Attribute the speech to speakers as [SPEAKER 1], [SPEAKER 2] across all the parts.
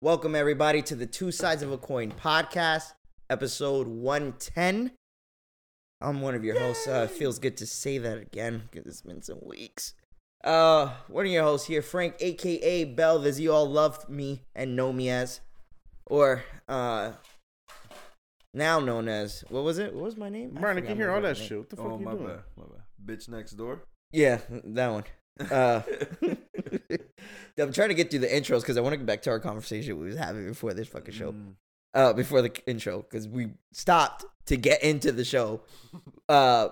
[SPEAKER 1] Welcome, everybody, to the Two Sides of a Coin podcast, episode 110. I'm one of your hosts. Uh, it feels good to say that again because it's been some weeks. Uh, one of your hosts here, Frank, aka Bell, as you all love me and know me as, or uh, now known as, what was it? What was my name? I
[SPEAKER 2] Brian, I
[SPEAKER 1] forgot
[SPEAKER 2] can
[SPEAKER 1] my
[SPEAKER 2] hear all that
[SPEAKER 1] brother's name.
[SPEAKER 2] shit. What the fuck
[SPEAKER 3] Oh,
[SPEAKER 2] you
[SPEAKER 3] my
[SPEAKER 2] doing?
[SPEAKER 3] bad. My bad. Bitch next door.
[SPEAKER 1] Yeah, that one. Uh, I'm trying to get through the intros because I want to get back to our conversation we was having before this fucking show.
[SPEAKER 3] Mm,
[SPEAKER 1] Uh, before the intro because we stopped to get into the show. Uh,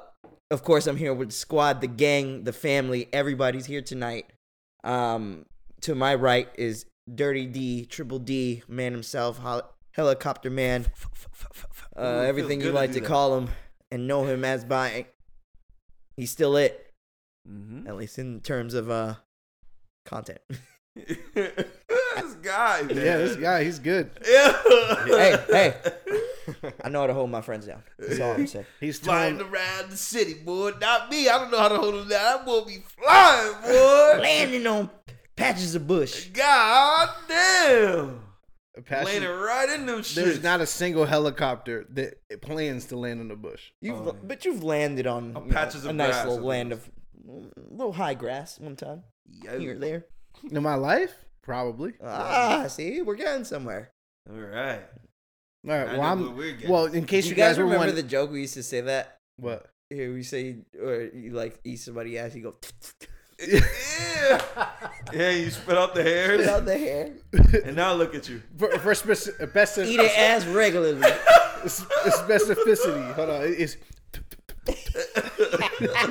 [SPEAKER 1] of course, I'm here with the squad, the gang, the family. Everybody's here tonight. Um, to my right is Dirty D, Triple D, man himself, hol- helicopter man, uh,
[SPEAKER 3] Ooh, it
[SPEAKER 1] everything
[SPEAKER 3] feels
[SPEAKER 1] you
[SPEAKER 3] good to
[SPEAKER 1] like
[SPEAKER 3] do
[SPEAKER 1] to
[SPEAKER 3] that.
[SPEAKER 1] call him and know him as by. He's still it
[SPEAKER 2] Mm-hmm.
[SPEAKER 3] mhm.
[SPEAKER 1] at least in terms of uh content.
[SPEAKER 3] this guy, man.
[SPEAKER 2] Yeah, this guy, he's good.
[SPEAKER 3] Yeah.
[SPEAKER 1] hey, hey. I know how to hold my friends down. That's all I'm saying.
[SPEAKER 2] He's
[SPEAKER 3] Flying
[SPEAKER 2] tone,
[SPEAKER 3] around the city, boy. Not me. I don't know how to hold him down. I'm gonna be flying, boy.
[SPEAKER 1] Landing on patches of bush.
[SPEAKER 3] God damn.
[SPEAKER 2] passion.
[SPEAKER 3] Landing right in them shit.
[SPEAKER 2] There's not a single helicopter that plans to land in the bush.
[SPEAKER 1] You've
[SPEAKER 3] Oh.
[SPEAKER 1] but you've landed on you know,
[SPEAKER 3] patches
[SPEAKER 1] a
[SPEAKER 3] of
[SPEAKER 1] nice
[SPEAKER 3] grass,
[SPEAKER 1] little
[SPEAKER 3] I
[SPEAKER 1] land
[SPEAKER 3] think.
[SPEAKER 1] of little high grass one time
[SPEAKER 3] Yo.
[SPEAKER 1] here or there.
[SPEAKER 2] In my life, probably.
[SPEAKER 3] Uh,
[SPEAKER 2] All
[SPEAKER 1] Ah, see, we're getting somewhere.
[SPEAKER 3] All right.
[SPEAKER 2] right.
[SPEAKER 3] I
[SPEAKER 2] Well,
[SPEAKER 3] know
[SPEAKER 2] I'm.
[SPEAKER 3] what we're getting.
[SPEAKER 2] Well, in case
[SPEAKER 1] you,
[SPEAKER 2] you,
[SPEAKER 1] guys,
[SPEAKER 2] were
[SPEAKER 1] remember
[SPEAKER 2] wondering,
[SPEAKER 1] the joke we used to say that?
[SPEAKER 2] what?
[SPEAKER 1] Here we say, or you like eat somebody ass, you go
[SPEAKER 3] yeah. yeah, you spit out the hairs,
[SPEAKER 1] out the hair,
[SPEAKER 3] and now look at you.
[SPEAKER 2] For, for speci- best
[SPEAKER 1] eat an ass regularly.
[SPEAKER 2] specificity. Hold on. It's.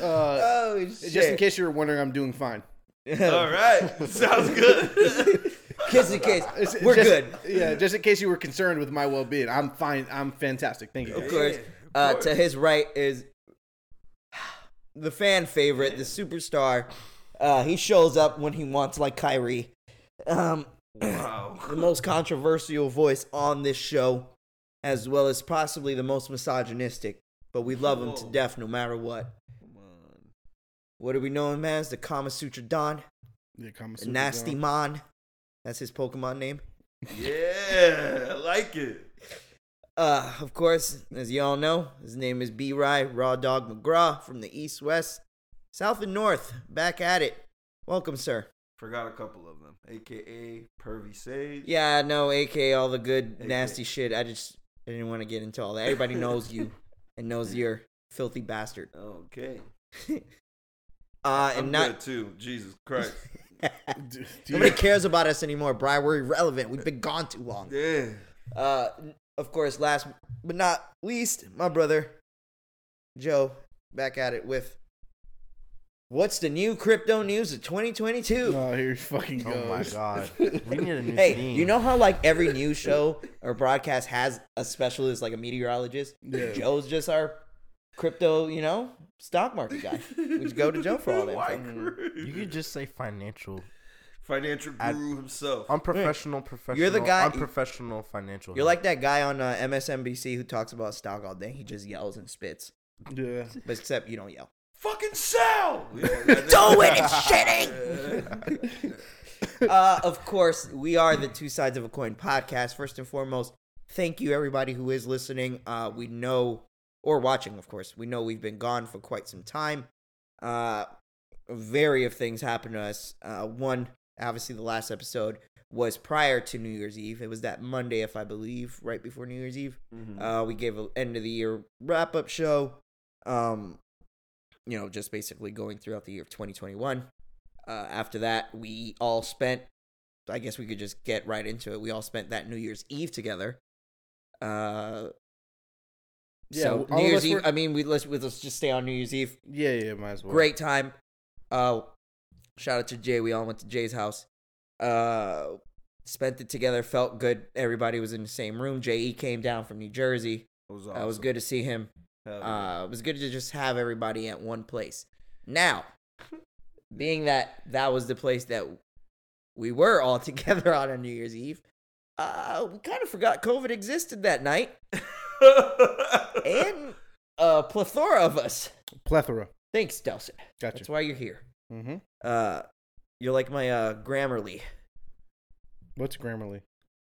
[SPEAKER 3] Ah,
[SPEAKER 2] uh,
[SPEAKER 1] oh shit!
[SPEAKER 2] just in case you were wondering, I'm doing fine.
[SPEAKER 3] All right, sounds good.
[SPEAKER 1] Kiss in case,
[SPEAKER 2] It's-
[SPEAKER 1] we're
[SPEAKER 2] just-
[SPEAKER 1] good.
[SPEAKER 2] Yeah, just in case you were concerned with my well being, I'm fine. I'm fantastic. Thank you.
[SPEAKER 1] Of
[SPEAKER 2] guys.
[SPEAKER 1] course.
[SPEAKER 3] Yeah, of
[SPEAKER 1] Uh, to
[SPEAKER 3] course.
[SPEAKER 1] his right is the fan favorite, the superstar. Uh, he shows up when he wants, like Kyrie. Um,
[SPEAKER 3] wow.
[SPEAKER 1] the most controversial voice on this show, as well as possibly the most misogynistic. But we love him to
[SPEAKER 3] Whoa.
[SPEAKER 1] death no matter what.
[SPEAKER 3] Come on.
[SPEAKER 1] What do we know him as? The Kama Sutra Don,
[SPEAKER 2] Yeah, Kama
[SPEAKER 1] the
[SPEAKER 2] Sutra
[SPEAKER 1] Nasty
[SPEAKER 2] down.
[SPEAKER 1] Mon. That's his Pokemon name.
[SPEAKER 3] Yeah, I like it.
[SPEAKER 1] Uh, of course, as you all know, his name is B. Rye Raw Dog McGraw from the East West, South and North. Back at it. Welcome, sir.
[SPEAKER 3] Forgot a couple of them, aka Pervy Sage.
[SPEAKER 1] Yeah, I know, AK, all the good
[SPEAKER 3] AK.
[SPEAKER 1] nasty shit. I just I didn't want to get into all that. Everybody knows you and knows you're a filthy bastard.
[SPEAKER 3] Okay.
[SPEAKER 1] Uh, and
[SPEAKER 3] I'm
[SPEAKER 1] not
[SPEAKER 3] good too. Jesus Christ.
[SPEAKER 2] Dude,
[SPEAKER 1] nobody cares about us anymore, Bry. We're irrelevant. We've been gone too long.
[SPEAKER 3] yeah.
[SPEAKER 1] Uh, of course, last but not least, my brother Joe back at it with what's the new crypto news of 2022?
[SPEAKER 2] Oh, here he fucking goes.
[SPEAKER 4] Oh my god. We need a new
[SPEAKER 1] Hey,
[SPEAKER 4] theme.
[SPEAKER 1] you know how like every news show or broadcast has a specialist, like a meteorologist.
[SPEAKER 2] Yeah.
[SPEAKER 1] Joe's just our crypto, you know, stock market guy. We just go to Joe for all that.
[SPEAKER 3] Why
[SPEAKER 1] info.
[SPEAKER 3] crazy?
[SPEAKER 4] you could just say financial.
[SPEAKER 3] Financial
[SPEAKER 4] I-
[SPEAKER 3] guru himself.
[SPEAKER 4] Unprofessional, professional.
[SPEAKER 1] You're the guy-
[SPEAKER 4] Unprofessional financial.
[SPEAKER 1] You're like that guy on uh, MSNBC who talks about stock all day. He just yells and spits,
[SPEAKER 2] Yeah.
[SPEAKER 1] but except you don't yell.
[SPEAKER 3] Fucking sell. Do
[SPEAKER 1] Do it, it's shitting. uh, of course, we are the Two Sides of a Coin podcast. First and foremost, thank you everybody who is listening. Uh, we know or watching, of course. We know we've been gone for quite some time. Uh, variety of things happened to us. Uh, one, obviously, the last episode was prior to New Year's Eve. It was that Monday, if I believe, right before New Year's Eve.
[SPEAKER 3] Mm-hmm.
[SPEAKER 1] Uh, we gave an end of the year wrap up show. Um, you know, just basically going throughout the year of 2021. Uh, after that, we all spent. I guess we could just get right into it. We all spent that New Year's Eve together. Uh,
[SPEAKER 2] Yeah,
[SPEAKER 1] so
[SPEAKER 2] all
[SPEAKER 1] New
[SPEAKER 2] of
[SPEAKER 1] Year's
[SPEAKER 2] us
[SPEAKER 1] Eve.
[SPEAKER 2] were-
[SPEAKER 1] I mean, we let's we- let's just stay on New Year's Eve.
[SPEAKER 2] Yeah, yeah, might as well.
[SPEAKER 1] Great time. Uh, shout out to Jay. We all went to Jay's house. Uh, spent it together. Felt good. Everybody was in the same room. J.E. came down from New Jersey.
[SPEAKER 3] That was,
[SPEAKER 1] Uh, It was
[SPEAKER 3] awesome.
[SPEAKER 1] good to see him.
[SPEAKER 3] Hell yeah.
[SPEAKER 1] Uh, it was good to just have everybody at one place. Now, being that that was the place that we were all together on a New Year's Eve, uh, we kind of forgot COVID existed that night, and a plethora of us.
[SPEAKER 2] Plethora.
[SPEAKER 1] Thanks, Delson.
[SPEAKER 2] Gotcha.
[SPEAKER 1] That's why you're here.
[SPEAKER 2] Mm-hmm.
[SPEAKER 1] Uh, you're like my uh, Grammarly.
[SPEAKER 2] What's Grammarly?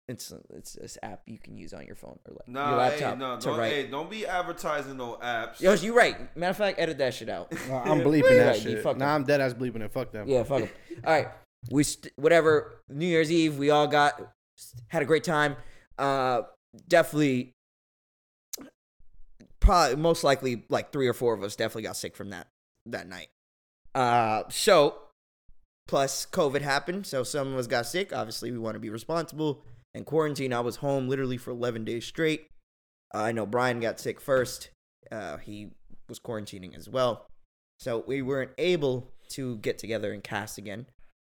[SPEAKER 1] It's it's this app you can use on your phone or like your
[SPEAKER 3] Nah,
[SPEAKER 1] laptop
[SPEAKER 3] hey, nah,
[SPEAKER 1] to
[SPEAKER 3] don't,
[SPEAKER 1] write.
[SPEAKER 3] hey, don't be advertising no apps.
[SPEAKER 1] Yo, you right. Matter of fact, edit that shit out.
[SPEAKER 2] Nah, I'm bleeping
[SPEAKER 1] Right,
[SPEAKER 2] that
[SPEAKER 1] you
[SPEAKER 2] shit.
[SPEAKER 1] fucked
[SPEAKER 2] Nah,
[SPEAKER 1] up.
[SPEAKER 2] I'm dead ass bleeping it. Fuck them.
[SPEAKER 1] Yeah, fuck 'em. All right, we st- whatever. New Year's Eve, we all got had a great time. Uh, definitely, probably most likely like three or four of us definitely got sick from that that night. Uh, so plus COVID happened, so some of us got sick. Obviously, we want to be responsible and quarantine. I was home literally for eleven days straight. Uh, I know Brian got sick first. Uh, he was quarantining as well. So we weren't able to get together and cast again,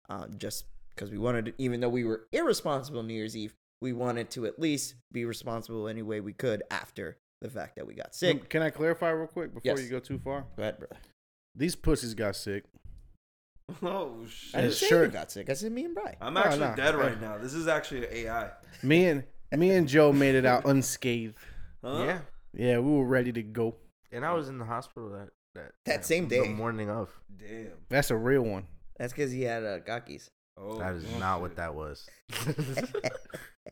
[SPEAKER 1] uh, just because we wanted, to, even though we were irresponsible New Year's Eve, we wanted to at least be responsible any way we could after the fact that we got sick.
[SPEAKER 2] Can I clarify real quick before
[SPEAKER 1] Yes.
[SPEAKER 2] you go too far?
[SPEAKER 1] Go ahead, brother.
[SPEAKER 2] These pussies got sick.
[SPEAKER 3] Oh
[SPEAKER 1] I
[SPEAKER 3] shit!
[SPEAKER 1] didn't
[SPEAKER 2] It's
[SPEAKER 1] say
[SPEAKER 2] sure-
[SPEAKER 1] you got sick. I said me and Brian.
[SPEAKER 3] I'm
[SPEAKER 2] No,
[SPEAKER 3] actually
[SPEAKER 2] no.
[SPEAKER 3] dead right now. This is actually an AI.
[SPEAKER 2] Me and me and Joe made it out unscathed.
[SPEAKER 3] Huh?
[SPEAKER 4] Yeah,
[SPEAKER 2] Yeah, we were ready to go.
[SPEAKER 4] and I was in the hospital that that,
[SPEAKER 1] That same day.
[SPEAKER 4] the morning of.
[SPEAKER 3] Damn.
[SPEAKER 2] That's a real one.
[SPEAKER 1] That's because he had uh, gakis.
[SPEAKER 3] Oh,
[SPEAKER 4] that is
[SPEAKER 3] oh,
[SPEAKER 4] not
[SPEAKER 3] shit.
[SPEAKER 4] what that was,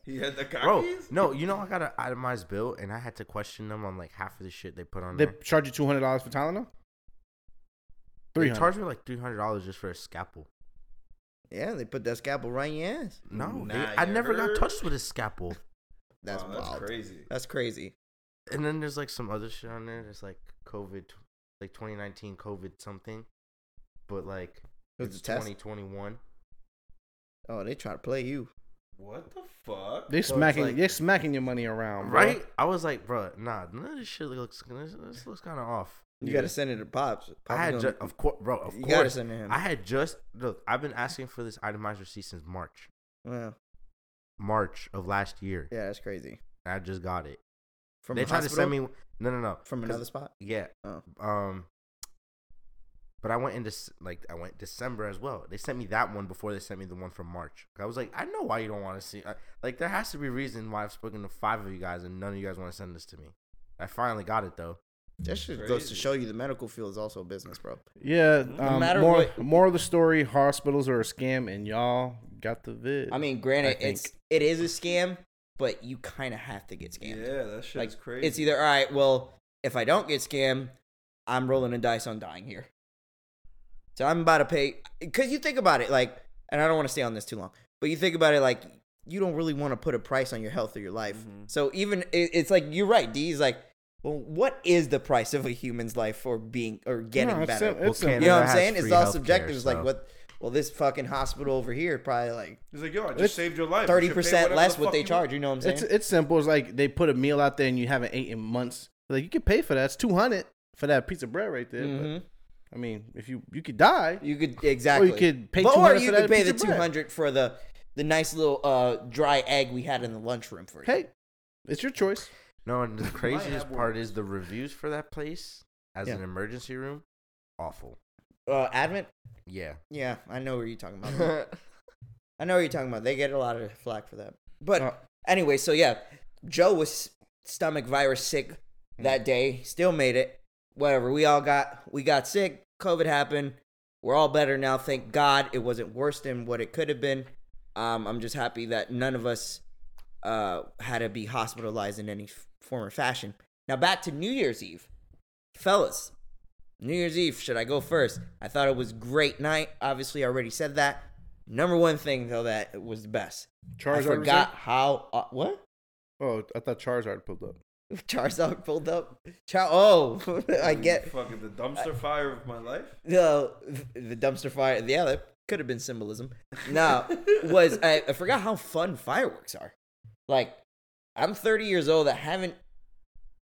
[SPEAKER 3] He had the
[SPEAKER 4] bro.
[SPEAKER 3] cockies.
[SPEAKER 4] No, you know I got an itemized bill, and I had to question them on like half of the shit they put on
[SPEAKER 2] They
[SPEAKER 4] there.
[SPEAKER 2] charge you two hundred dollars for Tylenol. Three
[SPEAKER 4] They
[SPEAKER 2] hundred.
[SPEAKER 4] charged me like three hundred dollars just for a scalpel.
[SPEAKER 1] Yeah, they put that scalpel right in your ass.
[SPEAKER 4] No,
[SPEAKER 3] Nah,
[SPEAKER 4] they- I
[SPEAKER 3] you
[SPEAKER 4] never
[SPEAKER 3] heard?
[SPEAKER 4] got touched with a scalpel.
[SPEAKER 1] That's
[SPEAKER 3] Wow,
[SPEAKER 1] wild.
[SPEAKER 3] that's
[SPEAKER 1] crazy.
[SPEAKER 3] crazy.
[SPEAKER 1] That's crazy.
[SPEAKER 4] And then there's like some other shit on there. There's like COVID, tw- like 2019 COVID something, but like
[SPEAKER 1] It was
[SPEAKER 4] it's
[SPEAKER 1] a test?
[SPEAKER 4] 2021.
[SPEAKER 1] Oh, they try to play you.
[SPEAKER 3] What the fuck?
[SPEAKER 2] They
[SPEAKER 4] So it's
[SPEAKER 2] smacking.
[SPEAKER 4] like-
[SPEAKER 2] they're smacking your money around, bro.
[SPEAKER 4] Right? I was like, bro, nah, none of this shit looks. This, this looks kind of off.
[SPEAKER 1] You gotta send it to pops.
[SPEAKER 4] I
[SPEAKER 1] Pops
[SPEAKER 4] had
[SPEAKER 1] gonna-
[SPEAKER 4] just, of course, bro, of
[SPEAKER 1] You gotta
[SPEAKER 4] course.
[SPEAKER 1] send it to him.
[SPEAKER 4] I had just look. I've been asking for this itemized receipt since March,
[SPEAKER 1] Wow.
[SPEAKER 4] March of last year.
[SPEAKER 1] yeah, that's crazy.
[SPEAKER 4] And I just got it.
[SPEAKER 1] From
[SPEAKER 4] they
[SPEAKER 1] a
[SPEAKER 4] tried to send me.
[SPEAKER 1] hospital?
[SPEAKER 4] No, no, no.
[SPEAKER 1] from
[SPEAKER 4] 'cause-
[SPEAKER 1] another spot.
[SPEAKER 4] Yeah.
[SPEAKER 1] Oh.
[SPEAKER 4] Um. But I went into like I went December as well. They sent me that one before they sent me the one from March. I was like, I know why you don't want to see. I, like there has to be a reason why I've spoken to five of you guys and none of you guys want to send this to me. I finally got it though.
[SPEAKER 1] That shit goes to
[SPEAKER 3] Crazy.
[SPEAKER 1] show you the medical field is also a business, bro.
[SPEAKER 2] Yeah. Um,
[SPEAKER 1] matter
[SPEAKER 2] more.
[SPEAKER 1] what-
[SPEAKER 2] More of the story: hospitals are a scam, and y'all got the vid.
[SPEAKER 1] I mean, granted,
[SPEAKER 2] I
[SPEAKER 1] it's it is a scam, but you kind of have to get
[SPEAKER 3] Yeah,
[SPEAKER 1] scammed.
[SPEAKER 3] that shit's
[SPEAKER 1] like
[SPEAKER 3] crazy.
[SPEAKER 1] it's either all right. Well, if I don't get scammed, I'm rolling the dice on dying here. So I'm about to pay because you think about it, like, and I don't want to stay on this too long, but you think about it, like, you don't really want to put a price on your health or your life.
[SPEAKER 3] Mhm.
[SPEAKER 1] So even it, it's like you're right. D's like, well, what is the price of a human's life for being or getting
[SPEAKER 2] No, it's
[SPEAKER 1] better?
[SPEAKER 2] sim- it's
[SPEAKER 4] Well,
[SPEAKER 2] simple.
[SPEAKER 1] You know what
[SPEAKER 4] Canada
[SPEAKER 1] I'm saying?
[SPEAKER 4] has
[SPEAKER 1] It's
[SPEAKER 4] free
[SPEAKER 1] all
[SPEAKER 4] healthcare,
[SPEAKER 1] subjective. It's like
[SPEAKER 4] so-
[SPEAKER 1] what? Well, this fucking hospital over here probably like
[SPEAKER 3] He's like, yo, I
[SPEAKER 2] It's
[SPEAKER 3] just saved your life. You should pay
[SPEAKER 1] thirty percent
[SPEAKER 3] whatever
[SPEAKER 1] less
[SPEAKER 3] the
[SPEAKER 1] what
[SPEAKER 3] fuck
[SPEAKER 1] they
[SPEAKER 3] you
[SPEAKER 1] charge. You know what I'm saying?
[SPEAKER 2] It's it's simple. It's like they put a meal out there and you haven't ate in months. Like you could pay for that. It's two hundred for that piece of bread right there.
[SPEAKER 1] Mhm.
[SPEAKER 2] But, I mean, if you you could die,
[SPEAKER 1] You could exactly.
[SPEAKER 2] could pay
[SPEAKER 1] But- or
[SPEAKER 2] 200
[SPEAKER 1] you
[SPEAKER 2] for
[SPEAKER 1] could
[SPEAKER 2] that
[SPEAKER 1] pay
[SPEAKER 2] piece
[SPEAKER 1] the
[SPEAKER 2] of bread.
[SPEAKER 1] two hundred for the the nice little uh, dry egg we had in the lunchroom for you.
[SPEAKER 2] hey, it's your choice.
[SPEAKER 4] No, and the craziest
[SPEAKER 3] have
[SPEAKER 4] part
[SPEAKER 3] worms.
[SPEAKER 4] is the reviews for that place as
[SPEAKER 1] Yeah.
[SPEAKER 4] an emergency room, awful.
[SPEAKER 1] uh, Advent.
[SPEAKER 4] Yeah.
[SPEAKER 1] Yeah, I know what you're talking about. I know what you're talking about. They get a lot of flack for that. But
[SPEAKER 2] Uh,
[SPEAKER 1] anyway, so yeah, Joe was stomach virus sick that day. Still made it. Whatever. We all got we got sick. COVID happened. We're all better now. Thank God it wasn't worse than what it could have been. Um, I'm just happy that none of us uh, had to be hospitalized in any f- form or fashion. Now back to New Year's Eve, fellas. New Year's Eve, should I go first? I thought it was great night. Obviously, I already said that. Number one thing though that was the best. I
[SPEAKER 2] Charizard. was
[SPEAKER 1] forgot how. Uh, what?
[SPEAKER 2] there? Oh, I thought Charizard pulled up.
[SPEAKER 1] Charizard pulled up. Char- oh, I get
[SPEAKER 3] Fucking the dumpster fire of my life.
[SPEAKER 1] no the dumpster fire. Yeah, that could have been symbolism. No, was I, I forgot how fun fireworks are. Like, I'm 30 years old. I haven't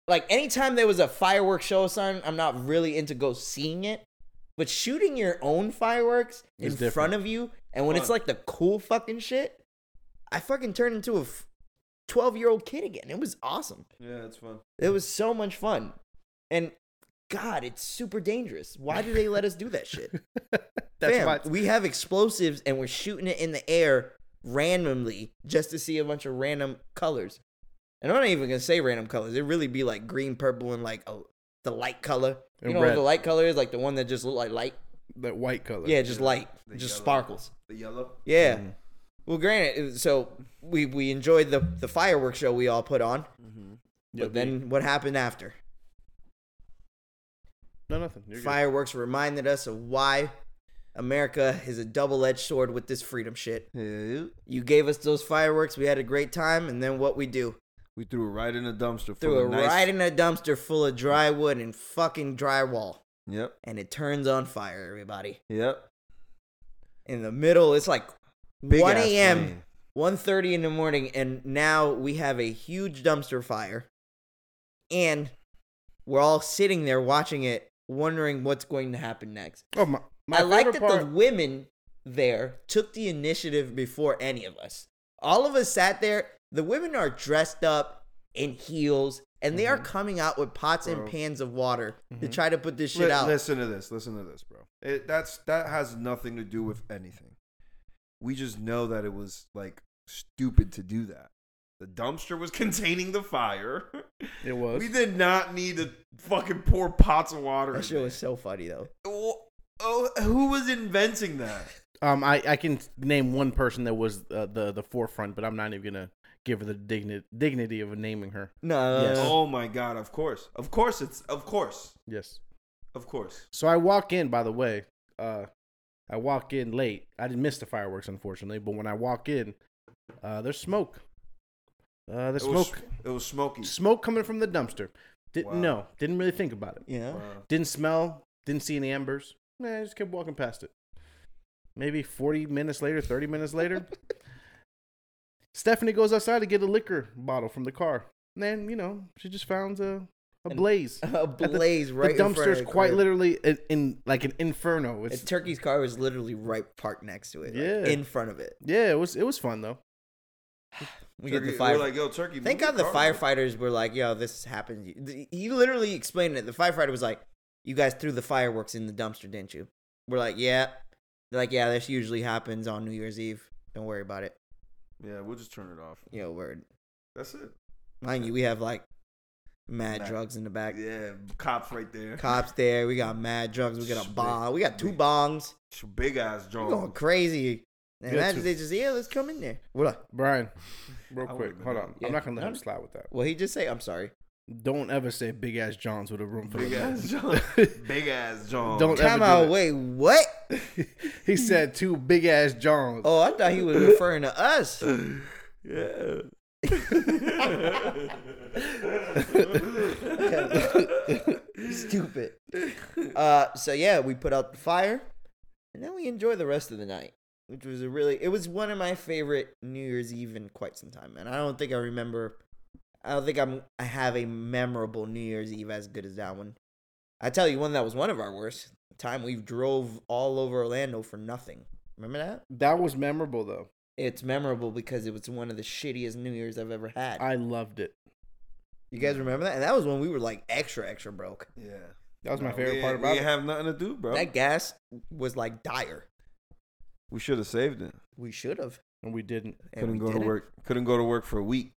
[SPEAKER 1] like anytime there was a fireworks show or something, I'm not really into go seeing it. But shooting your own fireworks in
[SPEAKER 2] It's different.
[SPEAKER 1] front of you, and when it's
[SPEAKER 3] Fun.
[SPEAKER 1] like the cool fucking shit, I fucking turned into a 12 year old kid again. It was awesome.
[SPEAKER 3] Yeah, it's fun.
[SPEAKER 1] It was so much fun. And God, it's super dangerous. Why do they let us do that shit?
[SPEAKER 2] That's
[SPEAKER 1] Fam,
[SPEAKER 2] why.
[SPEAKER 1] we have explosives and we're shooting it in the air randomly just to see a bunch of random colors. And I'm not even gonna say random colors. It'd really be like green, purple, and like a, the light color. You
[SPEAKER 2] And
[SPEAKER 1] know what
[SPEAKER 2] red.
[SPEAKER 1] the light color is? Like the one that just look like light.
[SPEAKER 2] That white color.
[SPEAKER 1] Yeah, just light.
[SPEAKER 3] The
[SPEAKER 1] just
[SPEAKER 3] yellow.
[SPEAKER 1] sparkles.
[SPEAKER 3] The yellow.
[SPEAKER 1] Yeah. Well, granted, so we we enjoyed the the fireworks show we all put on, but
[SPEAKER 2] Yep,
[SPEAKER 1] then what happened after?
[SPEAKER 2] no nothing. You're good.
[SPEAKER 1] Fireworks reminded us of why America is a double edged sword with this freedom shit. You gave us those fireworks, we had a great time, and then what we do?
[SPEAKER 5] We threw it right in the dumpster.
[SPEAKER 1] Threw
[SPEAKER 5] full
[SPEAKER 1] it
[SPEAKER 5] of nice-
[SPEAKER 1] right in a dumpster full of dry wood and fucking drywall,
[SPEAKER 5] Yep.
[SPEAKER 1] and it turns on fire, everybody.
[SPEAKER 5] Yep.
[SPEAKER 1] In the middle, it's like
[SPEAKER 5] Big
[SPEAKER 1] 1
[SPEAKER 5] ass
[SPEAKER 1] a.m.
[SPEAKER 5] plane.
[SPEAKER 1] 1.30 in the morning and now we have a huge dumpster fire and we're all sitting there watching it wondering what's going to happen next
[SPEAKER 2] Oh, my, my
[SPEAKER 1] i like
[SPEAKER 2] favorite
[SPEAKER 1] that
[SPEAKER 2] part,
[SPEAKER 1] the women there took the initiative before any of us all of us sat there the women are dressed up in heels and they
[SPEAKER 2] Mm-hmm.
[SPEAKER 1] are coming out with pots and
[SPEAKER 5] Bro.
[SPEAKER 1] pans of water to
[SPEAKER 2] Mhm.
[SPEAKER 1] try to put this shit
[SPEAKER 5] Li-
[SPEAKER 1] out
[SPEAKER 5] Listen to this. Listen to this, bro. It, that's that has nothing to do with anything. We just know that it was like stupid to do that.
[SPEAKER 3] The dumpster was containing the fire.
[SPEAKER 2] It was.
[SPEAKER 3] We did not need to fucking pour pots of water.
[SPEAKER 1] that
[SPEAKER 3] in
[SPEAKER 1] shit was so funny though
[SPEAKER 3] Wh- Oh, who was inventing that?
[SPEAKER 2] Um, I, I can name one person that was uh, the the forefront, but I'm not even gonna give her the digni- dignity of naming her.
[SPEAKER 1] no
[SPEAKER 2] Yes.
[SPEAKER 3] Oh my god! Of course, of course, it's of course,
[SPEAKER 2] Yes.
[SPEAKER 3] of course.
[SPEAKER 2] So I walk in. By the way, uh, I walk in late. I didn't miss the fireworks, unfortunately. But when I walk in, uh, there's smoke. Uh, there's
[SPEAKER 5] It was,
[SPEAKER 2] smoke.
[SPEAKER 5] it was smoky.
[SPEAKER 2] Smoke coming from the dumpster. Didn't
[SPEAKER 5] Wow.
[SPEAKER 2] know. Didn't really think about it.
[SPEAKER 1] you know
[SPEAKER 5] Uh,
[SPEAKER 2] Didn't smell. Didn't see any embers. Nah, I just kept walking past it. Maybe 40 minutes later, 30 minutes later, Stephanie goes outside to get a liquor bottle from the car. And then, you know, she just found a, a
[SPEAKER 1] An-
[SPEAKER 2] blaze.
[SPEAKER 1] a
[SPEAKER 2] the-
[SPEAKER 1] blaze right
[SPEAKER 2] the
[SPEAKER 1] in front of
[SPEAKER 2] dumpster's
[SPEAKER 1] the
[SPEAKER 2] quite
[SPEAKER 1] crib.
[SPEAKER 2] literally in, in like an inferno. It's,
[SPEAKER 1] And Turkey's car was literally right parked next to it, like,
[SPEAKER 2] Yeah.
[SPEAKER 1] in front of it.
[SPEAKER 2] yeah, it was it was fun though.
[SPEAKER 1] We
[SPEAKER 5] Turkey,
[SPEAKER 1] get the fire.
[SPEAKER 5] We're like, yo, turkey.
[SPEAKER 1] Thank
[SPEAKER 5] move
[SPEAKER 1] God the
[SPEAKER 5] your car,
[SPEAKER 1] firefighters were like, "Yo, this happened." He literally explained it. The firefighter was like, "You guys threw the fireworks in the dumpster, didn't you?" We're like, "Yeah." They're like, "Yeah, this usually happens on New Year's Eve. Don't worry about it."
[SPEAKER 5] bro. Yeah, we'll just turn it off.
[SPEAKER 1] You know, word.
[SPEAKER 5] That's it.
[SPEAKER 1] Mind you, we have like mad
[SPEAKER 5] Mad-
[SPEAKER 1] drugs in the back.
[SPEAKER 5] Yeah, cops right there.
[SPEAKER 1] Cops there. We got mad drugs. We got a
[SPEAKER 5] Shit.
[SPEAKER 1] bong. We got two bongs.
[SPEAKER 5] Big ass
[SPEAKER 1] We're going
[SPEAKER 5] John.
[SPEAKER 1] crazy. And
[SPEAKER 2] Yeah,
[SPEAKER 1] that's-
[SPEAKER 2] two.
[SPEAKER 1] they just yeah, let's come in there. We're like,
[SPEAKER 2] uh, Brian, real
[SPEAKER 5] I
[SPEAKER 2] quick,
[SPEAKER 5] wouldn't
[SPEAKER 2] hold
[SPEAKER 5] know.
[SPEAKER 2] on.
[SPEAKER 1] Yeah.
[SPEAKER 2] I'm not gonna let him
[SPEAKER 1] No.
[SPEAKER 2] slide with that.
[SPEAKER 1] well, he just say, "I'm sorry."
[SPEAKER 2] Don't ever say big ass Johns with a room full
[SPEAKER 5] Big
[SPEAKER 2] of men.
[SPEAKER 5] ass John. Big ass John.
[SPEAKER 2] Don't ever
[SPEAKER 1] Time
[SPEAKER 2] do
[SPEAKER 1] out.
[SPEAKER 2] that.
[SPEAKER 1] Wait, what?
[SPEAKER 2] he said two big ass Johns.
[SPEAKER 1] Oh, I thought he was referring to us.
[SPEAKER 5] Yeah.
[SPEAKER 1] Stupid. Uh, so yeah, we put out the fire, and then we enjoy the rest of the night, which was a really. It was one of my favorite New Year's Eve in quite some time, and I don't think I remember. I don't think I'm. I have a memorable New Year's Eve as good as that one. I tell you, one that was one of our worst. The time we drove all over Orlando for nothing. Remember that?
[SPEAKER 2] That was memorable though.
[SPEAKER 1] It's memorable because it was one of the shittiest New Year's I've ever had.
[SPEAKER 2] I loved it.
[SPEAKER 1] You guys remember that? And that was when we were like extra, extra broke.
[SPEAKER 5] Yeah.
[SPEAKER 2] That was my
[SPEAKER 5] No,
[SPEAKER 2] favorite
[SPEAKER 5] we
[SPEAKER 2] part
[SPEAKER 5] ain't-
[SPEAKER 2] about
[SPEAKER 5] we
[SPEAKER 2] it.
[SPEAKER 5] ain't have nothing to do, bro.
[SPEAKER 1] That gas was like dire.
[SPEAKER 5] we should have saved it.
[SPEAKER 1] We should have.
[SPEAKER 2] and we didn't.
[SPEAKER 1] and
[SPEAKER 5] Couldn't
[SPEAKER 1] we
[SPEAKER 5] go to
[SPEAKER 1] didn't.
[SPEAKER 5] work. Couldn't go to work for a week.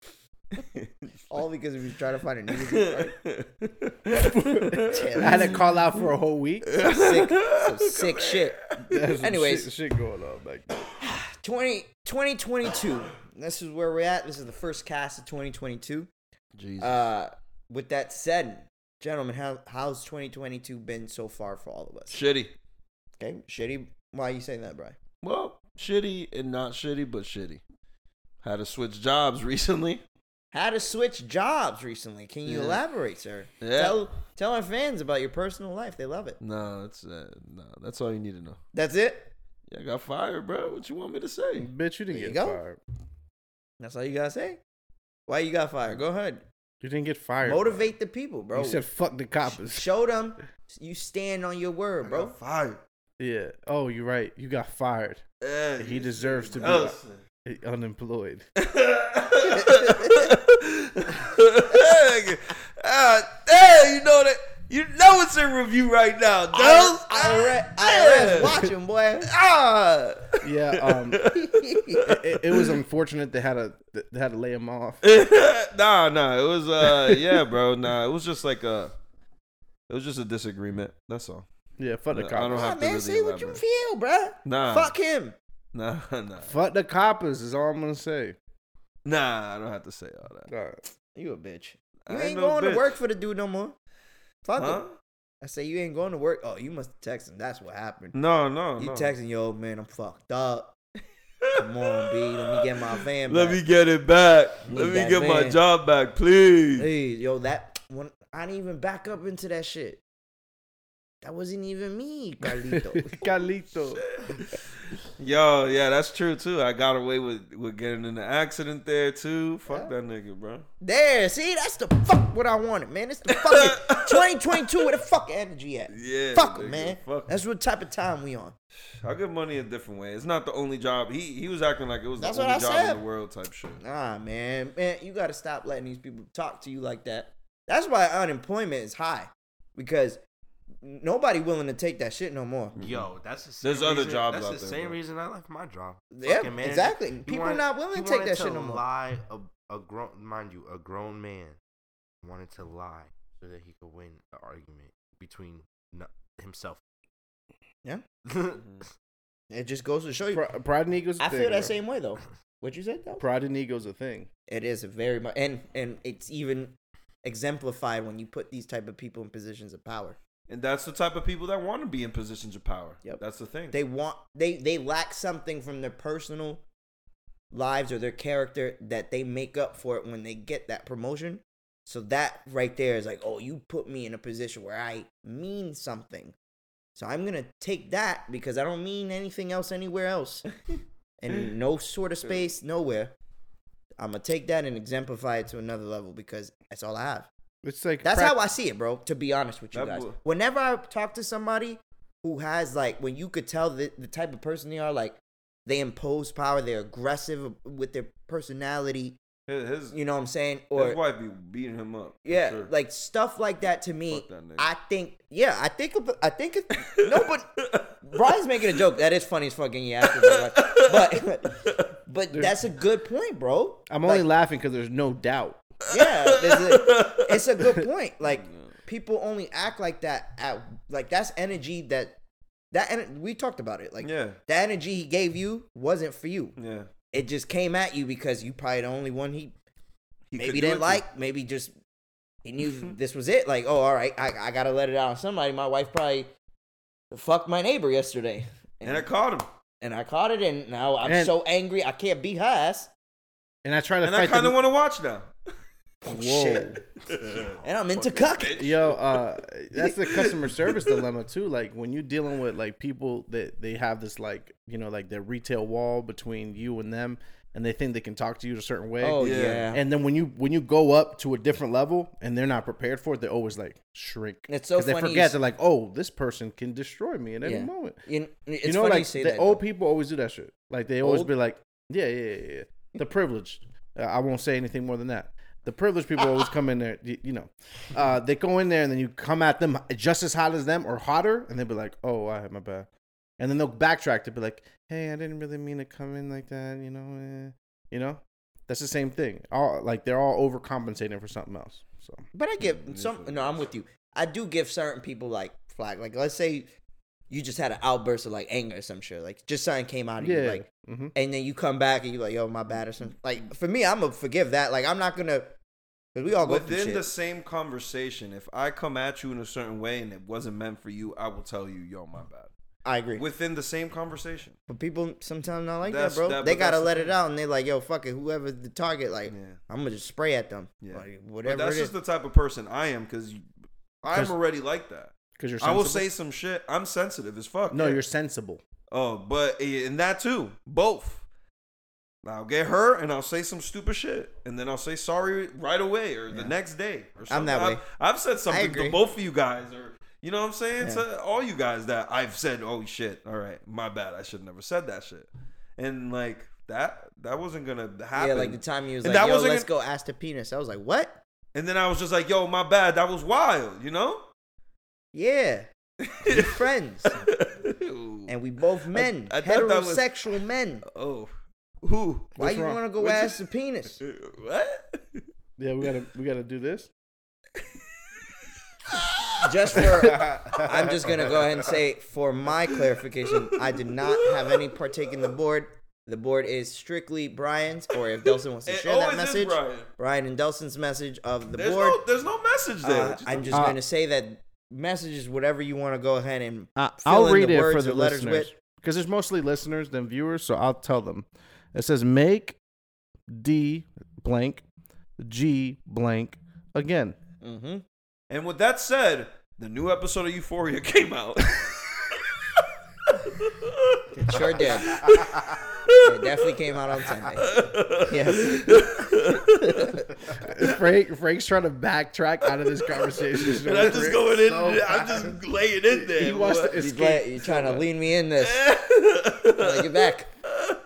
[SPEAKER 1] All because we were trying to find a New Year's Eve party.
[SPEAKER 2] I had to call out for a whole week.
[SPEAKER 1] Some sick, some sick shit.
[SPEAKER 2] There's some
[SPEAKER 1] Anyways.
[SPEAKER 2] shit, shit going on back then.
[SPEAKER 1] 20, 2022. This is where we're at. This is the first cast of 2022.
[SPEAKER 5] Jesus.
[SPEAKER 1] Uh, with that said, gentlemen, how, how's 2022 been so far for all of us?
[SPEAKER 5] shitty.
[SPEAKER 1] Okay, shitty. Why are you saying that, Brian?
[SPEAKER 5] Well, shitty and not shitty, but shitty. Had to switch jobs recently.
[SPEAKER 1] Had to switch jobs recently. Can you
[SPEAKER 5] Yeah.
[SPEAKER 1] elaborate, sir?
[SPEAKER 5] Yeah.
[SPEAKER 1] Tell, tell our fans about your personal life. They love it.
[SPEAKER 5] No, that's uh, no. That's all you need to know.
[SPEAKER 1] That's it.
[SPEAKER 5] Yeah, I got fired, bro. What you want me to say?
[SPEAKER 2] Bitch,
[SPEAKER 1] There
[SPEAKER 2] you didn't
[SPEAKER 1] you
[SPEAKER 2] get
[SPEAKER 1] go.
[SPEAKER 2] fired.
[SPEAKER 1] That's all you gotta say. Why you got fired? Go ahead.
[SPEAKER 2] You didn't get fired.
[SPEAKER 1] Motivate the people, bro.
[SPEAKER 2] You said fuck the coppers.
[SPEAKER 1] Show them you stand on your word, bro.
[SPEAKER 5] Fired.
[SPEAKER 2] yeah. Oh, you're right. You got fired. He deserves to be unemployed.
[SPEAKER 3] Ah, damn, you know that. You know it's in review right now, dog.
[SPEAKER 1] I IRS, IRS watching, boy.
[SPEAKER 3] Ah,
[SPEAKER 2] yeah. Um. it, it- it was unfortunate they had to they had to lay him off.
[SPEAKER 5] nah, nah. It was uh, yeah, bro. Nah, it was just like a, it was just a disagreement. That's all.
[SPEAKER 2] Yeah. Fuck the
[SPEAKER 5] I
[SPEAKER 2] coppers.
[SPEAKER 5] don't have
[SPEAKER 1] Nah,
[SPEAKER 5] to
[SPEAKER 1] man,
[SPEAKER 5] really
[SPEAKER 1] say what you
[SPEAKER 5] elaborate.
[SPEAKER 1] feel, bruh.
[SPEAKER 5] Nah,
[SPEAKER 1] Fuck him.
[SPEAKER 5] Nah, nah,
[SPEAKER 2] Fuck the coppers is all I'm gonna say.
[SPEAKER 5] nah. I don't have to say all that.
[SPEAKER 2] All right.
[SPEAKER 1] You a bitch.
[SPEAKER 5] I
[SPEAKER 1] You
[SPEAKER 5] ain't
[SPEAKER 1] ain't
[SPEAKER 5] no
[SPEAKER 1] going
[SPEAKER 5] bitch.
[SPEAKER 1] to work for the dude no more. Fuck
[SPEAKER 5] Huh?
[SPEAKER 1] him. I say you ain't going to work. Oh, you must text him. That's what happened.
[SPEAKER 5] No, no,
[SPEAKER 1] You
[SPEAKER 5] no.
[SPEAKER 1] texting yo old man, I'm fucked up. Come on, B, let me get my van
[SPEAKER 5] Let
[SPEAKER 1] back.
[SPEAKER 5] me get it back.
[SPEAKER 1] Need
[SPEAKER 5] Let me
[SPEAKER 1] that
[SPEAKER 5] get my
[SPEAKER 1] van.
[SPEAKER 5] job back, please.
[SPEAKER 1] Hey, yo, that one I didn't even back up into that shit. That wasn't even me, Carlito.
[SPEAKER 2] Carlito.
[SPEAKER 5] Yo, yeah, that's true too. I got away with with getting in the accident there too. Fuck that nigga, bro.
[SPEAKER 1] there, see, that's the fuck what I wanted, man. It's the fucking 2022 with the fuck energy at.
[SPEAKER 5] Yeah,
[SPEAKER 1] fuck 'em,
[SPEAKER 5] nigga,
[SPEAKER 1] man.
[SPEAKER 5] fuck 'em.
[SPEAKER 1] That's what type of time we on.
[SPEAKER 5] I give money a different way. It's not the only job. He he was acting like it was
[SPEAKER 1] That's
[SPEAKER 5] the
[SPEAKER 1] what I
[SPEAKER 5] only job
[SPEAKER 1] said.
[SPEAKER 5] in the world type shit.
[SPEAKER 1] Nah, man, man, you gotta stop letting these people talk to you like that. That's why unemployment is high because nobody willing to take that shit no more.
[SPEAKER 4] Yo, that's the same
[SPEAKER 5] There's other
[SPEAKER 4] reason-
[SPEAKER 5] jobs
[SPEAKER 4] That's
[SPEAKER 5] out
[SPEAKER 4] the
[SPEAKER 5] there,
[SPEAKER 4] same
[SPEAKER 5] bro.
[SPEAKER 4] reason I left my job.
[SPEAKER 1] Yeah,
[SPEAKER 4] Fucking manager.
[SPEAKER 1] exactly.
[SPEAKER 4] He
[SPEAKER 1] People not willing
[SPEAKER 4] he
[SPEAKER 1] to take
[SPEAKER 4] wanted
[SPEAKER 1] that shit no more.
[SPEAKER 4] Lie a, a grown mind you a grown man wanted to lie so that he could win the argument between n- himself.
[SPEAKER 1] Yeah. Mm-hmm. It just goes to show you.
[SPEAKER 2] Pri- Pride and ego's a
[SPEAKER 1] I
[SPEAKER 2] thing.
[SPEAKER 1] feel that
[SPEAKER 2] bro.
[SPEAKER 1] same way though. What you said though?
[SPEAKER 2] Pride and ego's a thing.
[SPEAKER 1] It is very much, and and it's even exemplified when you put these type of people in positions of power.
[SPEAKER 5] And that's the type of people that want to be in positions of power.
[SPEAKER 1] Yep.
[SPEAKER 5] That's the thing.
[SPEAKER 1] They want they they lack something from their personal lives or their character that they make up for it when they get that promotion. So that right there is like, oh, you put me in a position where I mean something. So I'm gonna take that because I don't mean anything else anywhere else, and no sort of space nowhere. I'm gonna take that and exemplify it to another level because that's all I have.
[SPEAKER 2] It's like
[SPEAKER 1] That's
[SPEAKER 2] prac-
[SPEAKER 1] how I see it, bro. To be honest with you
[SPEAKER 5] That
[SPEAKER 1] guys,
[SPEAKER 5] boy-
[SPEAKER 1] whenever I talk to somebody who has like, when you could tell the, the type of person they are, like they impose power, they're aggressive with their personality.
[SPEAKER 5] his his,
[SPEAKER 1] You know what I'm saying? Or
[SPEAKER 5] his wife be beating him up. for
[SPEAKER 1] yeah,
[SPEAKER 5] sure.
[SPEAKER 1] like stuff like that. To me,
[SPEAKER 5] Fuck that nigga.
[SPEAKER 1] I think yeah, I think of- I think it- no, but Brian's making a joke. That is funny as fucking yeah, but but that's a good point, bro.
[SPEAKER 2] I'm only
[SPEAKER 1] Like,
[SPEAKER 2] laughing because there's no doubt.
[SPEAKER 1] yeah, there's a, it's a good point. Like people only act like that at like that's energy that that and we talked about it. Like
[SPEAKER 5] Yeah.
[SPEAKER 1] the energy he gave you wasn't for you.
[SPEAKER 5] yeah.
[SPEAKER 1] It just came at you because you probably the only one he,
[SPEAKER 5] He could
[SPEAKER 1] maybe
[SPEAKER 5] do it
[SPEAKER 1] didn't
[SPEAKER 5] to-
[SPEAKER 1] like. Maybe just he knew this was it. Like oh, all right, I I gotta let it out on somebody. My wife probably fucked my neighbor yesterday,
[SPEAKER 5] And I caught him.
[SPEAKER 1] and I caught it, and now I'm
[SPEAKER 2] And-
[SPEAKER 1] so angry I can't be her ass.
[SPEAKER 2] And I try to
[SPEAKER 5] And I
[SPEAKER 2] fight
[SPEAKER 5] kind
[SPEAKER 2] the-
[SPEAKER 5] of want to watch now.
[SPEAKER 2] Whoa.
[SPEAKER 1] And I'm into cucking.
[SPEAKER 2] Yo, uh, that's the customer service dilemma too. Like when you're dealing with like people that they have this like you know like their retail wall between you and them, and they think they can talk to you a certain way.
[SPEAKER 1] Oh
[SPEAKER 5] Yeah.
[SPEAKER 1] yeah.
[SPEAKER 2] And then when you when you go up to a different level and they're not prepared for it, they're always like shrink.
[SPEAKER 1] It's so
[SPEAKER 2] 'Cause they
[SPEAKER 1] funny you
[SPEAKER 2] forget
[SPEAKER 1] s-
[SPEAKER 2] they're like, oh, this person can destroy me at any
[SPEAKER 1] Yeah.
[SPEAKER 2] moment.
[SPEAKER 1] You, it's
[SPEAKER 2] you know,
[SPEAKER 1] funny
[SPEAKER 2] like
[SPEAKER 1] you say
[SPEAKER 2] the
[SPEAKER 1] that.
[SPEAKER 2] old
[SPEAKER 1] though.
[SPEAKER 2] people always do that shit. Like they always
[SPEAKER 1] Old?
[SPEAKER 2] be like, yeah, yeah, yeah, yeah. The privileged. Uh, I won't say anything more than that. The privileged people always come in there, you, you know. Uh, they go in there and then you come at them just as hot as them or hotter, and they'll be like, "Oh, I have my bad," and then they'll backtrack to be like, "Hey, I didn't really mean to come in like that," you know. Eh. You know, that's the same thing. All like they're all overcompensating for something else. So
[SPEAKER 1] But I give some. No, I'm with you. I do give certain people like flag. Like let's say you just had an outburst of like anger or some shit. Like just something came out of you.
[SPEAKER 2] yeah,
[SPEAKER 1] Like
[SPEAKER 2] hmm
[SPEAKER 1] and then you come back and you like, yo, my bad or something. Like for me, I'm gonna forgive that. Like I'm not gonna. Cause we all go through
[SPEAKER 5] Within
[SPEAKER 1] shit.
[SPEAKER 5] the same conversation, if I come at you in a certain way and it wasn't meant for you, I will tell you, yo, my bad.
[SPEAKER 1] I agree.
[SPEAKER 5] Within the same conversation.
[SPEAKER 1] but people sometimes not like that,
[SPEAKER 5] That's-
[SPEAKER 1] bro.
[SPEAKER 5] that-
[SPEAKER 1] they
[SPEAKER 5] but
[SPEAKER 1] gotta
[SPEAKER 5] that's the
[SPEAKER 1] let it
[SPEAKER 5] thing.
[SPEAKER 1] out and they like, yo, fuck it, whoever's the target, like,
[SPEAKER 5] Yeah.
[SPEAKER 1] I'm gonna just spray at them.
[SPEAKER 5] Yeah.
[SPEAKER 1] Like
[SPEAKER 5] But
[SPEAKER 1] whatever.
[SPEAKER 5] that's
[SPEAKER 1] it is.
[SPEAKER 5] just the type of person I am because I'm
[SPEAKER 2] 'Cause-
[SPEAKER 5] already like that.
[SPEAKER 2] because you're.
[SPEAKER 5] I will
[SPEAKER 2] sensible.
[SPEAKER 5] say some shit. I'm sensitive as fuck.
[SPEAKER 2] no.
[SPEAKER 5] yeah.
[SPEAKER 2] You're sensible.
[SPEAKER 5] Oh, but and that too, both. I'll get her and I'll say some stupid shit, and then I'll say sorry right away or the next day. Or something.
[SPEAKER 1] that
[SPEAKER 5] I've,
[SPEAKER 1] way.
[SPEAKER 5] I've said something
[SPEAKER 1] agree.
[SPEAKER 5] to both of you guys, or you know what I'm saying
[SPEAKER 1] Yeah.
[SPEAKER 5] to all you guys that I've said, "Oh shit, all right, my bad. I should have never said that shit." And like that, that wasn't gonna happen.
[SPEAKER 1] yeah, like the time you was
[SPEAKER 5] And
[SPEAKER 1] like,
[SPEAKER 5] that
[SPEAKER 1] yo,
[SPEAKER 5] wasn't
[SPEAKER 1] let's
[SPEAKER 5] gonna-
[SPEAKER 1] go ask the penis. I was like, what?
[SPEAKER 5] And then I was just like, "Yo, my bad. That was wild." You know.
[SPEAKER 1] Yeah. We're friends. and we both men.
[SPEAKER 5] I thought that was-
[SPEAKER 1] heterosexual men.
[SPEAKER 5] Oh, who?
[SPEAKER 1] Why you
[SPEAKER 2] wrong?
[SPEAKER 1] wanna go
[SPEAKER 5] What's
[SPEAKER 1] ask the penis?
[SPEAKER 5] What?
[SPEAKER 2] Yeah, we gotta we gotta do this.
[SPEAKER 1] just for I'm just gonna go ahead and say for my clarification, I did not have any partake in the board. The board is strictly Brian's, or if Delson wants to
[SPEAKER 3] It
[SPEAKER 1] share that
[SPEAKER 3] always
[SPEAKER 1] message,
[SPEAKER 3] is Brian.
[SPEAKER 1] Brian and Delson's message of the
[SPEAKER 3] There's
[SPEAKER 1] board.
[SPEAKER 3] no, there's no message there.
[SPEAKER 1] Uh,
[SPEAKER 3] Just-
[SPEAKER 1] I'm just
[SPEAKER 2] Uh,
[SPEAKER 1] gonna say that messages whatever you want to go ahead and fill
[SPEAKER 2] I- Uh, I'll
[SPEAKER 1] in
[SPEAKER 2] read
[SPEAKER 1] the
[SPEAKER 2] it
[SPEAKER 1] words
[SPEAKER 2] for the
[SPEAKER 1] or letters
[SPEAKER 2] listeners
[SPEAKER 1] with.
[SPEAKER 2] because there's mostly listeners than viewers, so I'll tell them. It says make D blank G blank again.
[SPEAKER 1] hmm
[SPEAKER 5] And with that said, the new episode of Euphoria came out.
[SPEAKER 1] Sure did. it definitely came out on Sunday. Yes.
[SPEAKER 2] Frank Frank's trying to backtrack out of this conversation.
[SPEAKER 3] and I'm just going in. I'm just laying in there.
[SPEAKER 2] He wants
[SPEAKER 3] boy.
[SPEAKER 2] to
[SPEAKER 1] You're,
[SPEAKER 2] escape.
[SPEAKER 1] glad- you're trying to lean me in this. Like, get back.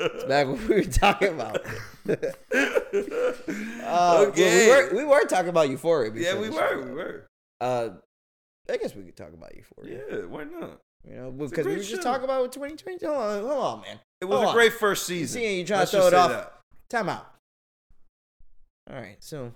[SPEAKER 1] It's back what we were talking about. Uh,
[SPEAKER 3] Okay.
[SPEAKER 1] well, we, were, we were talking about Euphoria.
[SPEAKER 3] yeah,
[SPEAKER 1] before
[SPEAKER 3] we
[SPEAKER 1] this.
[SPEAKER 3] were. We were.
[SPEAKER 1] Uh, I guess we could talk about Euphoria.
[SPEAKER 3] Yeah, why not?
[SPEAKER 1] You know, because we
[SPEAKER 3] great
[SPEAKER 1] were just
[SPEAKER 3] show.
[SPEAKER 1] talking about 2020. Hold on, hold on man.
[SPEAKER 5] It was
[SPEAKER 1] Hold
[SPEAKER 5] a
[SPEAKER 1] on.
[SPEAKER 5] great first season.
[SPEAKER 1] Seeing you trying
[SPEAKER 5] Let's
[SPEAKER 1] to throw
[SPEAKER 5] just
[SPEAKER 1] it off.
[SPEAKER 5] say
[SPEAKER 1] Time out. All right, so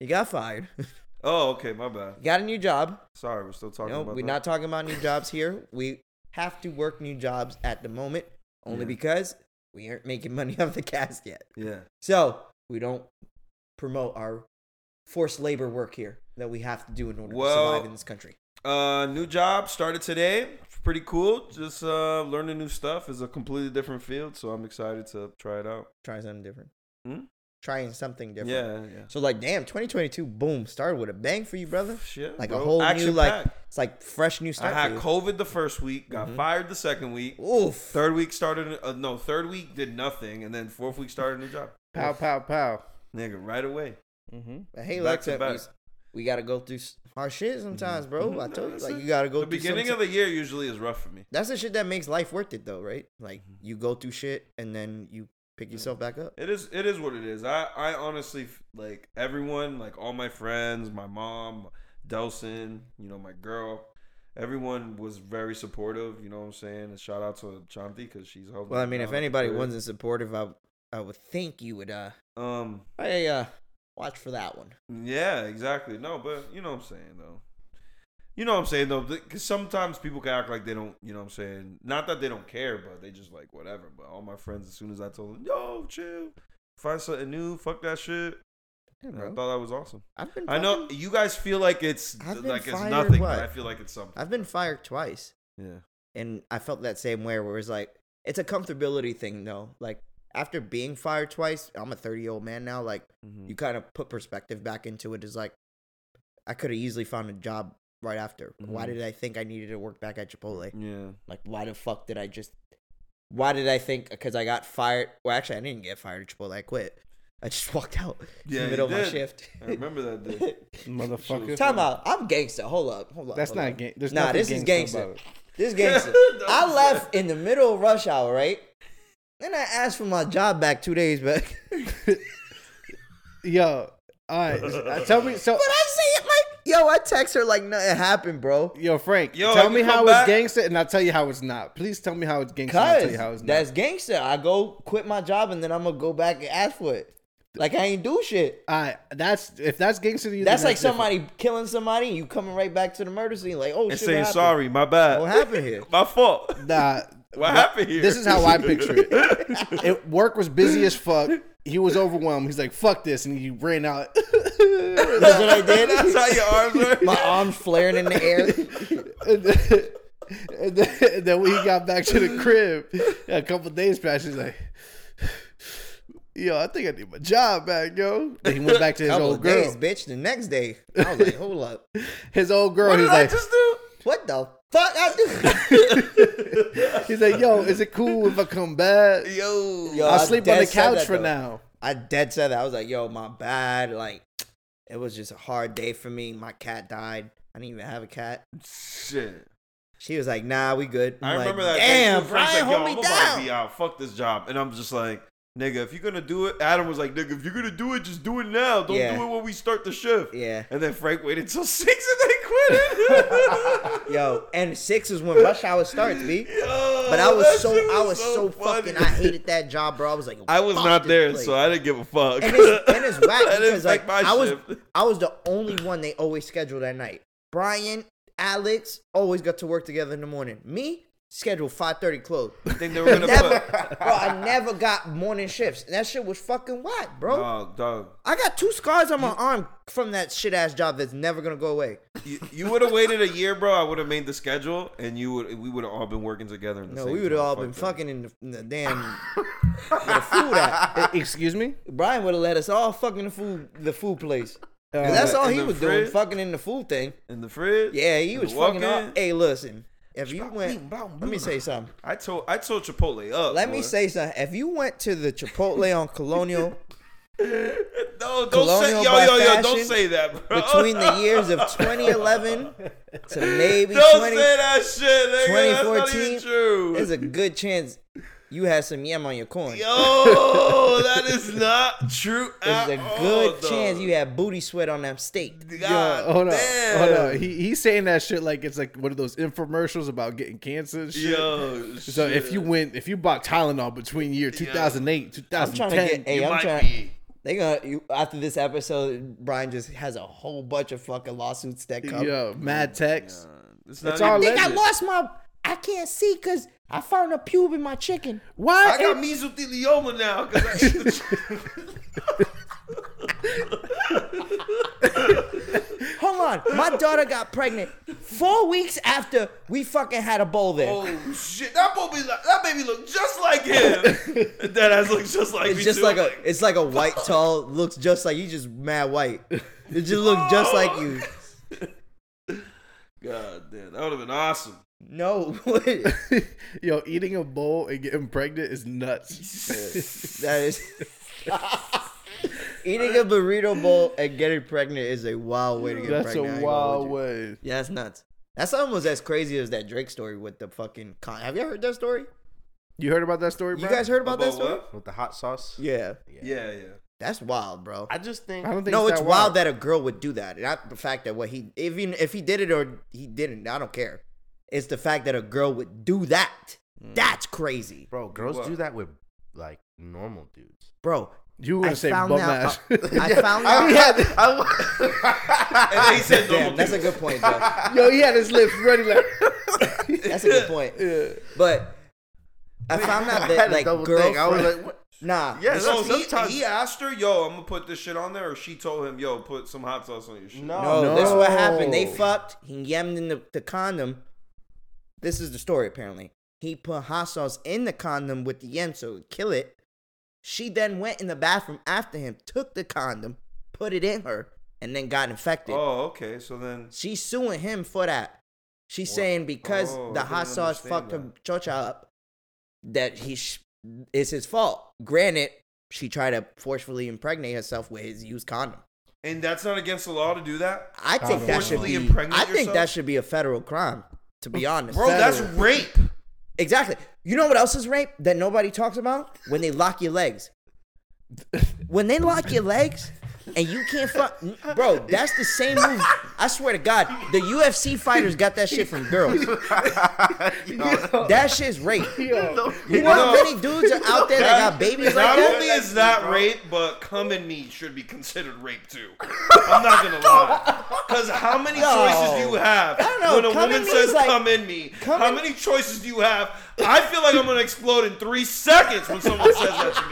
[SPEAKER 1] you got fired.
[SPEAKER 5] Oh, okay, my bad.
[SPEAKER 1] You got a new job.
[SPEAKER 5] Sorry, we're still talking
[SPEAKER 1] No,
[SPEAKER 5] about
[SPEAKER 1] we're
[SPEAKER 5] that.
[SPEAKER 1] not talking about new jobs here. We have to work new jobs at the moment, only because we aren't making money off the cast yet.
[SPEAKER 5] yeah.
[SPEAKER 1] So we don't promote our forced labor work here that we have to do in order to
[SPEAKER 5] Well-
[SPEAKER 1] survive in this country.
[SPEAKER 5] Uh, new job started today. It's Pretty cool. Just uh, learning new stuff is a completely different field, so I'm excited to try it out.
[SPEAKER 1] Try something different.
[SPEAKER 5] Hmm?
[SPEAKER 1] Trying something different.
[SPEAKER 5] Yeah, yeah.
[SPEAKER 1] So like, damn, 2022, boom, started with a bang for you, brother.
[SPEAKER 5] Shit,
[SPEAKER 1] like a
[SPEAKER 5] bro.
[SPEAKER 1] whole new, like
[SPEAKER 5] Action-packed.
[SPEAKER 1] it's like fresh new
[SPEAKER 5] I
[SPEAKER 1] start.
[SPEAKER 5] had
[SPEAKER 1] for
[SPEAKER 5] COVID the first week, got
[SPEAKER 1] Mm-hmm.
[SPEAKER 5] fired the second week,
[SPEAKER 1] you. Oof.
[SPEAKER 5] third week started uh, no, third week did nothing, and then fourth week started a new job.
[SPEAKER 2] Pow pow pow.
[SPEAKER 5] Nigga, right away.
[SPEAKER 2] Mm-hmm.
[SPEAKER 1] But hey,
[SPEAKER 5] Back
[SPEAKER 1] like
[SPEAKER 5] to
[SPEAKER 1] that,
[SPEAKER 5] back. Mm-hmm.
[SPEAKER 1] we, we gotta go through s- hard shit sometimes, bro. I told you, like you gotta go
[SPEAKER 5] The
[SPEAKER 1] through
[SPEAKER 5] beginning
[SPEAKER 1] some
[SPEAKER 5] of the year usually is rough for me.
[SPEAKER 1] That's the shit that makes life worth it, though, right? Like
[SPEAKER 5] Mm-hmm.
[SPEAKER 1] you go through shit and then you
[SPEAKER 5] Mm.
[SPEAKER 1] pick yourself back up.
[SPEAKER 5] It is it is what it is. I I honestly f- like everyone, like all my friends, my mom, Delson, you know, my girl. Everyone was very supportive, you know what I'm saying? And shout out to Chanti cuz she's helped.
[SPEAKER 1] Well, I
[SPEAKER 5] me
[SPEAKER 1] mean,
[SPEAKER 5] out
[SPEAKER 1] if anybody
[SPEAKER 5] with it.
[SPEAKER 1] wasn't supportive, I I would think you would uh
[SPEAKER 5] um
[SPEAKER 1] I uh watch for that one.
[SPEAKER 5] yeah, exactly. No, but you know what I'm saying though. You know what I'm saying though, because sometimes people can act like they don't. You know what I'm saying? Not that they don't care, but they just like whatever. But all my friends, as soon as I told them, "Yo, chill, find something new, fuck that shit,"
[SPEAKER 1] Hey,
[SPEAKER 5] and I
[SPEAKER 1] bro,
[SPEAKER 5] thought that was awesome.
[SPEAKER 1] I've been
[SPEAKER 5] I know
[SPEAKER 1] fucking-
[SPEAKER 5] you guys feel like it's
[SPEAKER 1] I've been
[SPEAKER 5] like it's
[SPEAKER 1] fired,
[SPEAKER 5] nothing,
[SPEAKER 1] what?
[SPEAKER 5] but I feel like it's something.
[SPEAKER 1] I've been fired twice,
[SPEAKER 5] Yeah.
[SPEAKER 1] and I felt that same way. Where it's like it's a comfortability thing, though. Like after being fired twice, I'm a 30 year old man now. Like
[SPEAKER 5] Mm-hmm.
[SPEAKER 1] you kind of put perspective back into it. Is like I could have easily found a job right after. Why
[SPEAKER 5] Mhm.
[SPEAKER 1] did I think I needed to work back at Chipotle?
[SPEAKER 5] Yeah.
[SPEAKER 1] Like, why the fuck did I just? Why did I think? Because I got fired. Well, actually, I didn't get fired at Chipotle. I quit. I just walked out
[SPEAKER 5] Yeah,
[SPEAKER 1] in
[SPEAKER 5] you
[SPEAKER 1] the middle of my
[SPEAKER 5] did.
[SPEAKER 1] shift.
[SPEAKER 5] I remember that day.
[SPEAKER 2] Motherfucker.
[SPEAKER 1] Time out. I'm gangster. Hold up. Hold up.
[SPEAKER 2] That's
[SPEAKER 1] hold
[SPEAKER 2] not
[SPEAKER 1] up.
[SPEAKER 2] gang- there's
[SPEAKER 1] Nah,
[SPEAKER 2] nothing
[SPEAKER 1] this is
[SPEAKER 2] gangster
[SPEAKER 1] gangster.
[SPEAKER 2] about it.
[SPEAKER 1] This is gangster. I left in the middle of rush hour, right? Then I asked for my job back two days back. but
[SPEAKER 2] Yo, all right. Tell me so
[SPEAKER 1] I say it like, yo, I text her like nothing happened, bro.
[SPEAKER 2] Yo, Frank,
[SPEAKER 5] Yo,
[SPEAKER 2] tell
[SPEAKER 5] have
[SPEAKER 2] me
[SPEAKER 5] you
[SPEAKER 2] how
[SPEAKER 5] come
[SPEAKER 2] it's
[SPEAKER 5] back?
[SPEAKER 2] gangster and I'll tell you how it's not. Please tell me how it's gangster and I'll tell
[SPEAKER 1] Cause
[SPEAKER 2] you how it's
[SPEAKER 1] that's gangster. I go quit my job and then I'm gonna go back and ask for it. Like I ain't do shit.
[SPEAKER 2] not. All right, that's if that's gangster to you. then
[SPEAKER 1] That's like
[SPEAKER 2] different.
[SPEAKER 1] somebody killing somebody, and you coming right back to the murder scene, like, oh,
[SPEAKER 5] And
[SPEAKER 1] shit,
[SPEAKER 5] saying
[SPEAKER 1] what happened?
[SPEAKER 5] sorry, my bad.
[SPEAKER 1] What happened here?
[SPEAKER 5] My fault.
[SPEAKER 2] Nah,
[SPEAKER 5] What happened here?
[SPEAKER 2] This is how I picture it. it. Work was busy as fuck. He was overwhelmed. He's like, "Fuck this," and he ran out.
[SPEAKER 1] That's what I did.
[SPEAKER 5] That's how your arms are.
[SPEAKER 1] My arms flaring in the air.
[SPEAKER 2] and, then, and then- and then when he got back to the crib, a couple days passed. He's like, "Yo, I think I need my job back, yo." Then he went back to his
[SPEAKER 1] Couple
[SPEAKER 2] old
[SPEAKER 1] of
[SPEAKER 2] girl.
[SPEAKER 1] days, bitch. The next day, I was like, hold up,
[SPEAKER 2] his old girl.
[SPEAKER 5] What did
[SPEAKER 2] he's
[SPEAKER 5] I
[SPEAKER 2] like,
[SPEAKER 5] just do?
[SPEAKER 1] what the fuck? I do?
[SPEAKER 2] He's like, yo, is it cool if I come back?
[SPEAKER 5] Yo.
[SPEAKER 1] Yo,
[SPEAKER 2] I'll
[SPEAKER 1] I
[SPEAKER 2] sleep
[SPEAKER 1] dead
[SPEAKER 2] on the
[SPEAKER 1] said
[SPEAKER 2] couch
[SPEAKER 1] that,
[SPEAKER 2] for
[SPEAKER 1] though.
[SPEAKER 2] now.
[SPEAKER 1] I dead said that. I was like, yo, my bad. Like, it was just a hard day for me. My cat died. I didn't even have a cat.
[SPEAKER 5] Shit.
[SPEAKER 1] She was like, nah, we good. I'm
[SPEAKER 5] I
[SPEAKER 1] like,
[SPEAKER 5] remember that. day,
[SPEAKER 1] Damn,
[SPEAKER 5] too. Frank's
[SPEAKER 1] Brian,
[SPEAKER 5] like, yo,
[SPEAKER 1] hold
[SPEAKER 5] I'm
[SPEAKER 1] me
[SPEAKER 5] about to
[SPEAKER 1] down.
[SPEAKER 5] Be out. Fuck this job. And I'm just like, nigga, if you're gonna do it, Adam was like, nigga, if you're gonna do it, just do it now. Don't
[SPEAKER 1] Yeah.
[SPEAKER 5] do it when we start the shift.
[SPEAKER 1] Yeah.
[SPEAKER 5] And then Frank waited till six and they quit it.
[SPEAKER 1] Yo, and six is when rush hour starts, B.
[SPEAKER 5] Yo,
[SPEAKER 1] But I
[SPEAKER 5] Oh, that
[SPEAKER 1] was so
[SPEAKER 5] shit
[SPEAKER 1] I was so,
[SPEAKER 5] funny.
[SPEAKER 1] fucking I hated that job, bro. I was like
[SPEAKER 5] I was
[SPEAKER 1] "Fuck
[SPEAKER 5] not
[SPEAKER 1] this
[SPEAKER 5] there,
[SPEAKER 1] place."
[SPEAKER 5] so I didn't give a fuck.
[SPEAKER 1] and it's, and it's whack
[SPEAKER 5] I didn't
[SPEAKER 1] because like
[SPEAKER 5] pick my
[SPEAKER 1] I was
[SPEAKER 5] shift.
[SPEAKER 1] I was the only one they always scheduled at night. Brian, Alex always got to work together in the morning. Me, scheduled 5.30 close.
[SPEAKER 5] I think they were gonna
[SPEAKER 1] Never,
[SPEAKER 5] put.
[SPEAKER 1] bro, I never got morning shifts. And that shit was fucking whack, bro.
[SPEAKER 5] Oh, dog.
[SPEAKER 1] I got two scars on my arm from that shit ass job that's never gonna go away.
[SPEAKER 5] You, you would have waited a year, bro. I would have made the schedule, and you would we would have all been working together. In the
[SPEAKER 1] No,
[SPEAKER 5] same
[SPEAKER 1] we would have all
[SPEAKER 5] time. Fuck
[SPEAKER 1] been
[SPEAKER 5] that.
[SPEAKER 1] fucking in the, in the damn where the food at.
[SPEAKER 2] E, Excuse me.
[SPEAKER 1] Brian would have let us all fucking the food the food place. 'Cause
[SPEAKER 2] Uh,
[SPEAKER 1] that's all
[SPEAKER 5] in
[SPEAKER 1] he
[SPEAKER 5] the
[SPEAKER 1] was doing,
[SPEAKER 5] fridge?
[SPEAKER 1] fucking in the food thing.
[SPEAKER 5] in the fridge.
[SPEAKER 1] Yeah, he
[SPEAKER 5] in
[SPEAKER 1] was
[SPEAKER 5] the
[SPEAKER 1] fucking all,
[SPEAKER 5] walk-in.
[SPEAKER 1] Hey, listen. If you
[SPEAKER 5] Stop eating,
[SPEAKER 1] went
[SPEAKER 5] blah,
[SPEAKER 1] let me
[SPEAKER 5] blah.
[SPEAKER 1] say something.
[SPEAKER 5] I told I told Chipotle up.
[SPEAKER 1] Let
[SPEAKER 5] boy.
[SPEAKER 1] me say something. If you went to the Chipotle on Colonial
[SPEAKER 5] no. Don't say
[SPEAKER 1] Colonial
[SPEAKER 5] yo yo
[SPEAKER 1] by
[SPEAKER 5] yo. Don't
[SPEAKER 1] fashion
[SPEAKER 5] say that, bro.
[SPEAKER 1] between the years of 2011 to maybe
[SPEAKER 5] don't
[SPEAKER 1] 20,
[SPEAKER 5] say that shit, nigga. That's not
[SPEAKER 1] 2014
[SPEAKER 5] even true.
[SPEAKER 1] there's a good chance you had some yam on your corn.
[SPEAKER 5] Yo, that is not true at
[SPEAKER 1] There's a
[SPEAKER 5] all,
[SPEAKER 1] good
[SPEAKER 5] dog.
[SPEAKER 1] chance you had booty sweat on that steak.
[SPEAKER 5] God
[SPEAKER 2] hold on,
[SPEAKER 5] damn.
[SPEAKER 2] hold on. He he's saying that shit like it's like one of those infomercials about getting cancer. And shit.
[SPEAKER 5] Yo,
[SPEAKER 2] So if you went, if you bought Tylenol between year 2008,
[SPEAKER 1] I'm trying to
[SPEAKER 2] 2010,
[SPEAKER 1] get. Hey,
[SPEAKER 5] you
[SPEAKER 1] I'm
[SPEAKER 5] might
[SPEAKER 1] trying.
[SPEAKER 5] be.
[SPEAKER 1] They gonna you, after this episode, Brian just has a whole bunch of fucking lawsuits that come.
[SPEAKER 2] yo, mad text.
[SPEAKER 5] It's, not
[SPEAKER 2] It's all
[SPEAKER 5] even-
[SPEAKER 1] I think I
[SPEAKER 2] Legend.
[SPEAKER 1] lost my. I can't see because I found a pube in my chicken.
[SPEAKER 2] Why?
[SPEAKER 5] I got mesothelioma now because I ate the chicken.
[SPEAKER 1] Hold on, my daughter got pregnant four weeks after we fucking had a bowl there.
[SPEAKER 5] Oh shit! That baby, that baby looked just like him. And that ass looks just like
[SPEAKER 1] it's
[SPEAKER 5] me
[SPEAKER 1] just
[SPEAKER 5] too.
[SPEAKER 1] like a. It's like a white tall. Looks just like you. Just mad white. It just looks just like you.
[SPEAKER 5] God damn, that would have been awesome.
[SPEAKER 1] No,
[SPEAKER 2] yo, eating a bowl and getting pregnant is nuts.
[SPEAKER 1] That is. Eating a burrito bowl and getting pregnant is a wild way to get
[SPEAKER 2] That's a
[SPEAKER 1] pregnant. I ain't gonna
[SPEAKER 2] wild
[SPEAKER 1] hold you.
[SPEAKER 2] way.
[SPEAKER 1] Yeah, that's nuts. That's almost as crazy as that Drake story with the fucking. Con- Have you heard that story?
[SPEAKER 2] You heard about that story,
[SPEAKER 1] You
[SPEAKER 2] bro?
[SPEAKER 1] guys heard about, that
[SPEAKER 5] About
[SPEAKER 1] story?
[SPEAKER 5] what?
[SPEAKER 4] with the hot sauce.
[SPEAKER 1] Yeah,
[SPEAKER 5] Yeah, yeah.
[SPEAKER 1] that's wild, bro.
[SPEAKER 4] I just think
[SPEAKER 2] I don't think
[SPEAKER 1] no,
[SPEAKER 2] it's,
[SPEAKER 1] it's
[SPEAKER 2] that
[SPEAKER 1] wild that a girl would do that. Not the fact that what he even if he did it or he didn't, I don't care. It's the fact that a girl would do that.
[SPEAKER 4] Mm.
[SPEAKER 1] That's crazy,
[SPEAKER 4] Bro, girls
[SPEAKER 5] What?
[SPEAKER 4] do that with like normal dudes.
[SPEAKER 1] bro.
[SPEAKER 2] you were
[SPEAKER 1] I
[SPEAKER 2] gonna say
[SPEAKER 1] found
[SPEAKER 2] bum
[SPEAKER 1] out- uh,
[SPEAKER 2] ass.
[SPEAKER 1] I found out.
[SPEAKER 5] And then he said,
[SPEAKER 1] Damn,
[SPEAKER 5] "Normal
[SPEAKER 1] that's a
[SPEAKER 5] dude."
[SPEAKER 1] good point, bro.
[SPEAKER 2] yo, he had his lips ready. Like,
[SPEAKER 1] That's a good point. But I found out
[SPEAKER 4] I
[SPEAKER 1] that
[SPEAKER 4] had a
[SPEAKER 1] like
[SPEAKER 4] double
[SPEAKER 1] girlfriend,
[SPEAKER 4] think. I was like, what?
[SPEAKER 1] nah,
[SPEAKER 4] Yeah,
[SPEAKER 1] this-
[SPEAKER 5] So
[SPEAKER 4] no, sometimes-
[SPEAKER 5] he, he asked her, "Yo, I'm gonna put this shit on there," or she told him, "Yo, put some hot sauce on your shit."
[SPEAKER 1] no, this is
[SPEAKER 2] No.
[SPEAKER 1] what happened. They fucked. He yammed in the, the condom. This is the story apparently. He put hot sauce in the condom with the yam, so it would kill it. She then went in the bathroom after him, took the condom, put it in her, and then got infected.
[SPEAKER 5] Oh, okay. So then,
[SPEAKER 1] She's suing him for that. She's saying because
[SPEAKER 5] Oh,
[SPEAKER 1] the
[SPEAKER 5] I
[SPEAKER 1] hot
[SPEAKER 5] didn't
[SPEAKER 1] sauce fucked
[SPEAKER 5] understand
[SPEAKER 1] her chocha up, that he sh- it's his fault. Granted, she tried to forcefully impregnate herself with his used condom.
[SPEAKER 5] and that's not against the law to do that,
[SPEAKER 1] I think that should
[SPEAKER 5] Forcefully
[SPEAKER 1] be.
[SPEAKER 5] impregnate
[SPEAKER 1] I think that
[SPEAKER 5] yourself?
[SPEAKER 1] should be a federal crime. To be honest,
[SPEAKER 5] bro. That's
[SPEAKER 2] Federal.
[SPEAKER 5] rape.
[SPEAKER 1] exactly. You know what else is rape that nobody talks about? When they lock your legs. When they lock your legs and you can't fuck, bro. That's the same move. I swear to God, the UFC fighters got that shit from girls. That shit's rape. You know how
[SPEAKER 5] No.
[SPEAKER 1] many dudes are out there that got babies like
[SPEAKER 5] Not only
[SPEAKER 1] that?
[SPEAKER 5] is that rape, but cum and me should be considered rape too. I'm not gonna lie, because how many choices do you have
[SPEAKER 1] don't know.
[SPEAKER 5] when a
[SPEAKER 1] Cum and
[SPEAKER 5] woman
[SPEAKER 1] me
[SPEAKER 5] says
[SPEAKER 1] is like-
[SPEAKER 5] "come in me"?
[SPEAKER 1] cum
[SPEAKER 5] How
[SPEAKER 1] and-
[SPEAKER 5] many choices do you have? I feel like I'm gonna explode in three seconds when someone says that to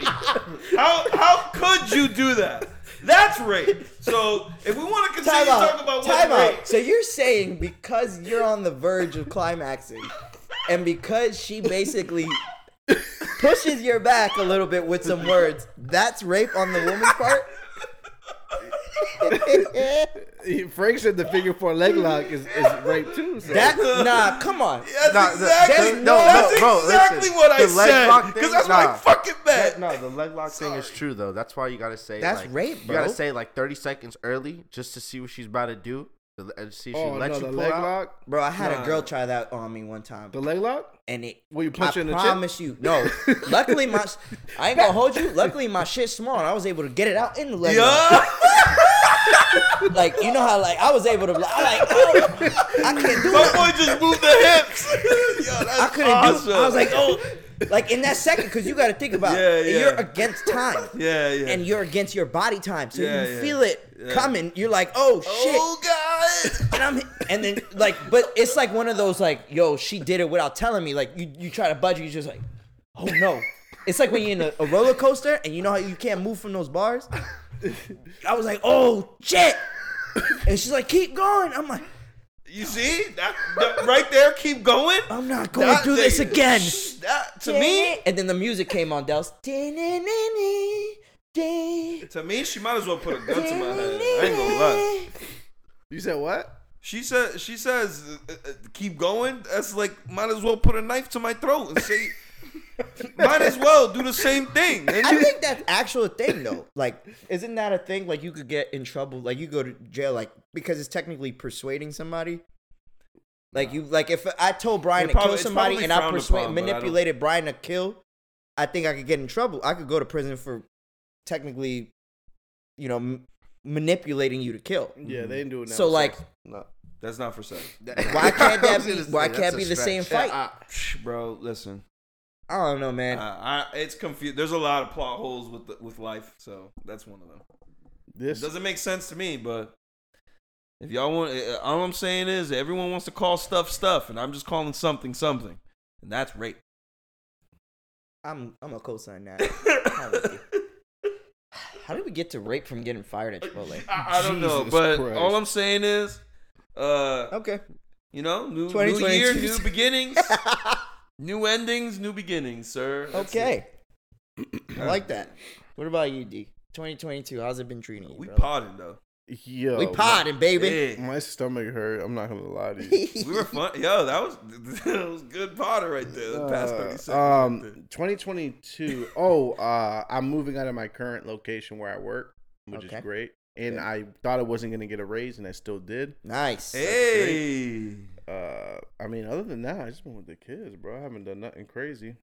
[SPEAKER 5] me. How how could you do that? That's rape. So if we want to continue
[SPEAKER 1] Time
[SPEAKER 5] to talk
[SPEAKER 1] out.
[SPEAKER 5] about
[SPEAKER 1] Time
[SPEAKER 5] what's rape,
[SPEAKER 1] out. So you're saying because you're on the verge of climaxing, and because she basically pushes your back a little bit with some words, that's rape on the woman's part?
[SPEAKER 2] Frank said the figure four leg lock is, is rape too. So.
[SPEAKER 1] That nah, come on.
[SPEAKER 5] that's
[SPEAKER 4] Nah, the-
[SPEAKER 5] exactly
[SPEAKER 1] no, no,
[SPEAKER 5] that's
[SPEAKER 4] bro, listen.
[SPEAKER 5] exactly what I
[SPEAKER 4] The leg lock
[SPEAKER 5] said.
[SPEAKER 4] thing,
[SPEAKER 5] Because that's what
[SPEAKER 4] nah.
[SPEAKER 5] I fucking meant.
[SPEAKER 4] no, the leg lock thing is true though. That's why you gotta say
[SPEAKER 1] That's
[SPEAKER 4] like,
[SPEAKER 1] rape,
[SPEAKER 4] You gotta
[SPEAKER 1] bro.
[SPEAKER 4] say like thirty seconds early just to see what she's about to do. To le- uh, see if she
[SPEAKER 2] oh no,
[SPEAKER 4] lets you
[SPEAKER 2] the
[SPEAKER 4] pull
[SPEAKER 2] leg
[SPEAKER 4] out.
[SPEAKER 2] lock.
[SPEAKER 1] Bro, I had a
[SPEAKER 5] Nah.
[SPEAKER 1] girl try that on me one time.
[SPEAKER 2] The leg lock.
[SPEAKER 1] and it.
[SPEAKER 2] Well, you punch
[SPEAKER 1] I
[SPEAKER 2] her in the chin?
[SPEAKER 1] promise you, no. Luckily, my I ain't gonna hold you. Luckily, my shit's small, and I was able to get it out in the leg. lock.
[SPEAKER 5] Yeah.
[SPEAKER 1] Like you know how like I was able to. like, I like oh, I can't do
[SPEAKER 5] My
[SPEAKER 1] it.
[SPEAKER 5] boy just moved the hips. Yo, that's
[SPEAKER 1] I couldn't
[SPEAKER 5] awesome.
[SPEAKER 1] do. it. I was like oh, like in that second because you got to think about.
[SPEAKER 5] Yeah, yeah.
[SPEAKER 1] You're against time.
[SPEAKER 5] yeah, yeah.
[SPEAKER 1] And you're against your body time, so
[SPEAKER 5] Yeah,
[SPEAKER 1] you
[SPEAKER 5] yeah.
[SPEAKER 1] feel it
[SPEAKER 5] Yeah.
[SPEAKER 1] coming. You're like, oh shit,
[SPEAKER 5] oh, God.
[SPEAKER 1] and I'm and then like, but it's like one of those like, yo, she did it without telling me. Like you, you try to budge, you just like, oh no. It's like when you're in a, a roller coaster and you know how you can't move from those bars. I was like, oh shit, and she's like, keep going. I'm like,
[SPEAKER 5] You see that, that right there? Keep going.
[SPEAKER 1] I'm not going
[SPEAKER 5] That
[SPEAKER 1] through this
[SPEAKER 5] nigga-
[SPEAKER 1] again.
[SPEAKER 5] That to me,
[SPEAKER 1] and then the music came on. Dell's. To
[SPEAKER 5] to me, she might as well put a gun to my head. I ain't gonna lie.
[SPEAKER 2] You said what?
[SPEAKER 5] She said, she says, uh, uh, keep going. That's like might as well put a knife to my throat and say, might as well do the same thing.
[SPEAKER 1] I
[SPEAKER 5] nigga.
[SPEAKER 1] think that's actual thing though. Like, isn't that a thing? Like, you could get in trouble. Like, you go to jail. Like, because it's technically persuading somebody. Like you, like if I told Brian
[SPEAKER 5] It
[SPEAKER 1] to
[SPEAKER 5] probably-
[SPEAKER 1] kill
[SPEAKER 5] it's
[SPEAKER 1] somebody
[SPEAKER 5] probably
[SPEAKER 1] and I
[SPEAKER 5] frowned
[SPEAKER 1] persuade,
[SPEAKER 5] upon, but I don't-
[SPEAKER 1] manipulated Brian to kill, I think I could get in trouble. I could go to prison for technically, you know, m- manipulating you to kill.
[SPEAKER 2] Yeah, they didn't do it.
[SPEAKER 1] so like,
[SPEAKER 5] That's not for sex,
[SPEAKER 1] why can't
[SPEAKER 4] I
[SPEAKER 1] that
[SPEAKER 4] was
[SPEAKER 1] be?
[SPEAKER 4] gonna say,
[SPEAKER 1] Why
[SPEAKER 4] that's
[SPEAKER 1] can't
[SPEAKER 4] a
[SPEAKER 1] be the
[SPEAKER 4] stretch.
[SPEAKER 1] same
[SPEAKER 4] Uh,
[SPEAKER 1] fight?
[SPEAKER 5] bro. Listen,
[SPEAKER 1] I don't know,
[SPEAKER 5] I,
[SPEAKER 1] man.
[SPEAKER 5] I, it's confused. There's a lot of plot holes with the, with life, so that's one of them. It
[SPEAKER 2] this,
[SPEAKER 5] doesn't make sense to me, but if y'all want, uh, all I'm saying is everyone wants to call stuff stuff, and I'm just calling something something, and that's rape.
[SPEAKER 1] I'm I'm gonna co-sign that. I'm with you. How did we get to rape from getting fired at Chipotle?
[SPEAKER 5] I, I don't know,
[SPEAKER 2] Jesus
[SPEAKER 5] but
[SPEAKER 2] Christ.
[SPEAKER 5] all I'm saying is, uh,
[SPEAKER 1] Okay.
[SPEAKER 5] you know, new, new
[SPEAKER 1] 2022.
[SPEAKER 5] year, new beginnings, new endings, new beginnings, sir. That's
[SPEAKER 1] Okay.
[SPEAKER 5] it.
[SPEAKER 1] I like that. What about you, D? 2022, how's it been treating you?
[SPEAKER 5] We
[SPEAKER 1] bro?
[SPEAKER 5] potted though.
[SPEAKER 2] yo,
[SPEAKER 1] we podding, baby.
[SPEAKER 2] My,
[SPEAKER 5] Yeah.
[SPEAKER 2] my stomach hurt. I'm not gonna lie to you.
[SPEAKER 5] we were fun. Yo, that was that was good potter right there. The past
[SPEAKER 2] Uh,
[SPEAKER 5] thirty seconds. right
[SPEAKER 2] um,
[SPEAKER 5] there.
[SPEAKER 2] 2022. oh, uh, I'm moving out of my current location where I work, which
[SPEAKER 1] Okay.
[SPEAKER 2] is great. And I thought I wasn't gonna get a raise, and I still did.
[SPEAKER 1] nice.
[SPEAKER 5] Hey,
[SPEAKER 2] Uh, I mean, other than that, I just been with the kids, bro. I haven't done nothing crazy.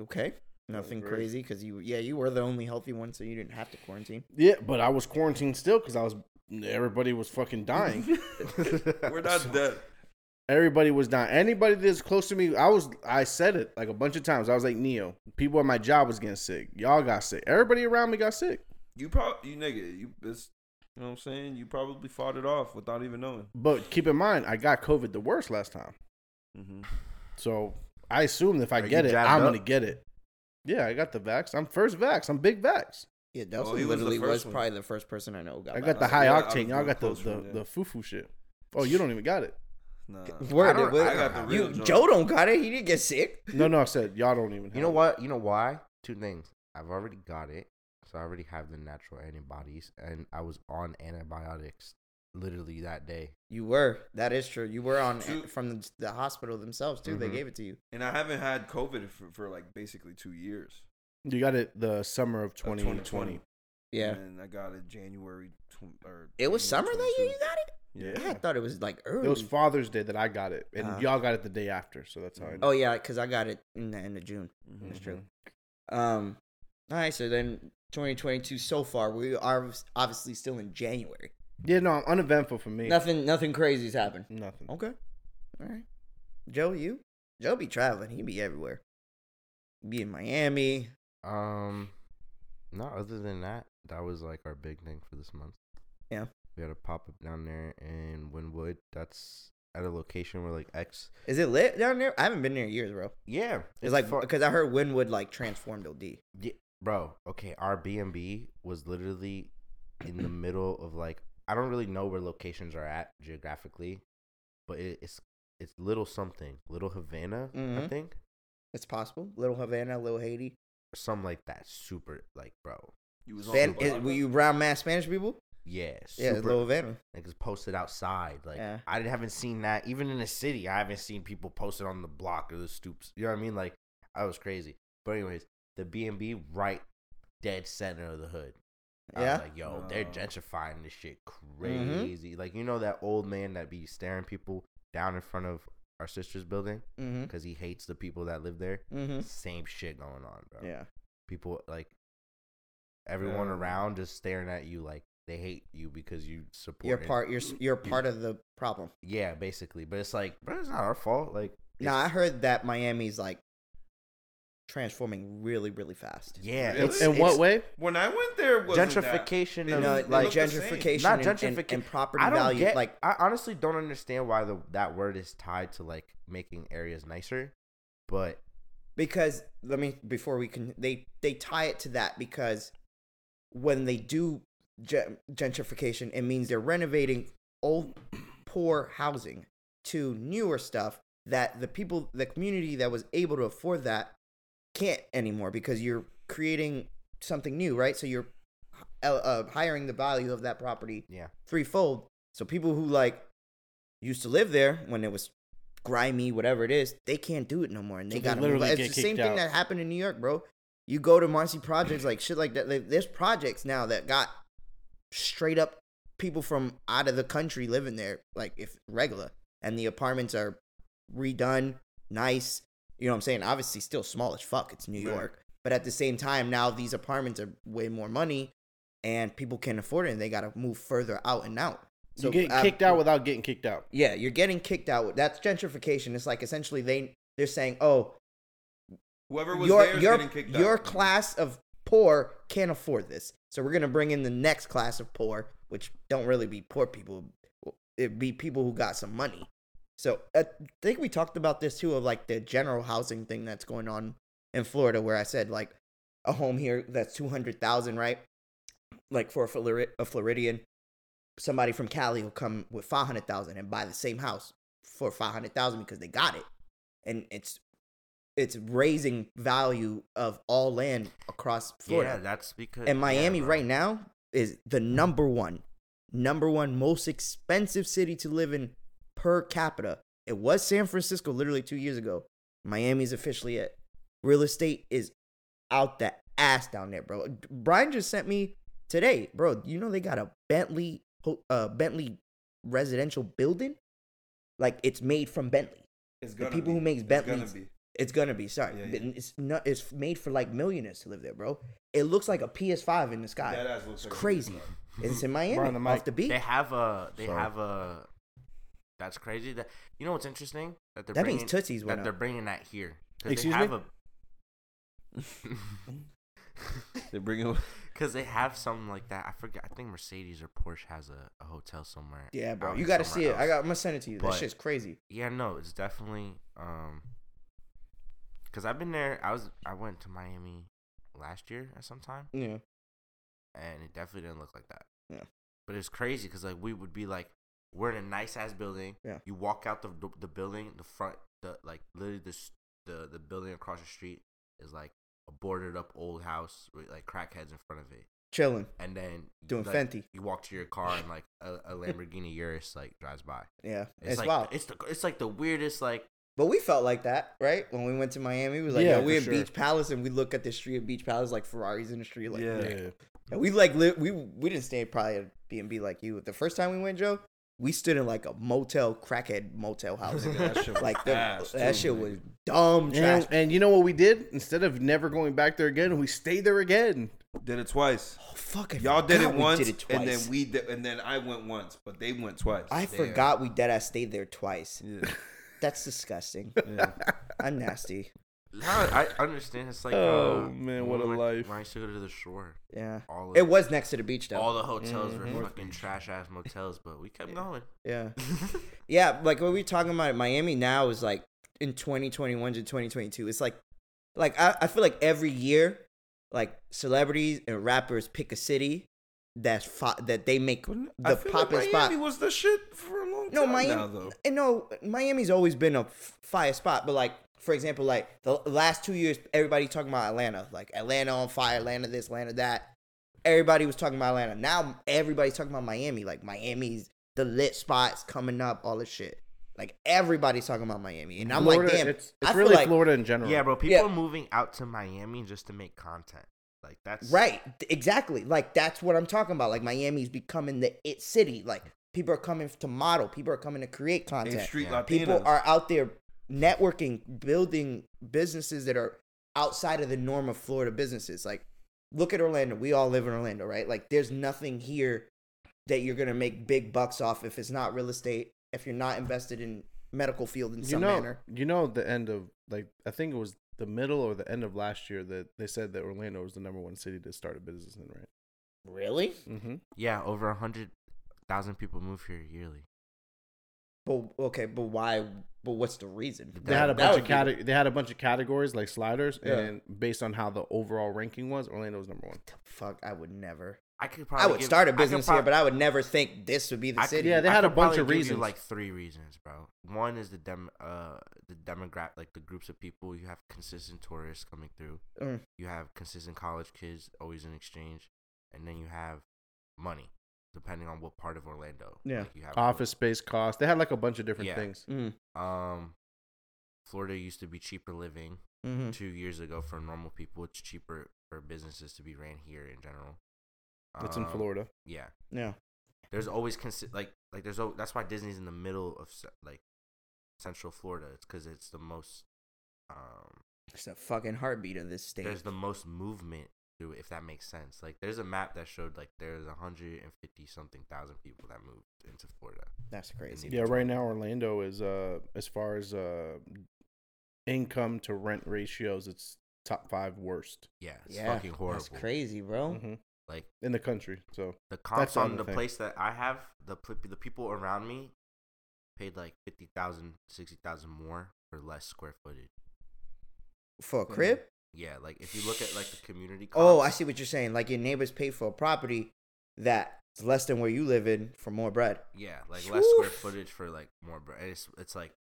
[SPEAKER 1] Okay. Nothing
[SPEAKER 2] great.
[SPEAKER 1] crazy because you, yeah, you were the only healthy one, so you didn't have to quarantine.
[SPEAKER 2] Yeah, but I was quarantined still because I was. Everybody was fucking dying.
[SPEAKER 5] we're not dead.
[SPEAKER 2] Everybody was dying. Anybody that's close to me, I was. I said it like a bunch of times. I was like Neo. People at my job was getting sick. Y'all got sick. Everybody around me got sick.
[SPEAKER 5] You probably you nigga. You it's, you know what I'm saying. You probably fought it off without even knowing.
[SPEAKER 2] But keep in mind, I got COVID the worst last time.
[SPEAKER 5] Mm-hmm.
[SPEAKER 2] So I assumed if I
[SPEAKER 4] Are you
[SPEAKER 2] get it,
[SPEAKER 4] jabbed
[SPEAKER 2] I'm
[SPEAKER 4] up?
[SPEAKER 2] gonna get it. Yeah, I got the vax. I'm first vax. I'm big vax.
[SPEAKER 1] Yeah, that
[SPEAKER 5] Oh,
[SPEAKER 1] was
[SPEAKER 5] he was the
[SPEAKER 1] literally was,
[SPEAKER 5] first one.
[SPEAKER 1] probably the first person I know who got
[SPEAKER 2] I got the
[SPEAKER 5] was-
[SPEAKER 2] high
[SPEAKER 5] yeah, I was
[SPEAKER 2] octane. Y'all
[SPEAKER 5] really
[SPEAKER 2] got the
[SPEAKER 5] close
[SPEAKER 2] the,
[SPEAKER 5] from
[SPEAKER 2] the
[SPEAKER 5] there.
[SPEAKER 2] foo foo shit. Oh, you don't even got it.
[SPEAKER 5] Nah.
[SPEAKER 1] Word,
[SPEAKER 4] I don't-
[SPEAKER 1] it was-
[SPEAKER 4] I got
[SPEAKER 5] the
[SPEAKER 1] you,
[SPEAKER 5] real joint.
[SPEAKER 1] Joe don't got it. He didn't get sick.
[SPEAKER 2] No, no, I said y'all don't even.
[SPEAKER 4] You know what? You know why? Two things. I've already got it, so I already have the natural antibodies, and I was on antibiotics literally that day.
[SPEAKER 1] You were. That is true. You were on
[SPEAKER 5] Two- Mm-hmm.
[SPEAKER 1] from the, the hospital themselves too. They
[SPEAKER 4] Mhm.
[SPEAKER 1] gave it to you.
[SPEAKER 5] And I haven't had COVID for, for like basically two years.
[SPEAKER 2] You got it the summer of
[SPEAKER 5] Of
[SPEAKER 2] 2020.
[SPEAKER 1] Yeah.
[SPEAKER 5] And I got it January. Tw- or
[SPEAKER 1] It was
[SPEAKER 5] January
[SPEAKER 1] summer that year
[SPEAKER 5] 22.
[SPEAKER 1] you got it.
[SPEAKER 5] Yeah.
[SPEAKER 1] I thought it was like early.
[SPEAKER 2] It was Father's Day that I got it, and
[SPEAKER 1] Uh.
[SPEAKER 2] y'all got it the day after. So that's how I know.
[SPEAKER 1] oh yeah, because I got it in the end of June. That's
[SPEAKER 5] Mm-hmm.
[SPEAKER 1] true. Um, all right. So then, 2022 so far, we are obviously still in January.
[SPEAKER 2] Yeah, no, uneventful for me.
[SPEAKER 1] Nothing, Oh, nothing crazy's happened.
[SPEAKER 2] Nothing.
[SPEAKER 1] Okay. All right. Joe, you? Joe be traveling. He be everywhere. Be in Miami.
[SPEAKER 4] Um, no. Other than that, that was like our big thing for this month.
[SPEAKER 1] Yeah.
[SPEAKER 4] we had a pop up down there in Winwood. That's at a location where like X.
[SPEAKER 1] Is it lit down there? I haven't been there in years, bro. It's,
[SPEAKER 4] Yeah, it's,
[SPEAKER 1] like
[SPEAKER 4] fu-
[SPEAKER 1] because I heard Winwood like transformed OD.
[SPEAKER 4] Yeah, bro. Okay, our B&B was literally in the middle of like I don't really know where locations are at geographically, but it, it's it's little something, little Havana, I
[SPEAKER 1] Mhm.
[SPEAKER 4] think,
[SPEAKER 1] It's possible. Little Havana, Little Haiti.
[SPEAKER 4] or something like that. Super, like, bro.
[SPEAKER 5] You was on
[SPEAKER 1] Span-
[SPEAKER 5] the
[SPEAKER 1] is,
[SPEAKER 5] block.
[SPEAKER 1] were you brown mass Spanish people?
[SPEAKER 4] Yeah,
[SPEAKER 1] Yeah,
[SPEAKER 4] super.
[SPEAKER 1] Little Havana.
[SPEAKER 4] like it's posted outside. Like
[SPEAKER 1] Yeah.
[SPEAKER 4] I haven't seen that even in the city. I haven't seen people posted on the block or the stoops. You know what I mean? Like I was crazy. But anyways, the B and B right dead center of the hood. I
[SPEAKER 1] Yeah? Mm-hmm.
[SPEAKER 4] was like, yo, they're
[SPEAKER 5] Oh.
[SPEAKER 4] gentrifying this shit crazy. Like you know that old man that be staring people down in front of our sister's building
[SPEAKER 1] Mm-hmm.
[SPEAKER 4] because he hates the people that live there.
[SPEAKER 1] Mm-hmm.
[SPEAKER 4] Same shit going on, bro.
[SPEAKER 1] Yeah.
[SPEAKER 4] People like everyone
[SPEAKER 5] Yeah.
[SPEAKER 4] around just staring at you like they hate you because you support
[SPEAKER 1] You're
[SPEAKER 4] it.
[SPEAKER 1] part. You're s- you're part of the problem.
[SPEAKER 4] Yeah, basically. But it's like, bro, it's not our fault. Like,
[SPEAKER 1] Now I heard that Miami's like transforming really, really fast.
[SPEAKER 4] Yeah,
[SPEAKER 5] Really?
[SPEAKER 4] it's,
[SPEAKER 2] in
[SPEAKER 4] it's
[SPEAKER 2] what way?
[SPEAKER 5] When I went there, it wasn't that-
[SPEAKER 4] gentrification
[SPEAKER 5] It
[SPEAKER 4] of
[SPEAKER 1] No,
[SPEAKER 5] looked- it
[SPEAKER 1] uh, like
[SPEAKER 5] looked the same.
[SPEAKER 1] gentrification,
[SPEAKER 4] not
[SPEAKER 1] and- and,
[SPEAKER 4] gentrification.
[SPEAKER 1] and property
[SPEAKER 4] I don't
[SPEAKER 1] value.
[SPEAKER 4] get.
[SPEAKER 1] like
[SPEAKER 4] Like I honestly don't understand why the that word is tied to like making areas nicer, but
[SPEAKER 1] because let me before we can they they tie it to that because when they do gen- gentrification it means they're renovating old poor housing to newer stuff that the people the community that was able to afford that can't anymore because you're creating something new right so you're uh, uh, hiring the value of that property
[SPEAKER 4] yeah,
[SPEAKER 1] threefold. So people who like used to live there when it was grimy, whatever it is, they can't do it no more, and they
[SPEAKER 2] So they
[SPEAKER 1] got to
[SPEAKER 2] literally
[SPEAKER 1] It's
[SPEAKER 2] get
[SPEAKER 1] the same
[SPEAKER 2] kicked
[SPEAKER 1] thing
[SPEAKER 2] out.
[SPEAKER 1] that happened in New York, bro. You go to Marcy projects like shit like that. Like, There's projects now that got straight up people from out of the country living there, like if regular, and the apartments are redone, nice. You know what I'm saying? Obviously, still small as fuck. It's New
[SPEAKER 5] Right.
[SPEAKER 1] York, but at the same time, now these apartments are way more money, and people can't afford it, and they got to move further out and out.
[SPEAKER 2] you get
[SPEAKER 1] uh,
[SPEAKER 2] kicked out without getting kicked out.
[SPEAKER 1] yeah, you're getting kicked out. That's gentrification. It's like essentially they they're saying, oh,
[SPEAKER 5] Whoever was
[SPEAKER 1] your
[SPEAKER 5] there is
[SPEAKER 1] your
[SPEAKER 5] getting kicked out.
[SPEAKER 1] your class of poor can't afford this, so we're gonna bring in the next class of poor, which don't really be poor people. It'd be people who got some money. So uh, I think we talked about this too of like the general housing thing that's going on in Florida, where I said like a home here that's two hundred thousand, right? Like for a, Flori- a Floridian, somebody from Cali will come with five hundred thousand and buy the same house for five hundred thousand because they got it, and it's it's raising value of all land across
[SPEAKER 4] yeah,
[SPEAKER 1] Florida.
[SPEAKER 4] that's because
[SPEAKER 1] and
[SPEAKER 4] yeah,
[SPEAKER 1] Miami
[SPEAKER 4] bro.
[SPEAKER 1] right now is the number one, number one most expensive city to live in per capita. It was San Francisco literally two years ago. Miami's officially it. Real estate is out the ass down there, bro. Brian just sent me today, bro. You know they got a Bentley, ho- uh, Bentley residential building. Like it's made from Bentley.
[SPEAKER 5] It's
[SPEAKER 1] the
[SPEAKER 5] gonna
[SPEAKER 1] people who
[SPEAKER 5] be.
[SPEAKER 1] makes
[SPEAKER 5] It's gonna
[SPEAKER 1] Bentleys-
[SPEAKER 5] be.
[SPEAKER 1] It's gonna be sorry.
[SPEAKER 5] Yeah, yeah.
[SPEAKER 1] It's not. It's made for like millionaires to live there, bro. It looks like a PS5 in the sky.
[SPEAKER 5] That ass
[SPEAKER 1] it's
[SPEAKER 5] looks like a
[SPEAKER 1] crazy. It's in Miami,
[SPEAKER 2] Brian, the mic.
[SPEAKER 1] off the beach.
[SPEAKER 4] They have a. They
[SPEAKER 2] Sorry.
[SPEAKER 4] have a. That's crazy. That you know what's interesting that they're
[SPEAKER 1] That
[SPEAKER 4] bringing,
[SPEAKER 1] means Tootsies
[SPEAKER 4] that
[SPEAKER 1] went
[SPEAKER 4] they're
[SPEAKER 1] up.
[SPEAKER 4] bringing that here. 'Cause
[SPEAKER 2] Excuse
[SPEAKER 4] they have
[SPEAKER 2] me?
[SPEAKER 5] They bring it.
[SPEAKER 4] Because they have something like that. I forget. I think Mercedes or Porsche has a, a hotel somewhere.
[SPEAKER 1] Yeah, bro.
[SPEAKER 4] out
[SPEAKER 1] You gotta
[SPEAKER 4] somewhere
[SPEAKER 1] see it. I
[SPEAKER 4] else.
[SPEAKER 1] got. I'm gonna send it to you. That
[SPEAKER 4] But-
[SPEAKER 1] shit's crazy.
[SPEAKER 4] Yeah, no, it's definitely. um Because I've been there. I was. I went to Miami last year at some time,
[SPEAKER 1] Yeah.
[SPEAKER 4] and it definitely didn't look like that.
[SPEAKER 1] Yeah.
[SPEAKER 4] But it's crazy because like we would be like, we're in a nice ass building.
[SPEAKER 1] Yeah.
[SPEAKER 4] You walk out the the, the building, the front, the like literally the s- the the building across the street is like a boarded up old house with like crackheads in front of it.
[SPEAKER 1] Chilling.
[SPEAKER 4] and then
[SPEAKER 1] Doing
[SPEAKER 4] like,
[SPEAKER 1] Fenty.
[SPEAKER 4] You walk to your car and like a, a Lamborghini Urus like drives by.
[SPEAKER 1] Yeah.
[SPEAKER 4] It's,
[SPEAKER 1] It's,
[SPEAKER 4] like
[SPEAKER 1] wild.
[SPEAKER 4] it's the it's like the weirdest like
[SPEAKER 1] but we felt like that, right? When we went to Miami, we was like,
[SPEAKER 2] Yeah,
[SPEAKER 1] yo, we
[SPEAKER 2] for
[SPEAKER 1] in
[SPEAKER 2] sure.
[SPEAKER 1] Beach Palace, and we look at the street of Beach Palace, like Ferraris in the street, like.
[SPEAKER 5] Yeah.
[SPEAKER 1] And we like li- we we didn't stay probably at B and B like you. The first time we went, Joe, we stood in like a motel, crackhead motel house.
[SPEAKER 5] Nigga, that shit was
[SPEAKER 1] like the,
[SPEAKER 5] ass,
[SPEAKER 1] that
[SPEAKER 5] too,
[SPEAKER 1] shit
[SPEAKER 5] nigga.
[SPEAKER 1] was dumb trash.
[SPEAKER 2] And, and you know what we did? Instead of never going back there again, we stayed there again.
[SPEAKER 5] Did it twice.
[SPEAKER 1] oh, fuck, I
[SPEAKER 5] Y'all did
[SPEAKER 1] forgot
[SPEAKER 5] it
[SPEAKER 1] we
[SPEAKER 5] once,
[SPEAKER 1] Did it twice.
[SPEAKER 5] and then we did, and then I went once, but they went twice.
[SPEAKER 1] I forgot we dead ass stayed there twice.
[SPEAKER 5] yeah.
[SPEAKER 1] That's disgusting.
[SPEAKER 5] yeah.
[SPEAKER 1] I'm nasty.
[SPEAKER 4] now I understand it's like
[SPEAKER 2] Oh,
[SPEAKER 4] uh,
[SPEAKER 2] man,
[SPEAKER 4] when
[SPEAKER 2] what
[SPEAKER 4] we
[SPEAKER 2] a
[SPEAKER 4] went-
[SPEAKER 2] life.
[SPEAKER 4] When I used to go to the shore,
[SPEAKER 1] Yeah.
[SPEAKER 4] all of
[SPEAKER 1] It was next to the beach though.
[SPEAKER 4] all the hotels were
[SPEAKER 2] Mhm.
[SPEAKER 4] fucking trash ass motels, but we kept going.
[SPEAKER 1] Yeah. yeah, like what we talking about at Miami now is like in 2021 to 2022. It's like like I, I feel like every year like celebrities and rappers pick a city that's fo- that they make
[SPEAKER 5] Couldn't- I
[SPEAKER 1] the
[SPEAKER 5] feel
[SPEAKER 1] poppin'
[SPEAKER 5] like
[SPEAKER 1] spot.
[SPEAKER 5] Miami was the shit for a long time
[SPEAKER 1] No, Miami.
[SPEAKER 5] now though.
[SPEAKER 1] and no, Miami's always been a f- fire spot. But like, for example, like the l- last two years, everybody talking about Atlanta, like Atlanta on fire, Atlanta this, Atlanta that. Everybody was talking about Atlanta. Now everybody's talking about Miami. Like Miami's the lit spots coming up, all this shit. Like everybody's talking about Miami, and I'm
[SPEAKER 2] Florida,
[SPEAKER 1] like, damn,
[SPEAKER 2] it's,
[SPEAKER 1] I
[SPEAKER 2] it's
[SPEAKER 1] feel
[SPEAKER 2] really
[SPEAKER 1] like-
[SPEAKER 2] Florida in general.
[SPEAKER 4] Yeah, bro. People
[SPEAKER 1] Yeah.
[SPEAKER 4] are moving out to Miami just to make content. Like that's
[SPEAKER 1] Right, th- exactly. Like that's what I'm talking about. Like Miami's becoming the it city. Like people are coming to model, people are coming to create
[SPEAKER 5] And
[SPEAKER 1] content.
[SPEAKER 5] street
[SPEAKER 4] Yeah.
[SPEAKER 5] Latinas.
[SPEAKER 1] people are out there networking, building businesses that are outside of the norm of Florida businesses. Like, look at Orlando. We all live in Orlando, right? Like, there's nothing here that you're gonna make big bucks off if it's not real estate, if you're not invested in medical field in
[SPEAKER 2] You
[SPEAKER 1] some
[SPEAKER 2] know,
[SPEAKER 1] manner.
[SPEAKER 2] you know the end of like I think it was the middle or the end of last year that they said that Orlando was the number one city to start a business in, right?
[SPEAKER 1] Really?
[SPEAKER 2] Mm-hmm.
[SPEAKER 4] Yeah, over a hundred thousand people move here yearly.
[SPEAKER 1] But okay, but why? But what's the reason?
[SPEAKER 2] They
[SPEAKER 1] That-
[SPEAKER 2] had a
[SPEAKER 1] that
[SPEAKER 2] bunch of
[SPEAKER 1] would be-
[SPEAKER 2] cate- they had a bunch of categories like sliders,
[SPEAKER 1] Yeah.
[SPEAKER 2] and based on how the overall ranking was, Orlando was number one.
[SPEAKER 1] Fuck, I would never.
[SPEAKER 4] I could
[SPEAKER 1] I
[SPEAKER 4] probably
[SPEAKER 1] would
[SPEAKER 4] give-
[SPEAKER 1] start a
[SPEAKER 4] I could
[SPEAKER 1] business here,
[SPEAKER 4] prob-
[SPEAKER 1] but I would never think this would be the
[SPEAKER 4] I
[SPEAKER 1] city.
[SPEAKER 4] could-
[SPEAKER 2] Yeah, they
[SPEAKER 4] I
[SPEAKER 2] had a
[SPEAKER 4] could
[SPEAKER 2] bunch
[SPEAKER 4] probably
[SPEAKER 2] of
[SPEAKER 4] give you,
[SPEAKER 2] reasons.
[SPEAKER 4] like three reasons, bro. One is the dem uh the demographic, like the groups of people. You have consistent tourists coming through.
[SPEAKER 1] Mm.
[SPEAKER 4] You have consistent college kids always in exchange, and then you have money, depending on what part of Orlando.
[SPEAKER 1] Yeah.
[SPEAKER 4] Like, you have
[SPEAKER 2] Office space cost. They had like a bunch of different
[SPEAKER 4] Yeah.
[SPEAKER 2] things.
[SPEAKER 1] Mm,
[SPEAKER 4] Um, Florida used to be cheaper living
[SPEAKER 2] Mm-hmm.
[SPEAKER 1] mhm.
[SPEAKER 4] two years ago for normal people. It's cheaper for businesses to be ran here in general.
[SPEAKER 2] That's in
[SPEAKER 4] Um,
[SPEAKER 2] Florida.
[SPEAKER 4] Yeah.
[SPEAKER 1] Yeah.
[SPEAKER 4] there's always consi- like like there's al- that's why Disney's in the middle of ce- like central Florida. It's because it's the most um
[SPEAKER 1] It's a fucking heartbeat of this state.
[SPEAKER 4] there's the most movement through it, if that makes sense. Like there's a map that showed like there's 150 something thousand people that moved into Florida.
[SPEAKER 1] That's crazy.
[SPEAKER 4] Indeed.
[SPEAKER 2] Yeah, right now Orlando is uh as far as uh income to rent ratios, it's top five worst
[SPEAKER 4] Yeah, it's
[SPEAKER 1] yeah,
[SPEAKER 4] fucking horrible.
[SPEAKER 1] That's crazy, bro.
[SPEAKER 2] Mhm.
[SPEAKER 4] Like
[SPEAKER 2] in the country. So
[SPEAKER 4] the comps
[SPEAKER 2] That's the
[SPEAKER 4] on
[SPEAKER 2] other
[SPEAKER 4] the
[SPEAKER 2] thing.
[SPEAKER 4] place that I have, the pl- the people around me paid like 50,000, 60,000 more for less square footage.
[SPEAKER 1] For a crib?
[SPEAKER 4] Yeah, like if you look at like the community comps,
[SPEAKER 1] Oh, I see what you're saying. Like your neighbors pay for a property that's less than where you live in for more bread.
[SPEAKER 4] Yeah, like less square
[SPEAKER 1] Oof.
[SPEAKER 4] footage for like more. Bro, it's it's like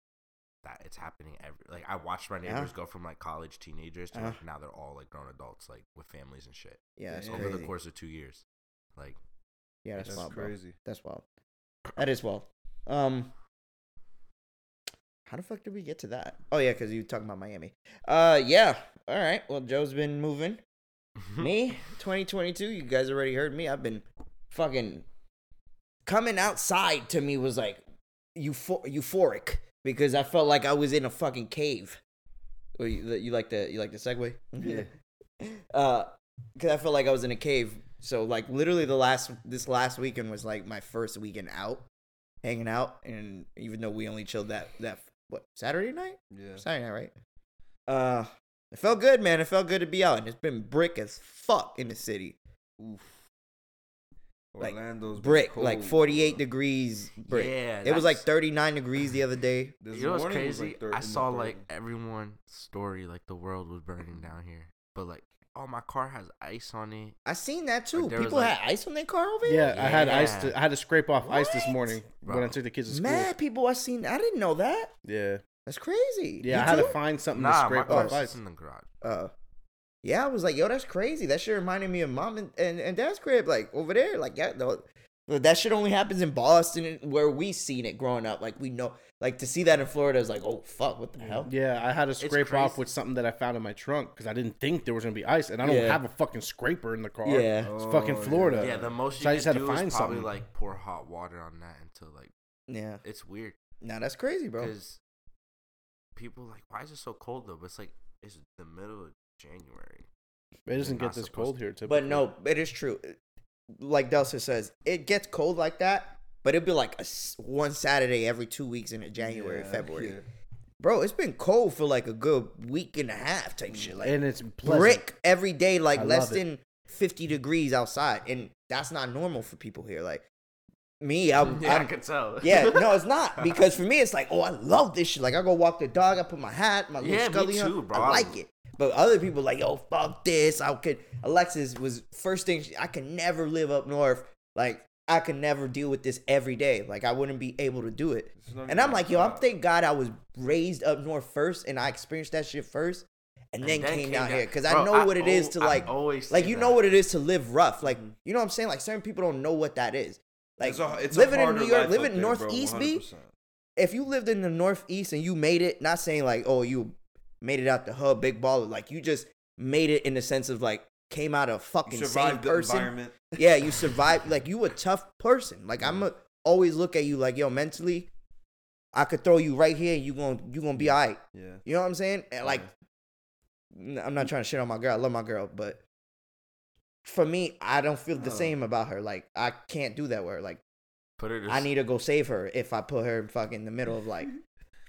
[SPEAKER 4] that. It's happening every. Like I watched my
[SPEAKER 1] Yeah.
[SPEAKER 4] neighbors go from like college teenagers to
[SPEAKER 1] Uh.
[SPEAKER 4] like, now they're all like grown adults, like with families and shit.
[SPEAKER 1] Yeah, that's
[SPEAKER 5] Yeah.
[SPEAKER 4] Over
[SPEAKER 1] crazy.
[SPEAKER 4] the course of two years, like
[SPEAKER 1] yeah, that's,
[SPEAKER 5] That's
[SPEAKER 1] wild, bro.
[SPEAKER 5] crazy.
[SPEAKER 1] That's wild. That is wild. Um, how the fuck did we get to that? Oh yeah, because you were talking about Miami. Uh, yeah. All right. Well, Joe's been moving. me 2022 you guys already heard me i've been fucking coming outside to me was like euphor- euphoric because i felt like i was in a fucking cave Oh, you, you like the you like the segue yeah uh because i felt like i was in a cave so like literally the last this last weekend was like my first weekend out hanging out and even though we only chilled that that what saturday night
[SPEAKER 5] Yeah.
[SPEAKER 1] Saturday night, right? Uh, it felt good, man. It felt good to be out, and it's been brick as fuck in the city. Like,
[SPEAKER 5] Orlando's been
[SPEAKER 1] Brick,
[SPEAKER 5] cold,
[SPEAKER 1] like 48
[SPEAKER 5] bro.
[SPEAKER 1] degrees. Brick.
[SPEAKER 4] Yeah,
[SPEAKER 1] it was like
[SPEAKER 4] that's-
[SPEAKER 1] 39 degrees the other day.
[SPEAKER 5] This
[SPEAKER 4] you know what's
[SPEAKER 5] morning was,
[SPEAKER 4] crazy?
[SPEAKER 5] like, thir-
[SPEAKER 4] I
[SPEAKER 5] in the
[SPEAKER 4] saw
[SPEAKER 5] 30s.
[SPEAKER 4] like everyone's story, like the world was
[SPEAKER 2] Mm-hmm.
[SPEAKER 4] burning down here, but like oh my car has ice on it.
[SPEAKER 1] I seen that too.
[SPEAKER 4] Like, there was,
[SPEAKER 1] People
[SPEAKER 4] like-
[SPEAKER 1] had ice on their car over here.
[SPEAKER 2] yeah, I had ice.
[SPEAKER 4] Yeah.
[SPEAKER 2] To, I had to scrape off ice this
[SPEAKER 1] What?
[SPEAKER 2] morning when I
[SPEAKER 4] Bro.
[SPEAKER 2] took the kids to school.
[SPEAKER 1] Mad people. I seen. I didn't know that.
[SPEAKER 2] Yeah,
[SPEAKER 1] That's crazy.
[SPEAKER 2] yeah, I
[SPEAKER 1] You
[SPEAKER 2] had to
[SPEAKER 1] too?
[SPEAKER 2] find something to
[SPEAKER 4] Nah, my
[SPEAKER 2] scrape off
[SPEAKER 4] car's
[SPEAKER 2] ice.
[SPEAKER 4] sits in the garage.
[SPEAKER 1] Uh, yeah, I was like, yo, that's crazy. That shit reminded me of mom and, and, and dad's crib, like over there. Like, yeah, no, no, that shit only happens in Boston and where we seen it growing up. Like, we know, like to see that in Florida is like, oh, fuck, what the hell?
[SPEAKER 2] Yeah, I had to scrape off
[SPEAKER 4] crazy.
[SPEAKER 2] with something that I found in my trunk because I didn't think there was gonna be ice, and I don't
[SPEAKER 1] Yeah.
[SPEAKER 2] have a fucking scraper in the car.
[SPEAKER 1] Yeah.
[SPEAKER 2] it's
[SPEAKER 5] Oh,
[SPEAKER 2] fucking
[SPEAKER 5] yeah.
[SPEAKER 2] Florida.
[SPEAKER 4] yeah, the most you
[SPEAKER 2] so I
[SPEAKER 4] can
[SPEAKER 2] just had to
[SPEAKER 4] do is probably
[SPEAKER 2] find something.
[SPEAKER 4] like pour hot water on that until like
[SPEAKER 1] Yeah.
[SPEAKER 4] it's weird.
[SPEAKER 1] Now that's crazy, bro.
[SPEAKER 4] Because people like, why is it so cold though? But it's like it's the middle of January.
[SPEAKER 2] it doesn't
[SPEAKER 4] You're
[SPEAKER 2] get
[SPEAKER 4] not
[SPEAKER 2] this
[SPEAKER 4] supposed
[SPEAKER 2] cold
[SPEAKER 4] to.
[SPEAKER 2] here, typically.
[SPEAKER 1] But no, it is true. Like Delsa says, it gets cold like that, but it'd be like a s one Saturday every two weeks in January,
[SPEAKER 5] Yeah,
[SPEAKER 1] February.
[SPEAKER 5] yeah.
[SPEAKER 1] Bro, it's been cold for like a good week and a half type shit. Like,
[SPEAKER 2] and it's pleasant.
[SPEAKER 1] brick every day, like
[SPEAKER 2] I
[SPEAKER 1] less
[SPEAKER 2] love it.
[SPEAKER 1] than 50 degrees outside. And that's not normal for people here. Like me, I, am
[SPEAKER 4] Yeah, I
[SPEAKER 1] yeah,
[SPEAKER 4] could tell.
[SPEAKER 1] yeah, no, it's not. Because for me, it's like, oh, I love this shit. Like, I go walk the dog, I put my hat, my little
[SPEAKER 4] Yeah, me
[SPEAKER 1] scully
[SPEAKER 4] too,
[SPEAKER 1] on.
[SPEAKER 4] bro.
[SPEAKER 1] I like it. But other people, like, yo, fuck this. I could, Alexis was first thing, she- I can never live up north. Like, I could never deal with this every day. Like, I wouldn't be able to do it.
[SPEAKER 5] It's not
[SPEAKER 1] And I'm
[SPEAKER 5] even
[SPEAKER 1] like, yo, I'm
[SPEAKER 5] hot.
[SPEAKER 1] thank God I was raised up north first, and I experienced that shit first, and,
[SPEAKER 4] And
[SPEAKER 1] then,
[SPEAKER 4] then
[SPEAKER 1] came,
[SPEAKER 4] came
[SPEAKER 1] down
[SPEAKER 4] down-
[SPEAKER 1] here because I
[SPEAKER 4] Bro,
[SPEAKER 1] know
[SPEAKER 4] I
[SPEAKER 1] what it is
[SPEAKER 4] al-
[SPEAKER 1] to
[SPEAKER 4] I
[SPEAKER 1] like,
[SPEAKER 4] always
[SPEAKER 1] like
[SPEAKER 4] say
[SPEAKER 1] you
[SPEAKER 4] that.
[SPEAKER 1] know what it is to live rough. Like you know what I'm saying? Like certain people don't know what that is. Like
[SPEAKER 5] It's a- it's a
[SPEAKER 1] living in
[SPEAKER 5] harder
[SPEAKER 1] New
[SPEAKER 5] life
[SPEAKER 1] York,
[SPEAKER 5] up
[SPEAKER 1] living in
[SPEAKER 5] there, bro,
[SPEAKER 1] Northeast, B.
[SPEAKER 5] 100%.
[SPEAKER 1] If you lived in the Northeast and you made it, not saying like, oh, you made it out the hub, big baller. Like you just made it in the sense of like came out a
[SPEAKER 5] You
[SPEAKER 1] fucking same
[SPEAKER 5] survived the
[SPEAKER 1] person
[SPEAKER 5] environment.
[SPEAKER 1] yeah, you survived. Like you a tough person. Like I'm a, always look at you like yo mentally, I could throw you right here. and You gonna you gonna be alright.
[SPEAKER 5] Yeah.
[SPEAKER 1] You know what I'm saying? And like, n- I'm not trying to shit on my girl. I love my girl, but for me, I don't feel
[SPEAKER 5] Uh-huh.
[SPEAKER 1] the same about her. Like I can't do that with her. Like
[SPEAKER 4] Put her to
[SPEAKER 1] I need to go save her if I put her in fucking the middle of like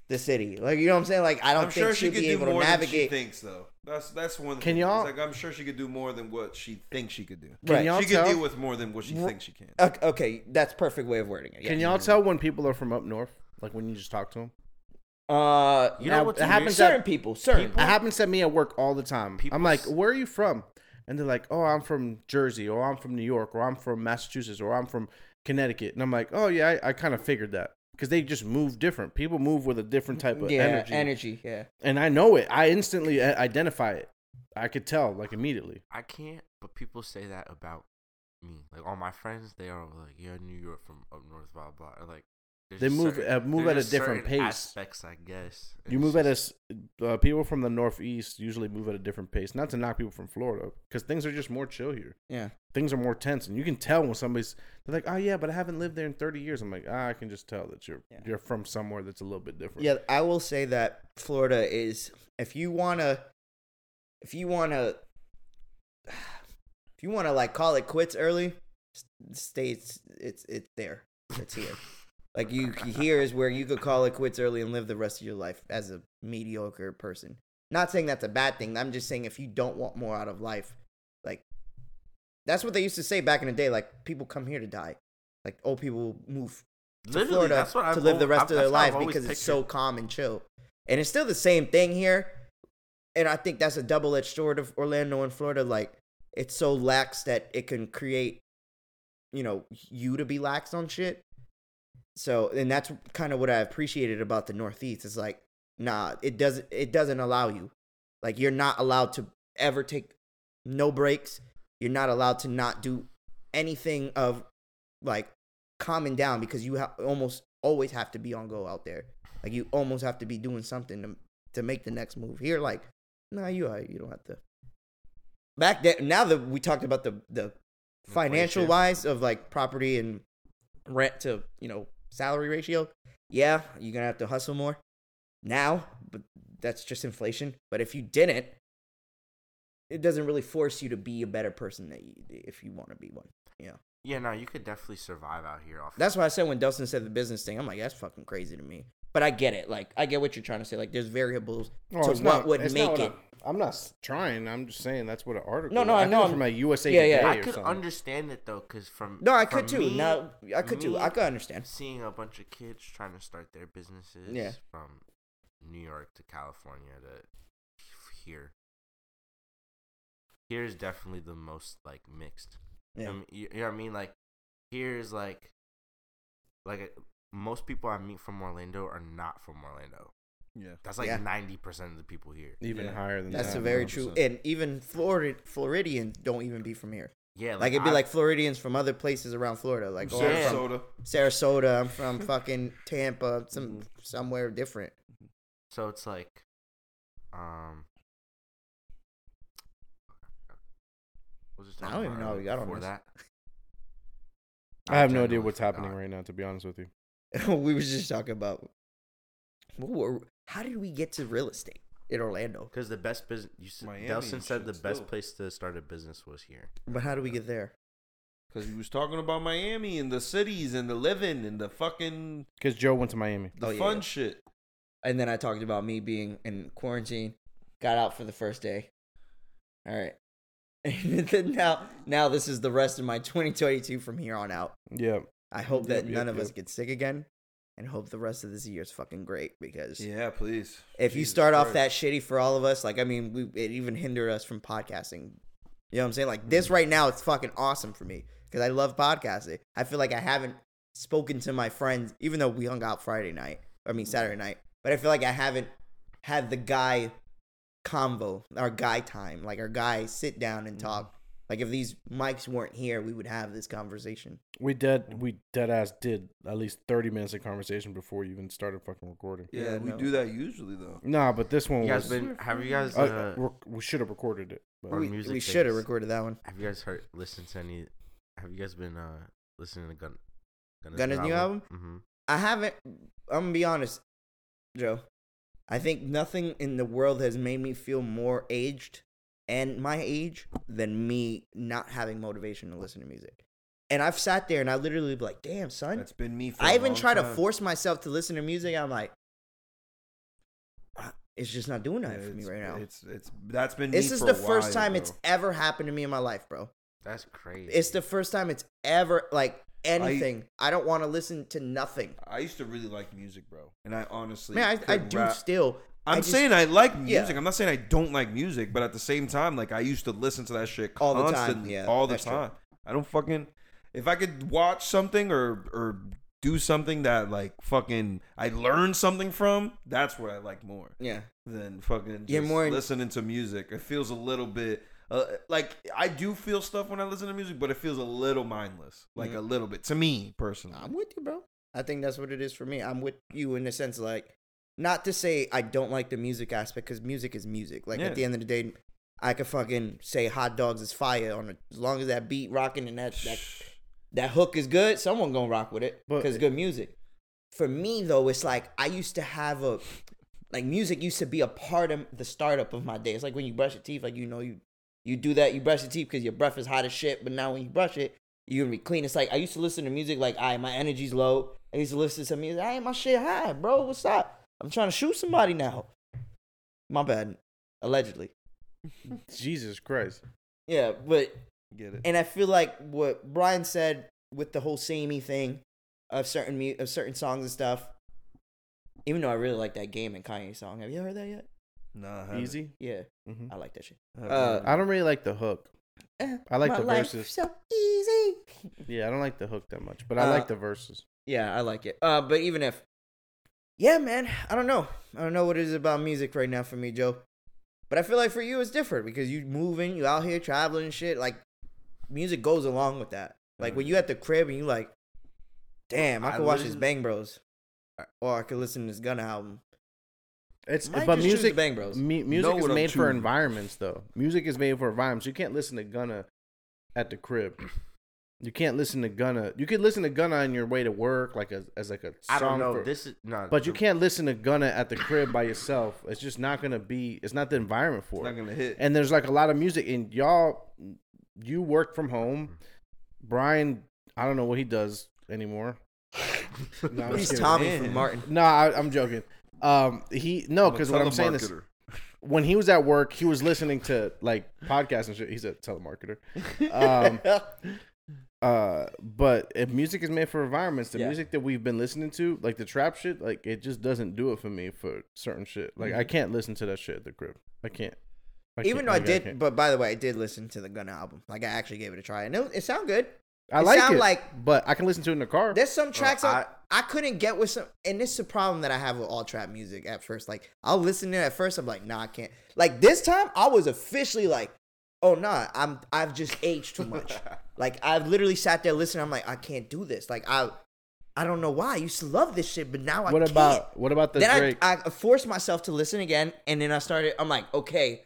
[SPEAKER 1] the city. Like you know what I'm saying? Like I don't
[SPEAKER 5] I'm
[SPEAKER 1] think
[SPEAKER 5] sure she
[SPEAKER 1] she'd
[SPEAKER 5] could
[SPEAKER 1] be
[SPEAKER 5] do
[SPEAKER 1] able to
[SPEAKER 5] more than she
[SPEAKER 1] navigate.
[SPEAKER 5] thinks, though. That's that's one.
[SPEAKER 2] Can
[SPEAKER 5] thing.
[SPEAKER 2] y'all-
[SPEAKER 5] It's like I'm sure she could do more than what she thinks she could do.
[SPEAKER 1] Can Right.
[SPEAKER 2] y'all
[SPEAKER 5] She could
[SPEAKER 2] tell-
[SPEAKER 5] deal with more than what she
[SPEAKER 1] Wha-
[SPEAKER 5] thinks she can.
[SPEAKER 1] Ok- Okay, that's perfect way of wording it. Yeah.
[SPEAKER 2] Can y'all tell when people are from up north? Like when you just talk to them?
[SPEAKER 1] Uh,
[SPEAKER 4] You
[SPEAKER 1] now,
[SPEAKER 4] know what's
[SPEAKER 1] it happens.
[SPEAKER 2] weird?
[SPEAKER 1] Certain people, certain.
[SPEAKER 2] It happens to me at work all the time.
[SPEAKER 4] People
[SPEAKER 2] I'm like,
[SPEAKER 4] s-
[SPEAKER 2] where are you from? And they're like, oh, I'm from Jersey, or I'm from New York, or I'm from Massachusetts, or I'm from Connecticut. And I'm like, oh, yeah, I, I kind of figured that. Because they just move different. People move with a different type of
[SPEAKER 1] yeah,
[SPEAKER 2] energy.
[SPEAKER 1] energy. Yeah.
[SPEAKER 2] and I know it. I instantly i- identify it. I could tell, like, immediately.
[SPEAKER 4] I can't, but people say that about me. Like all my friends, they are like, "You're New York from up north, blah blah." Or like there's
[SPEAKER 2] They
[SPEAKER 4] just
[SPEAKER 2] move- uh, move
[SPEAKER 4] there's
[SPEAKER 2] at a
[SPEAKER 4] just
[SPEAKER 2] different
[SPEAKER 4] certain
[SPEAKER 2] pace.
[SPEAKER 4] Aspects, I guess. and
[SPEAKER 2] You
[SPEAKER 4] it's
[SPEAKER 2] move at a
[SPEAKER 4] just-
[SPEAKER 2] s- uh, people from the Northeast usually move at a different pace. Not to knock people from Florida, because things are just more chill here.
[SPEAKER 1] Yeah.
[SPEAKER 2] Things are more tense, and you can tell when somebody's they're like, "Oh yeah, but I haven't lived there in 30 years." I'm like, ah, "I can just tell that you're
[SPEAKER 1] Yeah.
[SPEAKER 2] you're from somewhere that's a little bit different."
[SPEAKER 1] Yeah, I will say that Florida is if you wanna if you wanna if you wanna like call it quits early, s- stay it's it's it's there. It's here. like you here is where you could call it quits early and live the rest of your life as a mediocre person. Not saying that's a bad thing. I'm just saying if you don't want more out of life, like that's what they used to say back in the day. Like people come here to die. Like old people move to
[SPEAKER 4] Literally,
[SPEAKER 1] Florida
[SPEAKER 4] that's what I've
[SPEAKER 1] to live the
[SPEAKER 4] al-
[SPEAKER 1] rest
[SPEAKER 4] I've-
[SPEAKER 1] of their
[SPEAKER 4] that's how
[SPEAKER 1] life
[SPEAKER 4] I've always
[SPEAKER 1] because it's so
[SPEAKER 4] pictured-
[SPEAKER 1] calm and chill. And it's still the same thing here. And I think that's a double edged sword of Orlando and Florida. Like, it's so lax that it can create, you know, you to be lax on shit. So, and that's kind of what I appreciated about the Northeast. It's like, nah, it doesn't, it doesn't allow you. Like, you're not allowed to ever take no breaks. You're not allowed to not do anything of like calming down because you ha- almost always have to be on go out there. Like you almost have to be doing something to to make the next move. Here, like, nah, you alright. you don't have to. Back then, now that we talked about the the financial
[SPEAKER 4] Inflation.
[SPEAKER 1] wise of like property and rent to you know salary ratio, yeah, you're gonna have to hustle more now, but that's just inflation. But if you didn't, it doesn't really force you to be a better person that you, if you want to be one. Yeah.
[SPEAKER 4] Yeah, no, you could definitely survive out here. Off
[SPEAKER 1] That's why I said when Dustin said the business thing, I'm like, that's fucking crazy to me. But I get it. Like, I get what you're trying to say. Like, there's variables
[SPEAKER 2] Oh,
[SPEAKER 1] to
[SPEAKER 2] it's
[SPEAKER 1] what
[SPEAKER 2] not-
[SPEAKER 1] would
[SPEAKER 2] it's
[SPEAKER 1] make
[SPEAKER 2] not
[SPEAKER 1] it.
[SPEAKER 2] what I'm, I'm not s- trying. I'm just saying that's what an article.
[SPEAKER 1] No, no,
[SPEAKER 2] is.
[SPEAKER 1] I
[SPEAKER 2] think
[SPEAKER 1] know,
[SPEAKER 2] it's
[SPEAKER 1] I'm-
[SPEAKER 2] from like USA
[SPEAKER 1] yeah, yeah.
[SPEAKER 2] Today
[SPEAKER 4] I
[SPEAKER 2] or
[SPEAKER 4] could
[SPEAKER 2] something.
[SPEAKER 4] understand it though, because from
[SPEAKER 1] No, I
[SPEAKER 4] from
[SPEAKER 1] could too.
[SPEAKER 4] me-
[SPEAKER 1] No, I could too.
[SPEAKER 4] me
[SPEAKER 1] I could understand.
[SPEAKER 4] seeing a bunch of kids trying to start their businesses.
[SPEAKER 1] Yeah.
[SPEAKER 4] from New York to California to here. Here is definitely the most like mixed.
[SPEAKER 1] Yeah.
[SPEAKER 4] I mean, you, you know what I mean? Like, here's like, like uh, most people I meet from Orlando are not from Orlando.
[SPEAKER 5] Yeah.
[SPEAKER 4] That's like
[SPEAKER 1] Yeah.
[SPEAKER 4] ninety percent of the people here.
[SPEAKER 2] Even
[SPEAKER 5] Yeah.
[SPEAKER 2] higher than
[SPEAKER 1] That's
[SPEAKER 2] that.
[SPEAKER 1] a very
[SPEAKER 5] Yeah,
[SPEAKER 1] true.
[SPEAKER 5] 100%.
[SPEAKER 1] And even Florida, Floridians don't even be from here.
[SPEAKER 4] Yeah,
[SPEAKER 1] Like, it'd be
[SPEAKER 4] I-
[SPEAKER 1] like Floridians from other places around Florida. Like, oh,
[SPEAKER 4] Yeah.
[SPEAKER 1] I'm from
[SPEAKER 5] Sarasota.
[SPEAKER 1] Sarasota. I'm from fucking Tampa. Some somewhere different.
[SPEAKER 4] So it's like, um, what was
[SPEAKER 1] I don't even know how we got on
[SPEAKER 4] for
[SPEAKER 1] this.
[SPEAKER 4] that.
[SPEAKER 2] I have no
[SPEAKER 4] generally
[SPEAKER 2] idea what's
[SPEAKER 4] forgot.
[SPEAKER 2] happening right now. To be honest with you,
[SPEAKER 1] we was just talking about. What were, how did we get to real estate in Orlando?
[SPEAKER 4] Because the best business, you said,
[SPEAKER 5] Miami
[SPEAKER 4] Delson
[SPEAKER 5] and
[SPEAKER 4] said
[SPEAKER 5] shit
[SPEAKER 4] the best
[SPEAKER 5] still.
[SPEAKER 4] place to start a business was here.
[SPEAKER 1] But how do we get there?
[SPEAKER 5] Because he was talking about Miami and the cities and the living and the fucking
[SPEAKER 2] because Joe went to Miami.
[SPEAKER 5] the
[SPEAKER 1] Oh, yeah,
[SPEAKER 5] fun
[SPEAKER 1] yeah.
[SPEAKER 5] shit.
[SPEAKER 1] and then I talked about me being in quarantine. Got out for the first day. All right. And then now, now this is the rest of my 2022 from here on out.
[SPEAKER 2] Yeah,
[SPEAKER 1] I hope that
[SPEAKER 2] Yep, yep,
[SPEAKER 1] none of us
[SPEAKER 2] yep.
[SPEAKER 1] get sick again, and hope the rest of this year is fucking great. Because
[SPEAKER 5] Yeah, please.
[SPEAKER 1] if you
[SPEAKER 5] Jesus
[SPEAKER 1] start off
[SPEAKER 5] Christ.
[SPEAKER 1] that shitty for all of us, like I mean, we it even hindered us from podcasting. You know what I'm saying? Like this right now, it's fucking awesome for me because I love podcasting. I feel like I haven't spoken to my friends, even though we hung out Friday night. I mean Saturday night, but I feel like I haven't had the guy convo, our guy time, like our guy sit down and talk. Like if these mics weren't here, we would have this conversation.
[SPEAKER 2] we dead. We dead ass did at least 30 minutes of conversation before you even started fucking recording.
[SPEAKER 5] Yeah,
[SPEAKER 1] Yeah,
[SPEAKER 5] we
[SPEAKER 1] no.
[SPEAKER 5] do that usually though.
[SPEAKER 2] Nah, but this one
[SPEAKER 4] You guys
[SPEAKER 2] was.
[SPEAKER 4] been? Have you guys?
[SPEAKER 2] uh,
[SPEAKER 4] Uh,
[SPEAKER 2] rec- we should have recorded it. But.
[SPEAKER 4] Our
[SPEAKER 1] We,
[SPEAKER 4] music
[SPEAKER 1] we should have
[SPEAKER 4] things.
[SPEAKER 1] recorded that one.
[SPEAKER 4] have you guys heard? Listened to any? Have you guys been uh listening to Gun?
[SPEAKER 1] Gunna's new
[SPEAKER 4] Mm-hmm.
[SPEAKER 1] I haven't. I'm gonna be honest, Joe. I think nothing in the world has made me feel more aged and my age than me not having motivation to listen to music. And I've sat there and I literally be like, "Damn, son."
[SPEAKER 5] That's been me. For
[SPEAKER 1] I
[SPEAKER 5] a
[SPEAKER 1] even
[SPEAKER 5] long
[SPEAKER 1] try to
[SPEAKER 5] time.
[SPEAKER 1] force myself to listen to music. I'm like, "Ah, It's just not doing that for me
[SPEAKER 5] It's-
[SPEAKER 1] right now.
[SPEAKER 5] It's it's that's been
[SPEAKER 1] This
[SPEAKER 5] me
[SPEAKER 1] is
[SPEAKER 5] for
[SPEAKER 1] the
[SPEAKER 5] a
[SPEAKER 1] first
[SPEAKER 5] while,
[SPEAKER 1] time
[SPEAKER 5] bro.
[SPEAKER 1] it's ever happened to me in my life, bro.
[SPEAKER 4] That's crazy.
[SPEAKER 1] It's the first time it's ever like anything. I, don't want to listen to nothing.
[SPEAKER 5] I used to really like music, bro, and I honestly
[SPEAKER 1] Man, I, I
[SPEAKER 5] could
[SPEAKER 1] do
[SPEAKER 5] rap.
[SPEAKER 1] still. I
[SPEAKER 5] I'm
[SPEAKER 1] just-
[SPEAKER 5] saying I like
[SPEAKER 1] Yeah.
[SPEAKER 5] music. I'm not saying I don't like music, but at the same time, like I used to listen to that shit
[SPEAKER 1] All the time,
[SPEAKER 5] constantly,
[SPEAKER 1] yeah,
[SPEAKER 5] all the
[SPEAKER 1] that's true.
[SPEAKER 5] time. I don't fucking. If I could watch something or or do something that like fucking I learned something from, that's what I like more
[SPEAKER 1] yeah.
[SPEAKER 5] than fucking just
[SPEAKER 1] You're more in-
[SPEAKER 5] listening to music. It feels a little bit. Uh, like I do feel stuff when I listen to music, but it feels a little mindless, like a little bit to me personally.
[SPEAKER 1] Mm-hmm. I'm with you, bro. I think that's what it is for me. I'm with you in the sense like not to say I don't like the music aspect because music is music. Like
[SPEAKER 5] Yeah.
[SPEAKER 1] at the end of the day, I could fucking say hot dogs is fire on it as long as that beat rocking and that that that hook is good. Someone gonna rock with it
[SPEAKER 2] But-
[SPEAKER 1] because good music. For me though, it's like I used to have a like music used to be a part of the startup of my day. It's like when you brush your teeth, like you know you you do that, you brush your teeth because your breath is hot as shit. But now when you brush it, you're gonna be clean. It's like I used to listen to music like, I my energy's low. I used to listen to some music, I ain't my shit high, bro. What's up? I'm trying to shoot somebody now. My bad, allegedly.
[SPEAKER 2] Jesus Christ.
[SPEAKER 1] Yeah, but
[SPEAKER 5] Get it?
[SPEAKER 1] and I feel like what Brian said with the whole samey thing of certain mu- of certain songs and stuff. Even though I really like that game and Kanye song, have you heard that yet?
[SPEAKER 5] Nah, I haven't.
[SPEAKER 2] Easy.
[SPEAKER 1] Yeah,
[SPEAKER 2] Mhm.
[SPEAKER 1] I like that shit.
[SPEAKER 5] I haven't
[SPEAKER 1] Uh,
[SPEAKER 5] heard it.
[SPEAKER 2] Uh, I don't really like the hook. I like the verses.
[SPEAKER 1] So easy.
[SPEAKER 2] Yeah, I don't like the hook that much, but I
[SPEAKER 1] Uh,
[SPEAKER 2] like the verses.
[SPEAKER 1] Yeah, I like it. Uh, but even if, yeah, man, I don't know. I don't know what it is about music right now for me, Joe. But I feel like for you it's different because you moving, you out here traveling and shit. Like, music goes along with that. Like when you at the crib and you like, damn, I
[SPEAKER 4] Mm-hmm. I
[SPEAKER 1] could watch this
[SPEAKER 4] literally-
[SPEAKER 1] Bang Bros, or I could listen to this Gunna album.
[SPEAKER 2] It's
[SPEAKER 1] Might
[SPEAKER 2] but
[SPEAKER 1] just choose
[SPEAKER 2] music.
[SPEAKER 1] Bang Bros.
[SPEAKER 2] mu- music
[SPEAKER 5] Know
[SPEAKER 2] is
[SPEAKER 5] what I'm
[SPEAKER 2] made for
[SPEAKER 5] choosing.
[SPEAKER 2] environments, though. Music is made for environments. You can't listen to Gunna at the crib. You can't listen to Gunna. You could listen to Gunna on your way to work, like a, as like a song.
[SPEAKER 4] I don't know.
[SPEAKER 2] for-
[SPEAKER 4] this is no.
[SPEAKER 2] but you
[SPEAKER 4] the-
[SPEAKER 2] can't listen to Gunna at the crib by yourself. It's just not gonna be. It's not the environment for it.
[SPEAKER 5] It's not gonna hit.
[SPEAKER 2] and there's like a lot of music and y'all you work from home brian i don't know what he does anymore no, I'm
[SPEAKER 1] He's
[SPEAKER 2] kidding.
[SPEAKER 1] Tommy
[SPEAKER 5] man.
[SPEAKER 1] from Martin.
[SPEAKER 4] Oh,
[SPEAKER 2] No, I, i'm joking um he no because what i'm saying is
[SPEAKER 5] Telemarketer.
[SPEAKER 2] when he was at work he was listening to like podcasts and shit he's a telemarketer um uh but if music is made for environments the
[SPEAKER 1] Yeah.
[SPEAKER 2] music that we've been listening to like the trap shit like it just doesn't do it for me for certain shit like i can't listen to that shit at the crib i can't I
[SPEAKER 1] Mm-hmm. Even
[SPEAKER 2] can't.
[SPEAKER 1] though I
[SPEAKER 2] Like,
[SPEAKER 1] did,
[SPEAKER 2] can't.
[SPEAKER 1] but by the way, I did listen to the Gunna album. Like I actually gave it a try, and it, it sounded good.
[SPEAKER 2] I
[SPEAKER 1] It
[SPEAKER 2] like
[SPEAKER 1] sound
[SPEAKER 2] it,
[SPEAKER 1] like-
[SPEAKER 2] but I can listen to it in the car.
[SPEAKER 1] There's some tracks
[SPEAKER 4] I-
[SPEAKER 1] I, I couldn't get with some, and this is a problem that I have with all trap music at first. Like I'll listen to it at first, I'm like, nah, I can't. Like this time, I was officially like, oh nah, I'm I've just aged too much. like I've literally sat there listening, I'm like, I can't do this. Like I, I don't know why I used to love this shit, but now I
[SPEAKER 2] what
[SPEAKER 1] can't.
[SPEAKER 2] about what about the
[SPEAKER 1] then
[SPEAKER 2] Drake?
[SPEAKER 1] I, I forced myself to listen again, and then I started. I'm like, okay,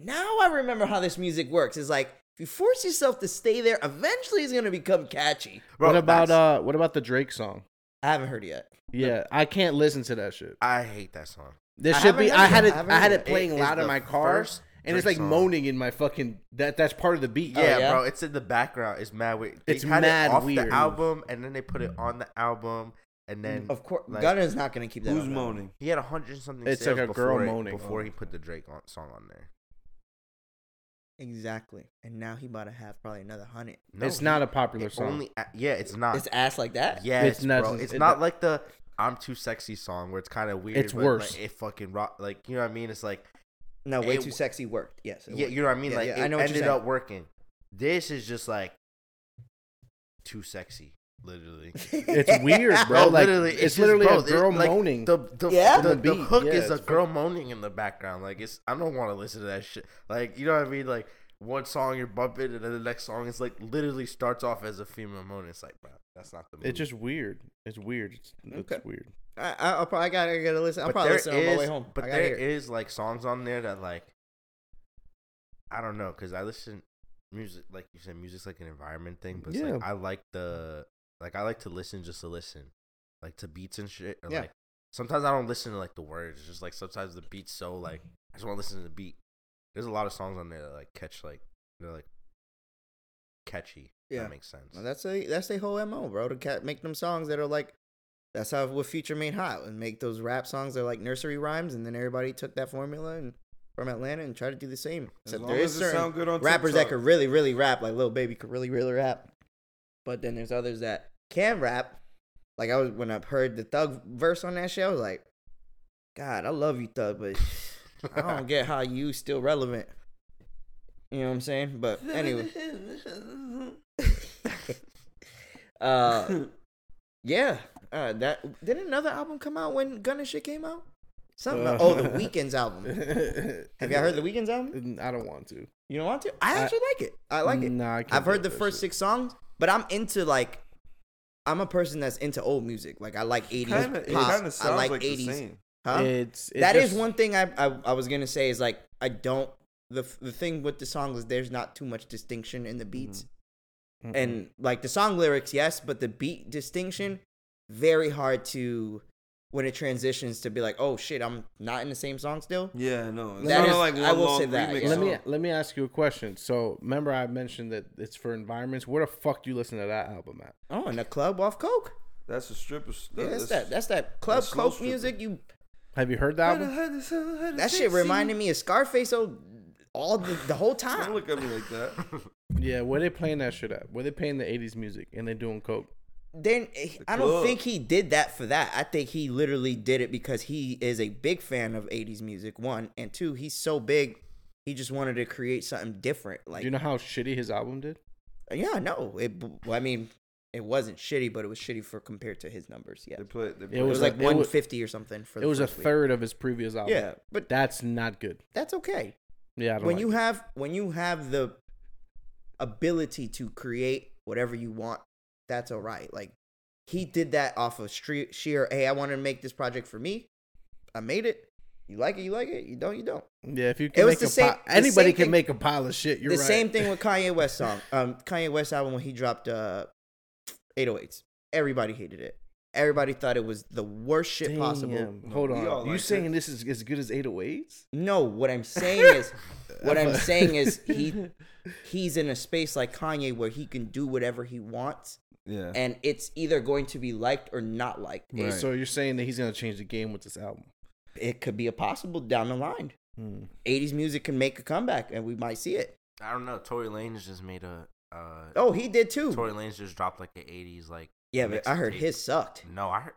[SPEAKER 1] now I remember how this music works. It's like if you force yourself to stay there, eventually it's gonna become catchy.
[SPEAKER 4] Bro,
[SPEAKER 2] what about
[SPEAKER 4] that's-
[SPEAKER 2] uh? What about the Drake song?
[SPEAKER 1] I haven't heard it yet.
[SPEAKER 2] Yeah, I can't listen to that shit.
[SPEAKER 4] I hate that song.
[SPEAKER 2] There
[SPEAKER 1] I
[SPEAKER 2] should be.
[SPEAKER 1] haven't heard
[SPEAKER 2] I had
[SPEAKER 1] it.
[SPEAKER 2] it.
[SPEAKER 1] I
[SPEAKER 2] I,
[SPEAKER 1] haven't
[SPEAKER 2] had
[SPEAKER 1] heard
[SPEAKER 2] it
[SPEAKER 1] it.
[SPEAKER 2] playing
[SPEAKER 4] It is
[SPEAKER 2] loud in
[SPEAKER 4] the
[SPEAKER 2] my car,
[SPEAKER 4] first
[SPEAKER 2] and it's
[SPEAKER 4] Drake
[SPEAKER 2] like
[SPEAKER 4] song.
[SPEAKER 2] moaning in my fucking. That that's part of the beat.
[SPEAKER 4] Yeah,
[SPEAKER 1] yeah?
[SPEAKER 4] bro, it's in the background. It's mad weird. They
[SPEAKER 2] Oh, It's
[SPEAKER 4] had
[SPEAKER 2] mad
[SPEAKER 4] it off
[SPEAKER 2] weird.
[SPEAKER 4] the album, and then they put it on the album, and then
[SPEAKER 1] Of course,
[SPEAKER 4] like,
[SPEAKER 1] Gunna's not gonna keep that.
[SPEAKER 5] Who's
[SPEAKER 1] on there.
[SPEAKER 5] moaning?
[SPEAKER 4] he had a hundred and something.
[SPEAKER 2] It's
[SPEAKER 4] sales
[SPEAKER 2] like a
[SPEAKER 4] before
[SPEAKER 2] girl
[SPEAKER 4] it-
[SPEAKER 2] moaning.
[SPEAKER 4] before he put the Drake on, song on there.
[SPEAKER 1] Exactly, and now he about to have probably another hundred.
[SPEAKER 4] No,
[SPEAKER 2] it's
[SPEAKER 4] he-
[SPEAKER 2] not a popular
[SPEAKER 4] it
[SPEAKER 2] song.
[SPEAKER 4] Only a- yeah, it's not.
[SPEAKER 1] It's ass like that.
[SPEAKER 4] yes,
[SPEAKER 2] It's not-
[SPEAKER 4] bro.
[SPEAKER 2] it's-
[SPEAKER 4] It's
[SPEAKER 2] it-
[SPEAKER 4] not like the "I'm Too Sexy" song where it's kind of weird.
[SPEAKER 2] It's
[SPEAKER 4] but, like,
[SPEAKER 2] worse.
[SPEAKER 4] it fucking rock. Like you know what I mean? It's like
[SPEAKER 1] No, way
[SPEAKER 4] It-
[SPEAKER 1] too sexy worked. Yes. it
[SPEAKER 4] yeah,
[SPEAKER 1] worked.
[SPEAKER 4] you know what I mean.
[SPEAKER 1] Yeah,
[SPEAKER 4] like
[SPEAKER 1] yeah, I
[SPEAKER 4] it
[SPEAKER 1] know what you're
[SPEAKER 4] ended
[SPEAKER 1] saying.
[SPEAKER 4] up working. This is just like too sexy, literally.
[SPEAKER 2] It's weird, bro.
[SPEAKER 4] Bro,
[SPEAKER 2] like
[SPEAKER 4] literally,
[SPEAKER 2] it's,
[SPEAKER 4] it's, just,
[SPEAKER 2] literally
[SPEAKER 4] bro,
[SPEAKER 2] a girl
[SPEAKER 4] like,
[SPEAKER 2] moaning.
[SPEAKER 4] The the,
[SPEAKER 1] Yeah?
[SPEAKER 4] the,
[SPEAKER 2] On the
[SPEAKER 4] the
[SPEAKER 2] beat.
[SPEAKER 4] hook
[SPEAKER 2] Yeah,
[SPEAKER 4] is a
[SPEAKER 2] it's
[SPEAKER 4] girl moaning in the background. Like it's I don't want to listen to that shit. Like you know what I mean? Like one song you're bumping, and then the next song is like literally starts off as a female moaning. It's like, bro, that's not the. Movie.
[SPEAKER 2] it's just weird. It's weird. It's, it's
[SPEAKER 1] Okay.
[SPEAKER 2] weird.
[SPEAKER 1] I, I, I'll probably, I gotta, I gotta listen. I'll
[SPEAKER 4] But
[SPEAKER 1] probably
[SPEAKER 4] there
[SPEAKER 1] listen on my way
[SPEAKER 4] is-
[SPEAKER 1] home.
[SPEAKER 4] But
[SPEAKER 1] I gotta
[SPEAKER 4] there
[SPEAKER 1] hear it.
[SPEAKER 4] is like songs on there that like I don't know because I listen music like you said music's like an environment thing, but it's like
[SPEAKER 2] Yeah.
[SPEAKER 4] I like the like I like to listen just to listen, like to beats and shit. Or
[SPEAKER 1] Yeah.
[SPEAKER 4] like sometimes I don't listen to like the words. It's just like sometimes the beat's so like I just want to listen to the beat. There's a lot of songs on there that like catch like they're like catchy. if
[SPEAKER 1] Yeah.
[SPEAKER 4] that makes sense.
[SPEAKER 1] Well, that's a that's their whole mo, bro. To ca- make them songs that are like That's how what Future made hot and make those rap songs. They're like nursery rhymes, and then everybody took that formula and from Atlanta and tried to do the same.
[SPEAKER 5] As
[SPEAKER 1] Except
[SPEAKER 5] long
[SPEAKER 1] there is
[SPEAKER 5] as it
[SPEAKER 1] certain
[SPEAKER 5] sound good on
[SPEAKER 1] rappers that
[SPEAKER 5] TikTok.
[SPEAKER 1] could really, really rap, like Lil Baby could really, really rap. But then there's others that can rap. Like I was when I heard the Thug verse on that shit, I was like, God, I love you, Thug, but I don't get how you still relevant. You know what I'm saying? But anyway. uh yeah. Uh that did another album come out when Gunna shit came out? Something
[SPEAKER 2] Uh.
[SPEAKER 1] oh the Weekends album. Have
[SPEAKER 2] Have
[SPEAKER 1] y'all heard the Weekends album?
[SPEAKER 2] I don't want to.
[SPEAKER 1] You don't want to? I
[SPEAKER 2] I-
[SPEAKER 1] actually like it. I like it.
[SPEAKER 2] Nah, I can't
[SPEAKER 1] I've
[SPEAKER 2] do
[SPEAKER 1] heard the
[SPEAKER 2] that
[SPEAKER 1] first
[SPEAKER 2] shit.
[SPEAKER 1] six songs, but I'm into like I'm a person that's into old music. Like I like 80s
[SPEAKER 5] Kinda, it
[SPEAKER 1] pop.
[SPEAKER 5] kind of
[SPEAKER 1] I
[SPEAKER 5] sounds
[SPEAKER 1] like
[SPEAKER 5] like, the
[SPEAKER 1] 80s.
[SPEAKER 5] same.
[SPEAKER 1] Huh?
[SPEAKER 2] It's, it
[SPEAKER 1] That is
[SPEAKER 2] just-
[SPEAKER 1] one thing I, I I was gonna say is like I don't the the thing with the song is there's not too much distinction in the beats
[SPEAKER 2] Mm-mm.
[SPEAKER 1] and like the song lyrics yes but the beat distinction very hard to when it transitions to be like oh shit I'm not in the same song still
[SPEAKER 5] Yeah, no. It's
[SPEAKER 1] That
[SPEAKER 5] not
[SPEAKER 1] is-
[SPEAKER 5] like one
[SPEAKER 1] I will
[SPEAKER 5] long
[SPEAKER 1] say that,
[SPEAKER 5] remix
[SPEAKER 1] yeah. uh,
[SPEAKER 2] Let me
[SPEAKER 5] song.
[SPEAKER 2] let me ask you a question. So remember, I mentioned that it's for environments. Where the fuck do you listen to that album at?
[SPEAKER 1] oh in a club off coke
[SPEAKER 5] That's a stripper's.
[SPEAKER 1] yeah, that's that that's that club
[SPEAKER 5] that's slow
[SPEAKER 1] coke
[SPEAKER 5] stripping.
[SPEAKER 1] music you
[SPEAKER 2] Have you heard the album?
[SPEAKER 1] that shit reminded me of Scarface oh all the, the whole
[SPEAKER 5] Don't
[SPEAKER 1] time
[SPEAKER 5] look at me like that.
[SPEAKER 2] Yeah, where they playing that shit at? Where they playing the '80s music and they doing coke?
[SPEAKER 1] then eh, I don't
[SPEAKER 5] club.
[SPEAKER 1] think he did that for that. I think he literally did it because he is a big fan of 80s music. One and two, he's so big, he just wanted to create something different. Like
[SPEAKER 2] Do you know how shitty his album did?
[SPEAKER 1] yeah, no, it. well, I mean, it wasn't shitty, but it was shitty for compared to his numbers. Yeah,
[SPEAKER 5] They
[SPEAKER 1] it
[SPEAKER 5] play. They play
[SPEAKER 1] was,
[SPEAKER 2] was
[SPEAKER 1] like
[SPEAKER 2] a- it was-
[SPEAKER 1] 150 or something. For
[SPEAKER 2] It was
[SPEAKER 1] the
[SPEAKER 2] a
[SPEAKER 1] first week.
[SPEAKER 2] third of his previous album.
[SPEAKER 1] Yeah, but
[SPEAKER 2] that's not good.
[SPEAKER 1] that's okay.
[SPEAKER 2] Yeah, I don't
[SPEAKER 1] when
[SPEAKER 2] like
[SPEAKER 1] you
[SPEAKER 2] it.
[SPEAKER 1] have when you have the ability to create whatever you want that's all right like he did that off of stre- sheer hey i want to make this project for me i made it you like it you like it you don't you don't
[SPEAKER 2] yeah, if you can
[SPEAKER 1] was
[SPEAKER 2] make
[SPEAKER 1] the
[SPEAKER 2] a
[SPEAKER 1] same-
[SPEAKER 2] pi-
[SPEAKER 1] the
[SPEAKER 2] anybody
[SPEAKER 1] same
[SPEAKER 2] can
[SPEAKER 1] thing-
[SPEAKER 2] make a pile of shit. You're
[SPEAKER 1] the
[SPEAKER 2] right.
[SPEAKER 1] same thing with kanye west song um kanye west album when he dropped uh 808s everybody hated it everybody thought it was the worst shit possible
[SPEAKER 2] Damn, Hold
[SPEAKER 5] No, we
[SPEAKER 2] on,
[SPEAKER 5] all
[SPEAKER 2] you
[SPEAKER 5] like
[SPEAKER 2] saying this is as good as 808s?
[SPEAKER 1] No, what I'm saying is, what I'm saying is he he's in a space like Kanye where he can do whatever he wants,
[SPEAKER 5] Yeah.
[SPEAKER 1] and it's either going to be liked or not liked. It-
[SPEAKER 5] Right.
[SPEAKER 2] So you're saying that he's gonna change the game with this album?
[SPEAKER 1] It could be a possible down the line.
[SPEAKER 2] Hmm.
[SPEAKER 1] 80s music can make a comeback, and we might see it.
[SPEAKER 4] I don't know. Tory Lanez just made a. Uh,
[SPEAKER 1] Oh, he did too.
[SPEAKER 4] Tory Lanez just dropped like an '80s like.
[SPEAKER 1] yeah, but I heard
[SPEAKER 4] mixtape.
[SPEAKER 1] his sucked.
[SPEAKER 4] No, I heard.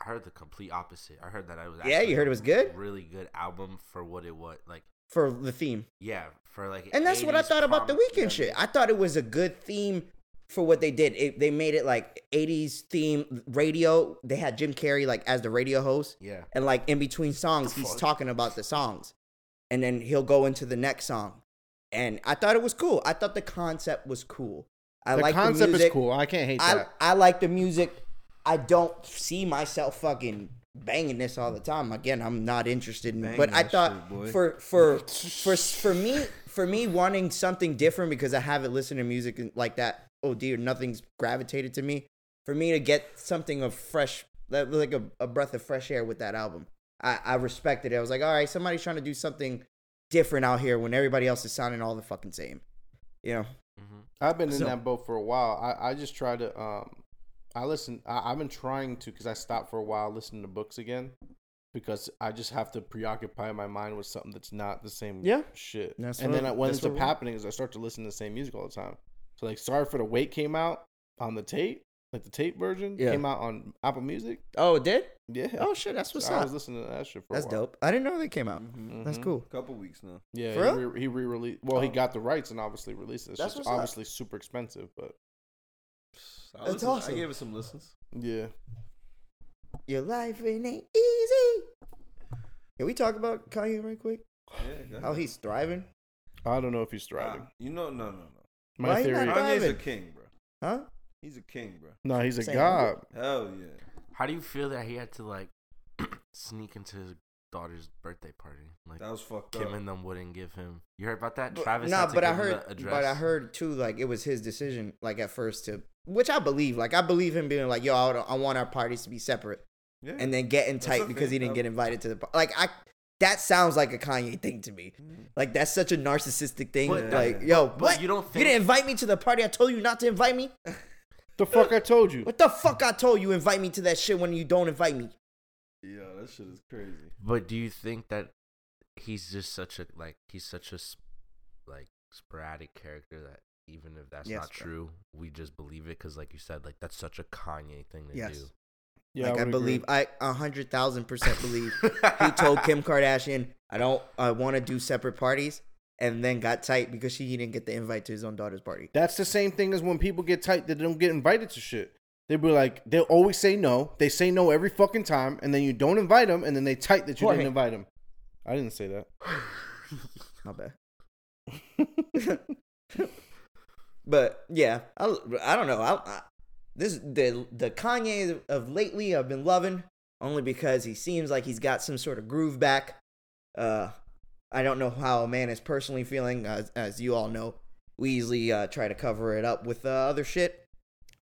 [SPEAKER 4] I heard the complete opposite. I heard that I was.
[SPEAKER 1] Yeah,
[SPEAKER 4] actually
[SPEAKER 1] you heard it was good?
[SPEAKER 4] Really good album for what it was. Like,
[SPEAKER 1] For the theme.
[SPEAKER 4] yeah, for like.
[SPEAKER 1] And that's what I
[SPEAKER 4] 80s
[SPEAKER 1] thought about the
[SPEAKER 4] prom-
[SPEAKER 1] weekend
[SPEAKER 4] yeah.
[SPEAKER 1] shit. I thought it was a good theme for what they did. It, they made it like 80s theme radio. They had Jim Carrey like as the radio host.
[SPEAKER 4] Yeah.
[SPEAKER 1] and like in between songs he's
[SPEAKER 4] fuck?
[SPEAKER 1] talking about the songs and then he'll go into the next song and i thought it was cool i thought the concept was cool i
[SPEAKER 2] the
[SPEAKER 1] like
[SPEAKER 2] concept
[SPEAKER 1] the music
[SPEAKER 2] is cool. I can't hate
[SPEAKER 1] I,
[SPEAKER 2] that.
[SPEAKER 1] I like the music i don't see myself fucking banging this all the time again i'm not interested in
[SPEAKER 5] Bang
[SPEAKER 1] but i
[SPEAKER 5] that
[SPEAKER 1] thought
[SPEAKER 5] shit, boy.
[SPEAKER 1] for for for for me for me wanting something different because i haven't listened to music in- like that oh dear nothing's gravitated to me for me to get something of fresh that was like a, a breath of fresh air with that album I, I respected it i was like all right somebody's trying to do something different out here when everybody else is sounding all the fucking same you know
[SPEAKER 2] I've been in
[SPEAKER 1] So-
[SPEAKER 2] that boat for a while. I, I just try to um, I listen. I, I've been trying to because I stopped for a while listening to books again because I just have to preoccupy my mind with something that's not the same
[SPEAKER 1] Yeah.
[SPEAKER 2] shit.
[SPEAKER 1] That's
[SPEAKER 2] and
[SPEAKER 1] what-
[SPEAKER 2] then I, what
[SPEAKER 1] that's
[SPEAKER 2] ends
[SPEAKER 1] what
[SPEAKER 2] up
[SPEAKER 1] we-
[SPEAKER 2] happening is I start to listen to the same music all the time. So like, sorry for the wait came out on the tape, like the tape version
[SPEAKER 1] Yeah.
[SPEAKER 2] came out on Apple Music.
[SPEAKER 1] oh it did
[SPEAKER 2] Yeah.
[SPEAKER 1] oh shit that's
[SPEAKER 2] So
[SPEAKER 1] what's
[SPEAKER 2] I
[SPEAKER 1] up
[SPEAKER 2] was listening to that shit for
[SPEAKER 1] that's
[SPEAKER 2] a while.
[SPEAKER 1] dope i didn't know they came out
[SPEAKER 5] Mhm.
[SPEAKER 1] that's
[SPEAKER 2] Mhm.
[SPEAKER 1] cool
[SPEAKER 5] Couple weeks now.
[SPEAKER 2] Yeah,
[SPEAKER 1] For Oh.
[SPEAKER 2] he, re- he re-released. Well, he got the rights and obviously released it. It's
[SPEAKER 1] That's
[SPEAKER 2] just
[SPEAKER 1] what's up.
[SPEAKER 2] obviously super expensive, but
[SPEAKER 5] I
[SPEAKER 1] That's
[SPEAKER 5] listened-
[SPEAKER 1] awesome.
[SPEAKER 5] I gave it some listens.
[SPEAKER 2] yeah.
[SPEAKER 1] Your life it ain't easy. Can we talk about Kanye right quick?
[SPEAKER 5] Yeah, go
[SPEAKER 1] How
[SPEAKER 5] ahead.
[SPEAKER 1] he's thriving?
[SPEAKER 2] I don't know if he's thriving.
[SPEAKER 5] Ah, You know, no, no, no.
[SPEAKER 2] My
[SPEAKER 1] Why you not
[SPEAKER 2] theory.
[SPEAKER 1] He's
[SPEAKER 5] Kanye's a
[SPEAKER 1] thriving.
[SPEAKER 5] king, bro.
[SPEAKER 1] Huh?
[SPEAKER 5] He's a king, bro.
[SPEAKER 2] no, he's a
[SPEAKER 1] Same.
[SPEAKER 2] god.
[SPEAKER 5] Hell yeah.
[SPEAKER 4] How do you feel that he had to like sneak into his daughter's birthday party? Like
[SPEAKER 5] That was fucked
[SPEAKER 4] Kim
[SPEAKER 5] up.
[SPEAKER 4] and them wouldn't give him. You heard about that?
[SPEAKER 1] But-
[SPEAKER 4] Travis.
[SPEAKER 1] Nah,
[SPEAKER 4] had to
[SPEAKER 1] but I
[SPEAKER 4] give him the
[SPEAKER 1] heard,
[SPEAKER 4] address.
[SPEAKER 1] but I heard too. Like it was his decision. Like at first to, which I believe. Like I believe him being like, "Yo, I, don't- I want our parties to be separate,"
[SPEAKER 5] yeah.
[SPEAKER 1] and then getting
[SPEAKER 5] That's
[SPEAKER 1] tight
[SPEAKER 5] okay.
[SPEAKER 1] because he didn't
[SPEAKER 5] Um,
[SPEAKER 1] get invited to the par- like. I that sounds like a Kanye thing to me. Like that's such a narcissistic thing.
[SPEAKER 4] But-
[SPEAKER 1] like, yo,
[SPEAKER 4] but
[SPEAKER 1] what?
[SPEAKER 4] you don't
[SPEAKER 1] you
[SPEAKER 4] think-
[SPEAKER 1] didn't invite me to the party? I told you not to invite me.
[SPEAKER 2] The fuck I told you.
[SPEAKER 1] What the fuck I told you invite me to that shit when you don't invite me?
[SPEAKER 5] Yeah, that shit is crazy.
[SPEAKER 4] But do you think that he's just such a like he's such a sp- like sporadic character that even if that's
[SPEAKER 1] Yes,
[SPEAKER 4] not
[SPEAKER 1] bro.
[SPEAKER 4] true, we just believe it because like you said, like that's such a Kanye thing to
[SPEAKER 1] Yes.
[SPEAKER 4] do.
[SPEAKER 1] like
[SPEAKER 2] Yeah,
[SPEAKER 1] I,
[SPEAKER 2] would agree.
[SPEAKER 1] believe I a hundred thousand percent believe he told Kim Kardashian, I don't I wanna do separate parties and then got tight because she didn't get the invite to his own daughter's party.
[SPEAKER 2] That's the same thing as when people get tight that they don't get invited to shit. They be like, they'll always say no. They say no every fucking time, and then you don't invite them, and then they tight that you
[SPEAKER 1] Jorge.
[SPEAKER 2] didn't invite them. I didn't say that.
[SPEAKER 1] My bad. but yeah, I, I don't know. I, I this the the Kanye of lately I've been loving only because he seems like he's got some sort of groove back. Uh, I don't know how a man is personally feeling. As, as you all know, we usually uh, try to cover it up with uh, other shit,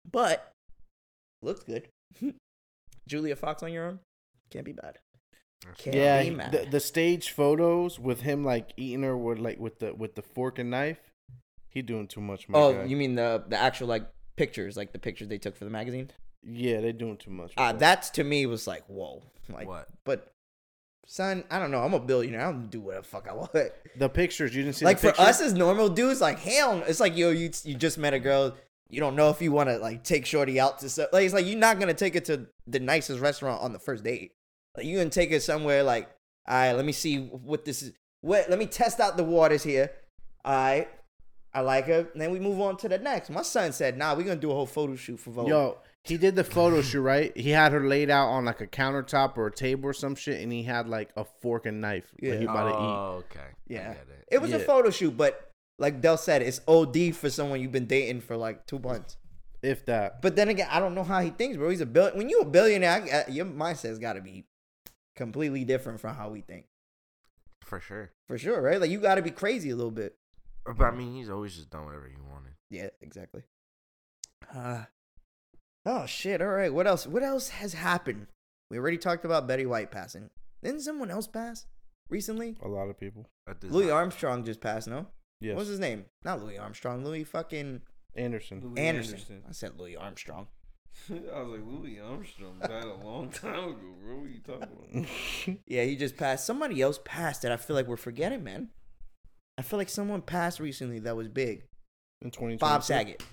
[SPEAKER 1] but looked good. Julia Fox on your arm can't be bad. Can't
[SPEAKER 2] Yeah,
[SPEAKER 1] be
[SPEAKER 2] he-
[SPEAKER 1] mad.
[SPEAKER 2] the, the stage photos with him like eating her with like with the with the fork and knife. He doing too much, my
[SPEAKER 1] oh,
[SPEAKER 2] guy.
[SPEAKER 1] you mean the the actual like pictures, like the pictures they took for the magazine?
[SPEAKER 2] yeah, they doing too much.
[SPEAKER 1] Uh,
[SPEAKER 2] bro.
[SPEAKER 1] that's to me was like, whoa, like
[SPEAKER 4] What?
[SPEAKER 1] But son, I don't know. I'm a billionaire. I don't do what the fuck I want.
[SPEAKER 2] the pictures you didn't see.
[SPEAKER 1] like
[SPEAKER 2] the
[SPEAKER 1] for
[SPEAKER 2] pictures?
[SPEAKER 1] us as normal dudes, like hell, no. it's like yo, you you just met a girl. You don't know if you want to like take shorty out to so like it's like you're not gonna take it to the nicest restaurant on the first date. Like you're gonna take it somewhere like, all right, let me see what this is. What let me test out the waters here. All right. I like her. Then we move on to the next. My son said, "Nah, we're gonna do a whole photo shoot for Vogue."
[SPEAKER 2] Yo, he did the photo shoot, right? He had her laid out on like a countertop or a table or some shit, and he had like a fork and knife. Yeah.
[SPEAKER 1] Yeah.
[SPEAKER 2] Like he about to eat.
[SPEAKER 4] Oh, okay. I
[SPEAKER 1] Yeah.
[SPEAKER 4] get it.
[SPEAKER 1] It was a
[SPEAKER 2] Yeah.
[SPEAKER 1] photo shoot, but like Dell said, it's OD for someone you've been dating for like two months.
[SPEAKER 2] If that.
[SPEAKER 1] But then again, I don't know how he thinks, bro. He's a bill. When you a billionaire, I, I, your mindset's got to be completely different from how we think,
[SPEAKER 4] for sure.
[SPEAKER 1] for sure, right? Like you got to be crazy a little bit.
[SPEAKER 4] But I mean, he's always just done whatever he wanted.
[SPEAKER 1] Yeah, exactly. Uh, oh shit! All right, what else? What else has happened? We already talked about Betty White passing. Didn't someone else pass recently?
[SPEAKER 2] A lot of people.
[SPEAKER 4] That does
[SPEAKER 1] Louis
[SPEAKER 4] not-
[SPEAKER 1] Armstrong just passed. No,
[SPEAKER 2] Yes.
[SPEAKER 1] what was his name? Not Louis Armstrong. Louis fucking
[SPEAKER 2] Anderson.
[SPEAKER 1] Anderson. I said Louis Armstrong.
[SPEAKER 5] I was like, Louis Armstrong died a long time ago, bro. What are you talking about?
[SPEAKER 1] Yeah, he just passed. Somebody else passed that I feel like we're forgetting, man. I feel like someone passed recently that was big.
[SPEAKER 2] In 2020.
[SPEAKER 1] Bob Saget.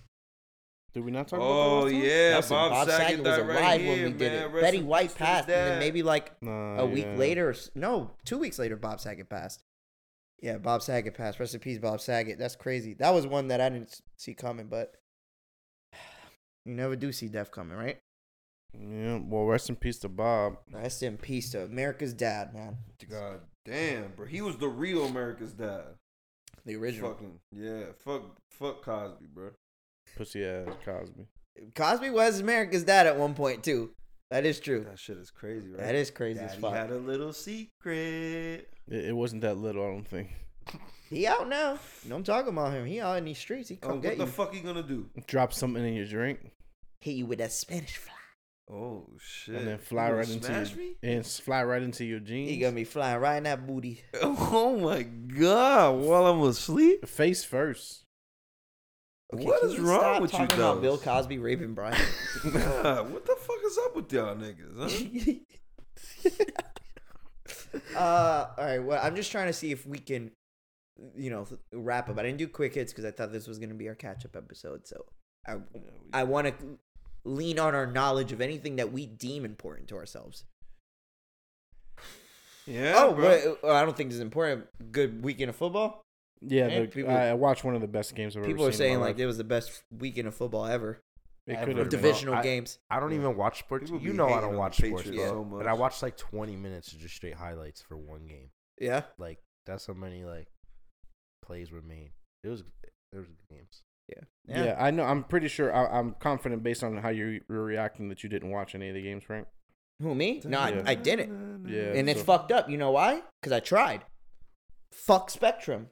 [SPEAKER 2] Did we not talk
[SPEAKER 5] Oh
[SPEAKER 2] about that? last time?
[SPEAKER 5] yeah,
[SPEAKER 1] Nelson,
[SPEAKER 5] Bob, Saget, died right here, man. Rest
[SPEAKER 1] Betty
[SPEAKER 5] in
[SPEAKER 1] White
[SPEAKER 5] peace to his
[SPEAKER 1] passed, and then
[SPEAKER 5] dad. Oh,
[SPEAKER 1] maybe like
[SPEAKER 2] Nah,
[SPEAKER 1] a week
[SPEAKER 2] yeah.
[SPEAKER 1] later, or, s- no, two weeks later, Bob Saget passed. Yeah, Bob Saget passed. Rest in peace, Bob Saget. That's crazy. That was one that I didn't s- see coming, but you never do see death coming, right?
[SPEAKER 2] Yeah. Well, rest in peace to Bob.
[SPEAKER 1] Rest in peace to America's dad, man.
[SPEAKER 5] God damn, bro. He was the real America's dad.
[SPEAKER 1] The original.
[SPEAKER 5] Fucking yeah. Fuck, fuck Cosby, bro.
[SPEAKER 2] Pussy ass Cosby.
[SPEAKER 1] Cosby was America's dad at one point, too. That is true.
[SPEAKER 5] That shit is crazy, right?
[SPEAKER 1] That is crazy as
[SPEAKER 5] Daddy
[SPEAKER 1] fuck.
[SPEAKER 5] had a little secret.
[SPEAKER 2] It, it wasn't that little, I don't think.
[SPEAKER 1] He out now. You know I'm talking about him. He out in these streets. He
[SPEAKER 5] Oh,
[SPEAKER 1] come
[SPEAKER 5] what
[SPEAKER 1] get
[SPEAKER 5] the
[SPEAKER 1] you.
[SPEAKER 5] fuck you gonna do?
[SPEAKER 2] Drop something in your drink
[SPEAKER 1] Hit you with that Spanish fly.
[SPEAKER 5] Oh shit!
[SPEAKER 2] and then
[SPEAKER 5] You
[SPEAKER 2] fly
[SPEAKER 5] gonna
[SPEAKER 2] right into
[SPEAKER 5] smash
[SPEAKER 2] your,
[SPEAKER 5] me.
[SPEAKER 2] and fly right into your jeans.
[SPEAKER 1] He gonna be flying right in that booty.
[SPEAKER 5] Oh my god! While I'm asleep,
[SPEAKER 2] Face first.
[SPEAKER 5] What
[SPEAKER 1] can
[SPEAKER 5] is
[SPEAKER 1] we
[SPEAKER 5] wrong
[SPEAKER 1] stop
[SPEAKER 5] with you
[SPEAKER 1] talking about
[SPEAKER 5] dogs?
[SPEAKER 1] Bill Cosby raping Brian?
[SPEAKER 5] God, what the fuck is up with y'all niggas? Huh?
[SPEAKER 1] uh, all right. Well, I'm just trying to see if we can, you know, wrap up. I didn't do quick hits because I thought this was gonna be our catch up episode. So I, I want to lean on our knowledge of anything that we deem important to ourselves.
[SPEAKER 5] Yeah.
[SPEAKER 1] oh,
[SPEAKER 5] bro.
[SPEAKER 1] wait, uh, I don't think this is important. Good weekend of football.
[SPEAKER 2] Yeah,
[SPEAKER 1] And
[SPEAKER 2] the,
[SPEAKER 1] people-
[SPEAKER 2] I I watched one of the best games I've
[SPEAKER 1] People
[SPEAKER 2] ever
[SPEAKER 1] are
[SPEAKER 2] seen.
[SPEAKER 1] saying
[SPEAKER 2] in my
[SPEAKER 1] like it
[SPEAKER 2] life.
[SPEAKER 1] was the best weekend of football ever.
[SPEAKER 2] it could
[SPEAKER 1] With
[SPEAKER 2] have
[SPEAKER 4] Ever. Everything.
[SPEAKER 2] been.
[SPEAKER 1] divisional
[SPEAKER 4] I-
[SPEAKER 1] games.
[SPEAKER 4] I don't even watch sports.
[SPEAKER 5] People
[SPEAKER 4] You
[SPEAKER 5] be
[SPEAKER 4] know I
[SPEAKER 5] hating
[SPEAKER 4] don't
[SPEAKER 5] on
[SPEAKER 4] watch
[SPEAKER 5] the
[SPEAKER 4] sports,
[SPEAKER 5] Patriots
[SPEAKER 4] bro.
[SPEAKER 5] so
[SPEAKER 4] but I
[SPEAKER 5] much.
[SPEAKER 4] watched like 20 minutes of just straight highlights for one game.
[SPEAKER 1] Yeah.
[SPEAKER 4] Like that's how many like plays were made. It was it was good games.
[SPEAKER 2] Yeah. I know. I'm pretty sure. I, I'm confident based on how you were reacting that you didn't watch any of the games, Frank.
[SPEAKER 1] Who me? No, I,
[SPEAKER 2] Yeah.
[SPEAKER 1] I didn't.
[SPEAKER 2] Yeah,
[SPEAKER 1] and it's
[SPEAKER 2] so-
[SPEAKER 1] fucked up. You know why? Because I tried. Fuck Spectrum.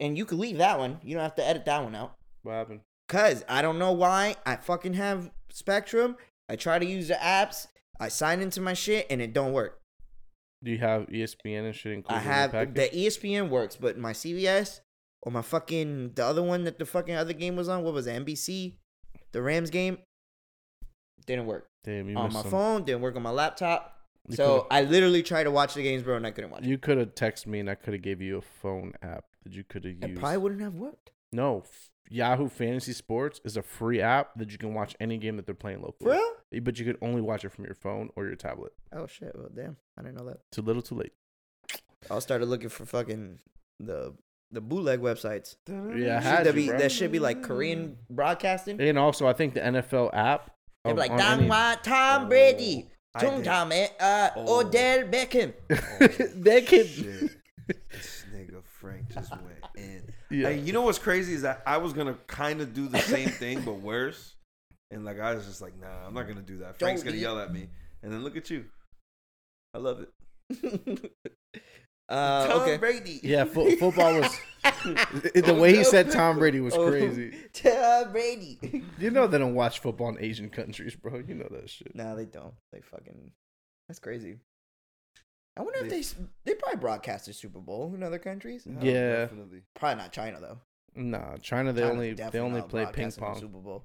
[SPEAKER 1] And you can leave that one. You don't have to edit that one out.
[SPEAKER 2] What happened?
[SPEAKER 1] Cause I don't know why I fucking have Spectrum. I try to use the apps. I sign into my shit and it don't work.
[SPEAKER 2] Do you have E ESPN and shit
[SPEAKER 1] I
[SPEAKER 2] included?
[SPEAKER 1] have
[SPEAKER 2] in the
[SPEAKER 1] the E
[SPEAKER 2] package?
[SPEAKER 1] ESPN works, but my CBS or my fucking the other one that the fucking other game was on. What was it, NBC? The Rams game didn't work
[SPEAKER 2] Damn, you
[SPEAKER 1] on
[SPEAKER 2] missed
[SPEAKER 1] my
[SPEAKER 2] some.
[SPEAKER 1] phone, didn't work on my laptop.
[SPEAKER 2] You
[SPEAKER 1] so I literally tried to watch the games, bro, and I couldn't watch. it.
[SPEAKER 2] You could have texted me, and I could have gave you a phone app that you could have
[SPEAKER 1] It
[SPEAKER 2] used.
[SPEAKER 1] probably wouldn't have worked.
[SPEAKER 2] no, f- Yahoo Fantasy Sports is a free app that you can watch any game that they're playing locally.
[SPEAKER 1] For real?
[SPEAKER 2] But you could only watch it from your phone or your tablet.
[SPEAKER 1] Oh shit! Well, damn, I didn't know that.
[SPEAKER 2] Too little, too late.
[SPEAKER 1] I started looking for fucking the the bootleg websites.
[SPEAKER 2] Yeah, I had
[SPEAKER 1] Should
[SPEAKER 2] you,
[SPEAKER 1] be,
[SPEAKER 2] bro.
[SPEAKER 1] that should be like Korean broadcasting.
[SPEAKER 2] And also, I think the NFL app.
[SPEAKER 1] They'd
[SPEAKER 2] um,
[SPEAKER 1] be like
[SPEAKER 2] on
[SPEAKER 1] Don
[SPEAKER 2] any- Oh,
[SPEAKER 1] Juan, Tom Brady,
[SPEAKER 4] I
[SPEAKER 1] Tom
[SPEAKER 4] did.
[SPEAKER 1] Thomas, uh,
[SPEAKER 5] Oh.
[SPEAKER 1] Odell Beckham.
[SPEAKER 2] they could.
[SPEAKER 5] Shit. This nigga Frank just went in.
[SPEAKER 2] Yeah.
[SPEAKER 5] Hey, you know what's crazy is that I was gonna kind of do the same thing but worse, and like I was just like, nah, I'm not gonna do that. Frank's gonna
[SPEAKER 1] be-
[SPEAKER 5] yell at me, and then look at you. I love it.
[SPEAKER 1] uh,
[SPEAKER 5] Tom
[SPEAKER 1] okay.
[SPEAKER 5] Brady.
[SPEAKER 2] Yeah, fo- football was the way he said Tom Brady was
[SPEAKER 1] Oh.
[SPEAKER 2] crazy.
[SPEAKER 1] Tom Brady.
[SPEAKER 2] You know they don't watch football in Asian countries, bro. You know that shit.
[SPEAKER 1] nah, they don't. They fucking. That's crazy. I wonder if they s- they probably broadcast the Super Bowl in other countries.
[SPEAKER 5] Oh,
[SPEAKER 2] Yeah.
[SPEAKER 5] definitely.
[SPEAKER 1] Probably not China though.
[SPEAKER 2] Nah, China they
[SPEAKER 1] China's
[SPEAKER 2] only they
[SPEAKER 1] definitely
[SPEAKER 2] only
[SPEAKER 1] not
[SPEAKER 2] play ping
[SPEAKER 1] broadcasting the
[SPEAKER 2] pong.
[SPEAKER 1] Super Bowl.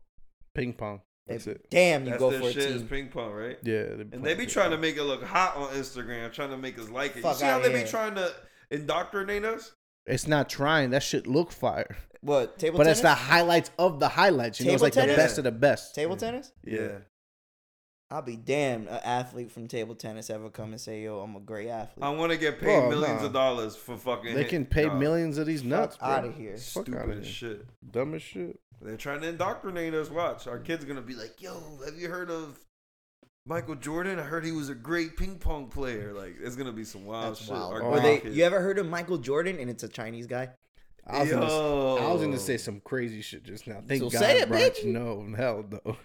[SPEAKER 2] Ping pong.
[SPEAKER 1] They-
[SPEAKER 2] That's it.
[SPEAKER 1] Damn, you
[SPEAKER 5] That's
[SPEAKER 1] go
[SPEAKER 5] their
[SPEAKER 1] for a
[SPEAKER 5] shit is
[SPEAKER 1] team.
[SPEAKER 5] ping pong, right?
[SPEAKER 2] Yeah.
[SPEAKER 5] And they be trying to make it look hot on Instagram, trying to make us like it.
[SPEAKER 1] Fuck
[SPEAKER 5] you see how
[SPEAKER 1] outta
[SPEAKER 5] they
[SPEAKER 1] here.
[SPEAKER 5] be trying to indoctrinate us?
[SPEAKER 2] It's not trying. That shit look fire.
[SPEAKER 1] What table
[SPEAKER 2] but
[SPEAKER 1] tennis?
[SPEAKER 2] it's the highlights of the highlights. You know, it's
[SPEAKER 1] Table
[SPEAKER 2] like
[SPEAKER 1] tennis?
[SPEAKER 2] the best of the best.
[SPEAKER 1] table tennis.
[SPEAKER 2] Yeah.
[SPEAKER 1] I'll be damned. An athlete from table tennis ever come and say, "Yo, I'm a great athlete."
[SPEAKER 5] I want to get paid
[SPEAKER 2] Oh,
[SPEAKER 5] millions
[SPEAKER 2] nah.
[SPEAKER 5] of dollars for fucking.
[SPEAKER 2] They
[SPEAKER 5] hit-
[SPEAKER 2] can pay
[SPEAKER 5] Nah.
[SPEAKER 2] millions of these nuts.
[SPEAKER 1] out
[SPEAKER 2] bro.
[SPEAKER 1] of here.
[SPEAKER 2] Fuck
[SPEAKER 5] Stupid
[SPEAKER 2] outta
[SPEAKER 5] as
[SPEAKER 2] here.
[SPEAKER 5] shit.
[SPEAKER 2] Dumb as shit.
[SPEAKER 5] They're trying to indoctrinate us. Watch, our kids gonna be like, "Yo, have you heard of Michael Jordan? I heard he was a great ping pong player." Like, it's gonna be some wild
[SPEAKER 1] That's
[SPEAKER 5] shit.
[SPEAKER 1] wild.
[SPEAKER 5] Our
[SPEAKER 1] Or they,
[SPEAKER 5] kids-
[SPEAKER 1] you ever heard of Michael Jordan? And it's a Chinese guy.
[SPEAKER 2] I was, gonna, s- I was gonna
[SPEAKER 5] Yo.
[SPEAKER 2] say some crazy shit just now. Thank
[SPEAKER 1] Oh. So
[SPEAKER 2] God,
[SPEAKER 1] say it,
[SPEAKER 2] Bronch.
[SPEAKER 1] bitch.
[SPEAKER 2] No, hell no.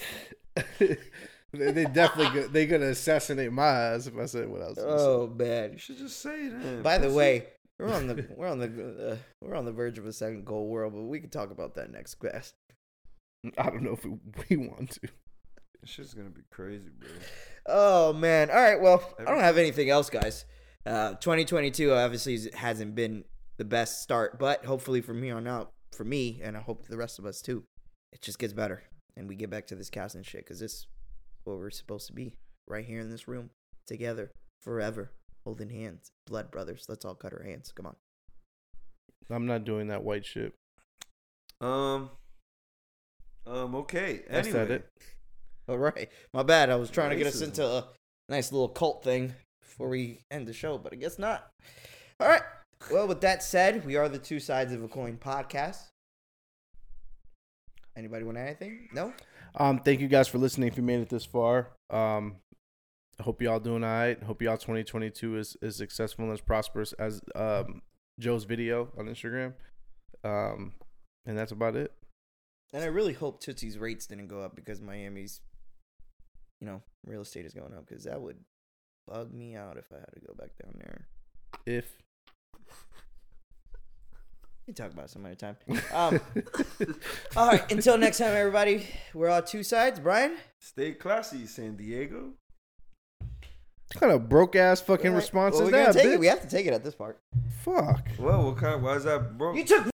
[SPEAKER 2] they, they definitely go, they gonna assassinate my ass if I said what I was. Gonna say.
[SPEAKER 1] Oh man.
[SPEAKER 5] you should just say that.
[SPEAKER 1] By the
[SPEAKER 5] pussy.
[SPEAKER 1] way, we're on the we're on the uh, we're on the verge of a second goal world, but we can talk about that next class.
[SPEAKER 2] I don't know if we, we want to.
[SPEAKER 5] This shit's gonna be crazy, bro.
[SPEAKER 1] Oh man. All right. Well, I don't have anything else, guys. Uh, 2022 obviously is- hasn't been the best start, but hopefully from here on out, for me, and I hope the rest of us too, it just gets better and we get back to this casting shit because this is what we're supposed to be right here in this room together forever, holding hands, blood brothers. Let's all cut our hands. Come on.
[SPEAKER 2] I'm not doing that white shit.
[SPEAKER 5] Um. Um. Okay. Anyway,
[SPEAKER 2] That's that it.
[SPEAKER 1] All right. My bad. I was trying to get us
[SPEAKER 5] Racism.
[SPEAKER 1] into a nice little cult thing before we end the show, but I guess not. All right. Well, with that said, we are the Two Sides of a Coin podcast. Anybody want to add anything? No?
[SPEAKER 2] Um, thank you guys for listening. If you made it this far, um, I hope y'all doing all right. Hope y'all 2022 is is successful and as prosperous as um Joe's video on Instagram. Um, and that's about it.
[SPEAKER 1] And I really hope Tootsie's rates didn't go up because Miami's, you know, real estate is going up because that would bug me out if I had to go back down there.
[SPEAKER 2] If
[SPEAKER 1] We can talk about it some other time. Um, all right. Until next time, everybody, we're all two sides. Brian?
[SPEAKER 5] stay classy, San Diego.
[SPEAKER 2] kind of broke ass fucking
[SPEAKER 1] All right.
[SPEAKER 2] response
[SPEAKER 1] Well,
[SPEAKER 2] is
[SPEAKER 1] we're gonna
[SPEAKER 2] that,
[SPEAKER 1] take it.
[SPEAKER 2] bitch?
[SPEAKER 1] We have to take it at this part.
[SPEAKER 2] Fuck.
[SPEAKER 5] Well, what kind? Why is that, bro?
[SPEAKER 1] You took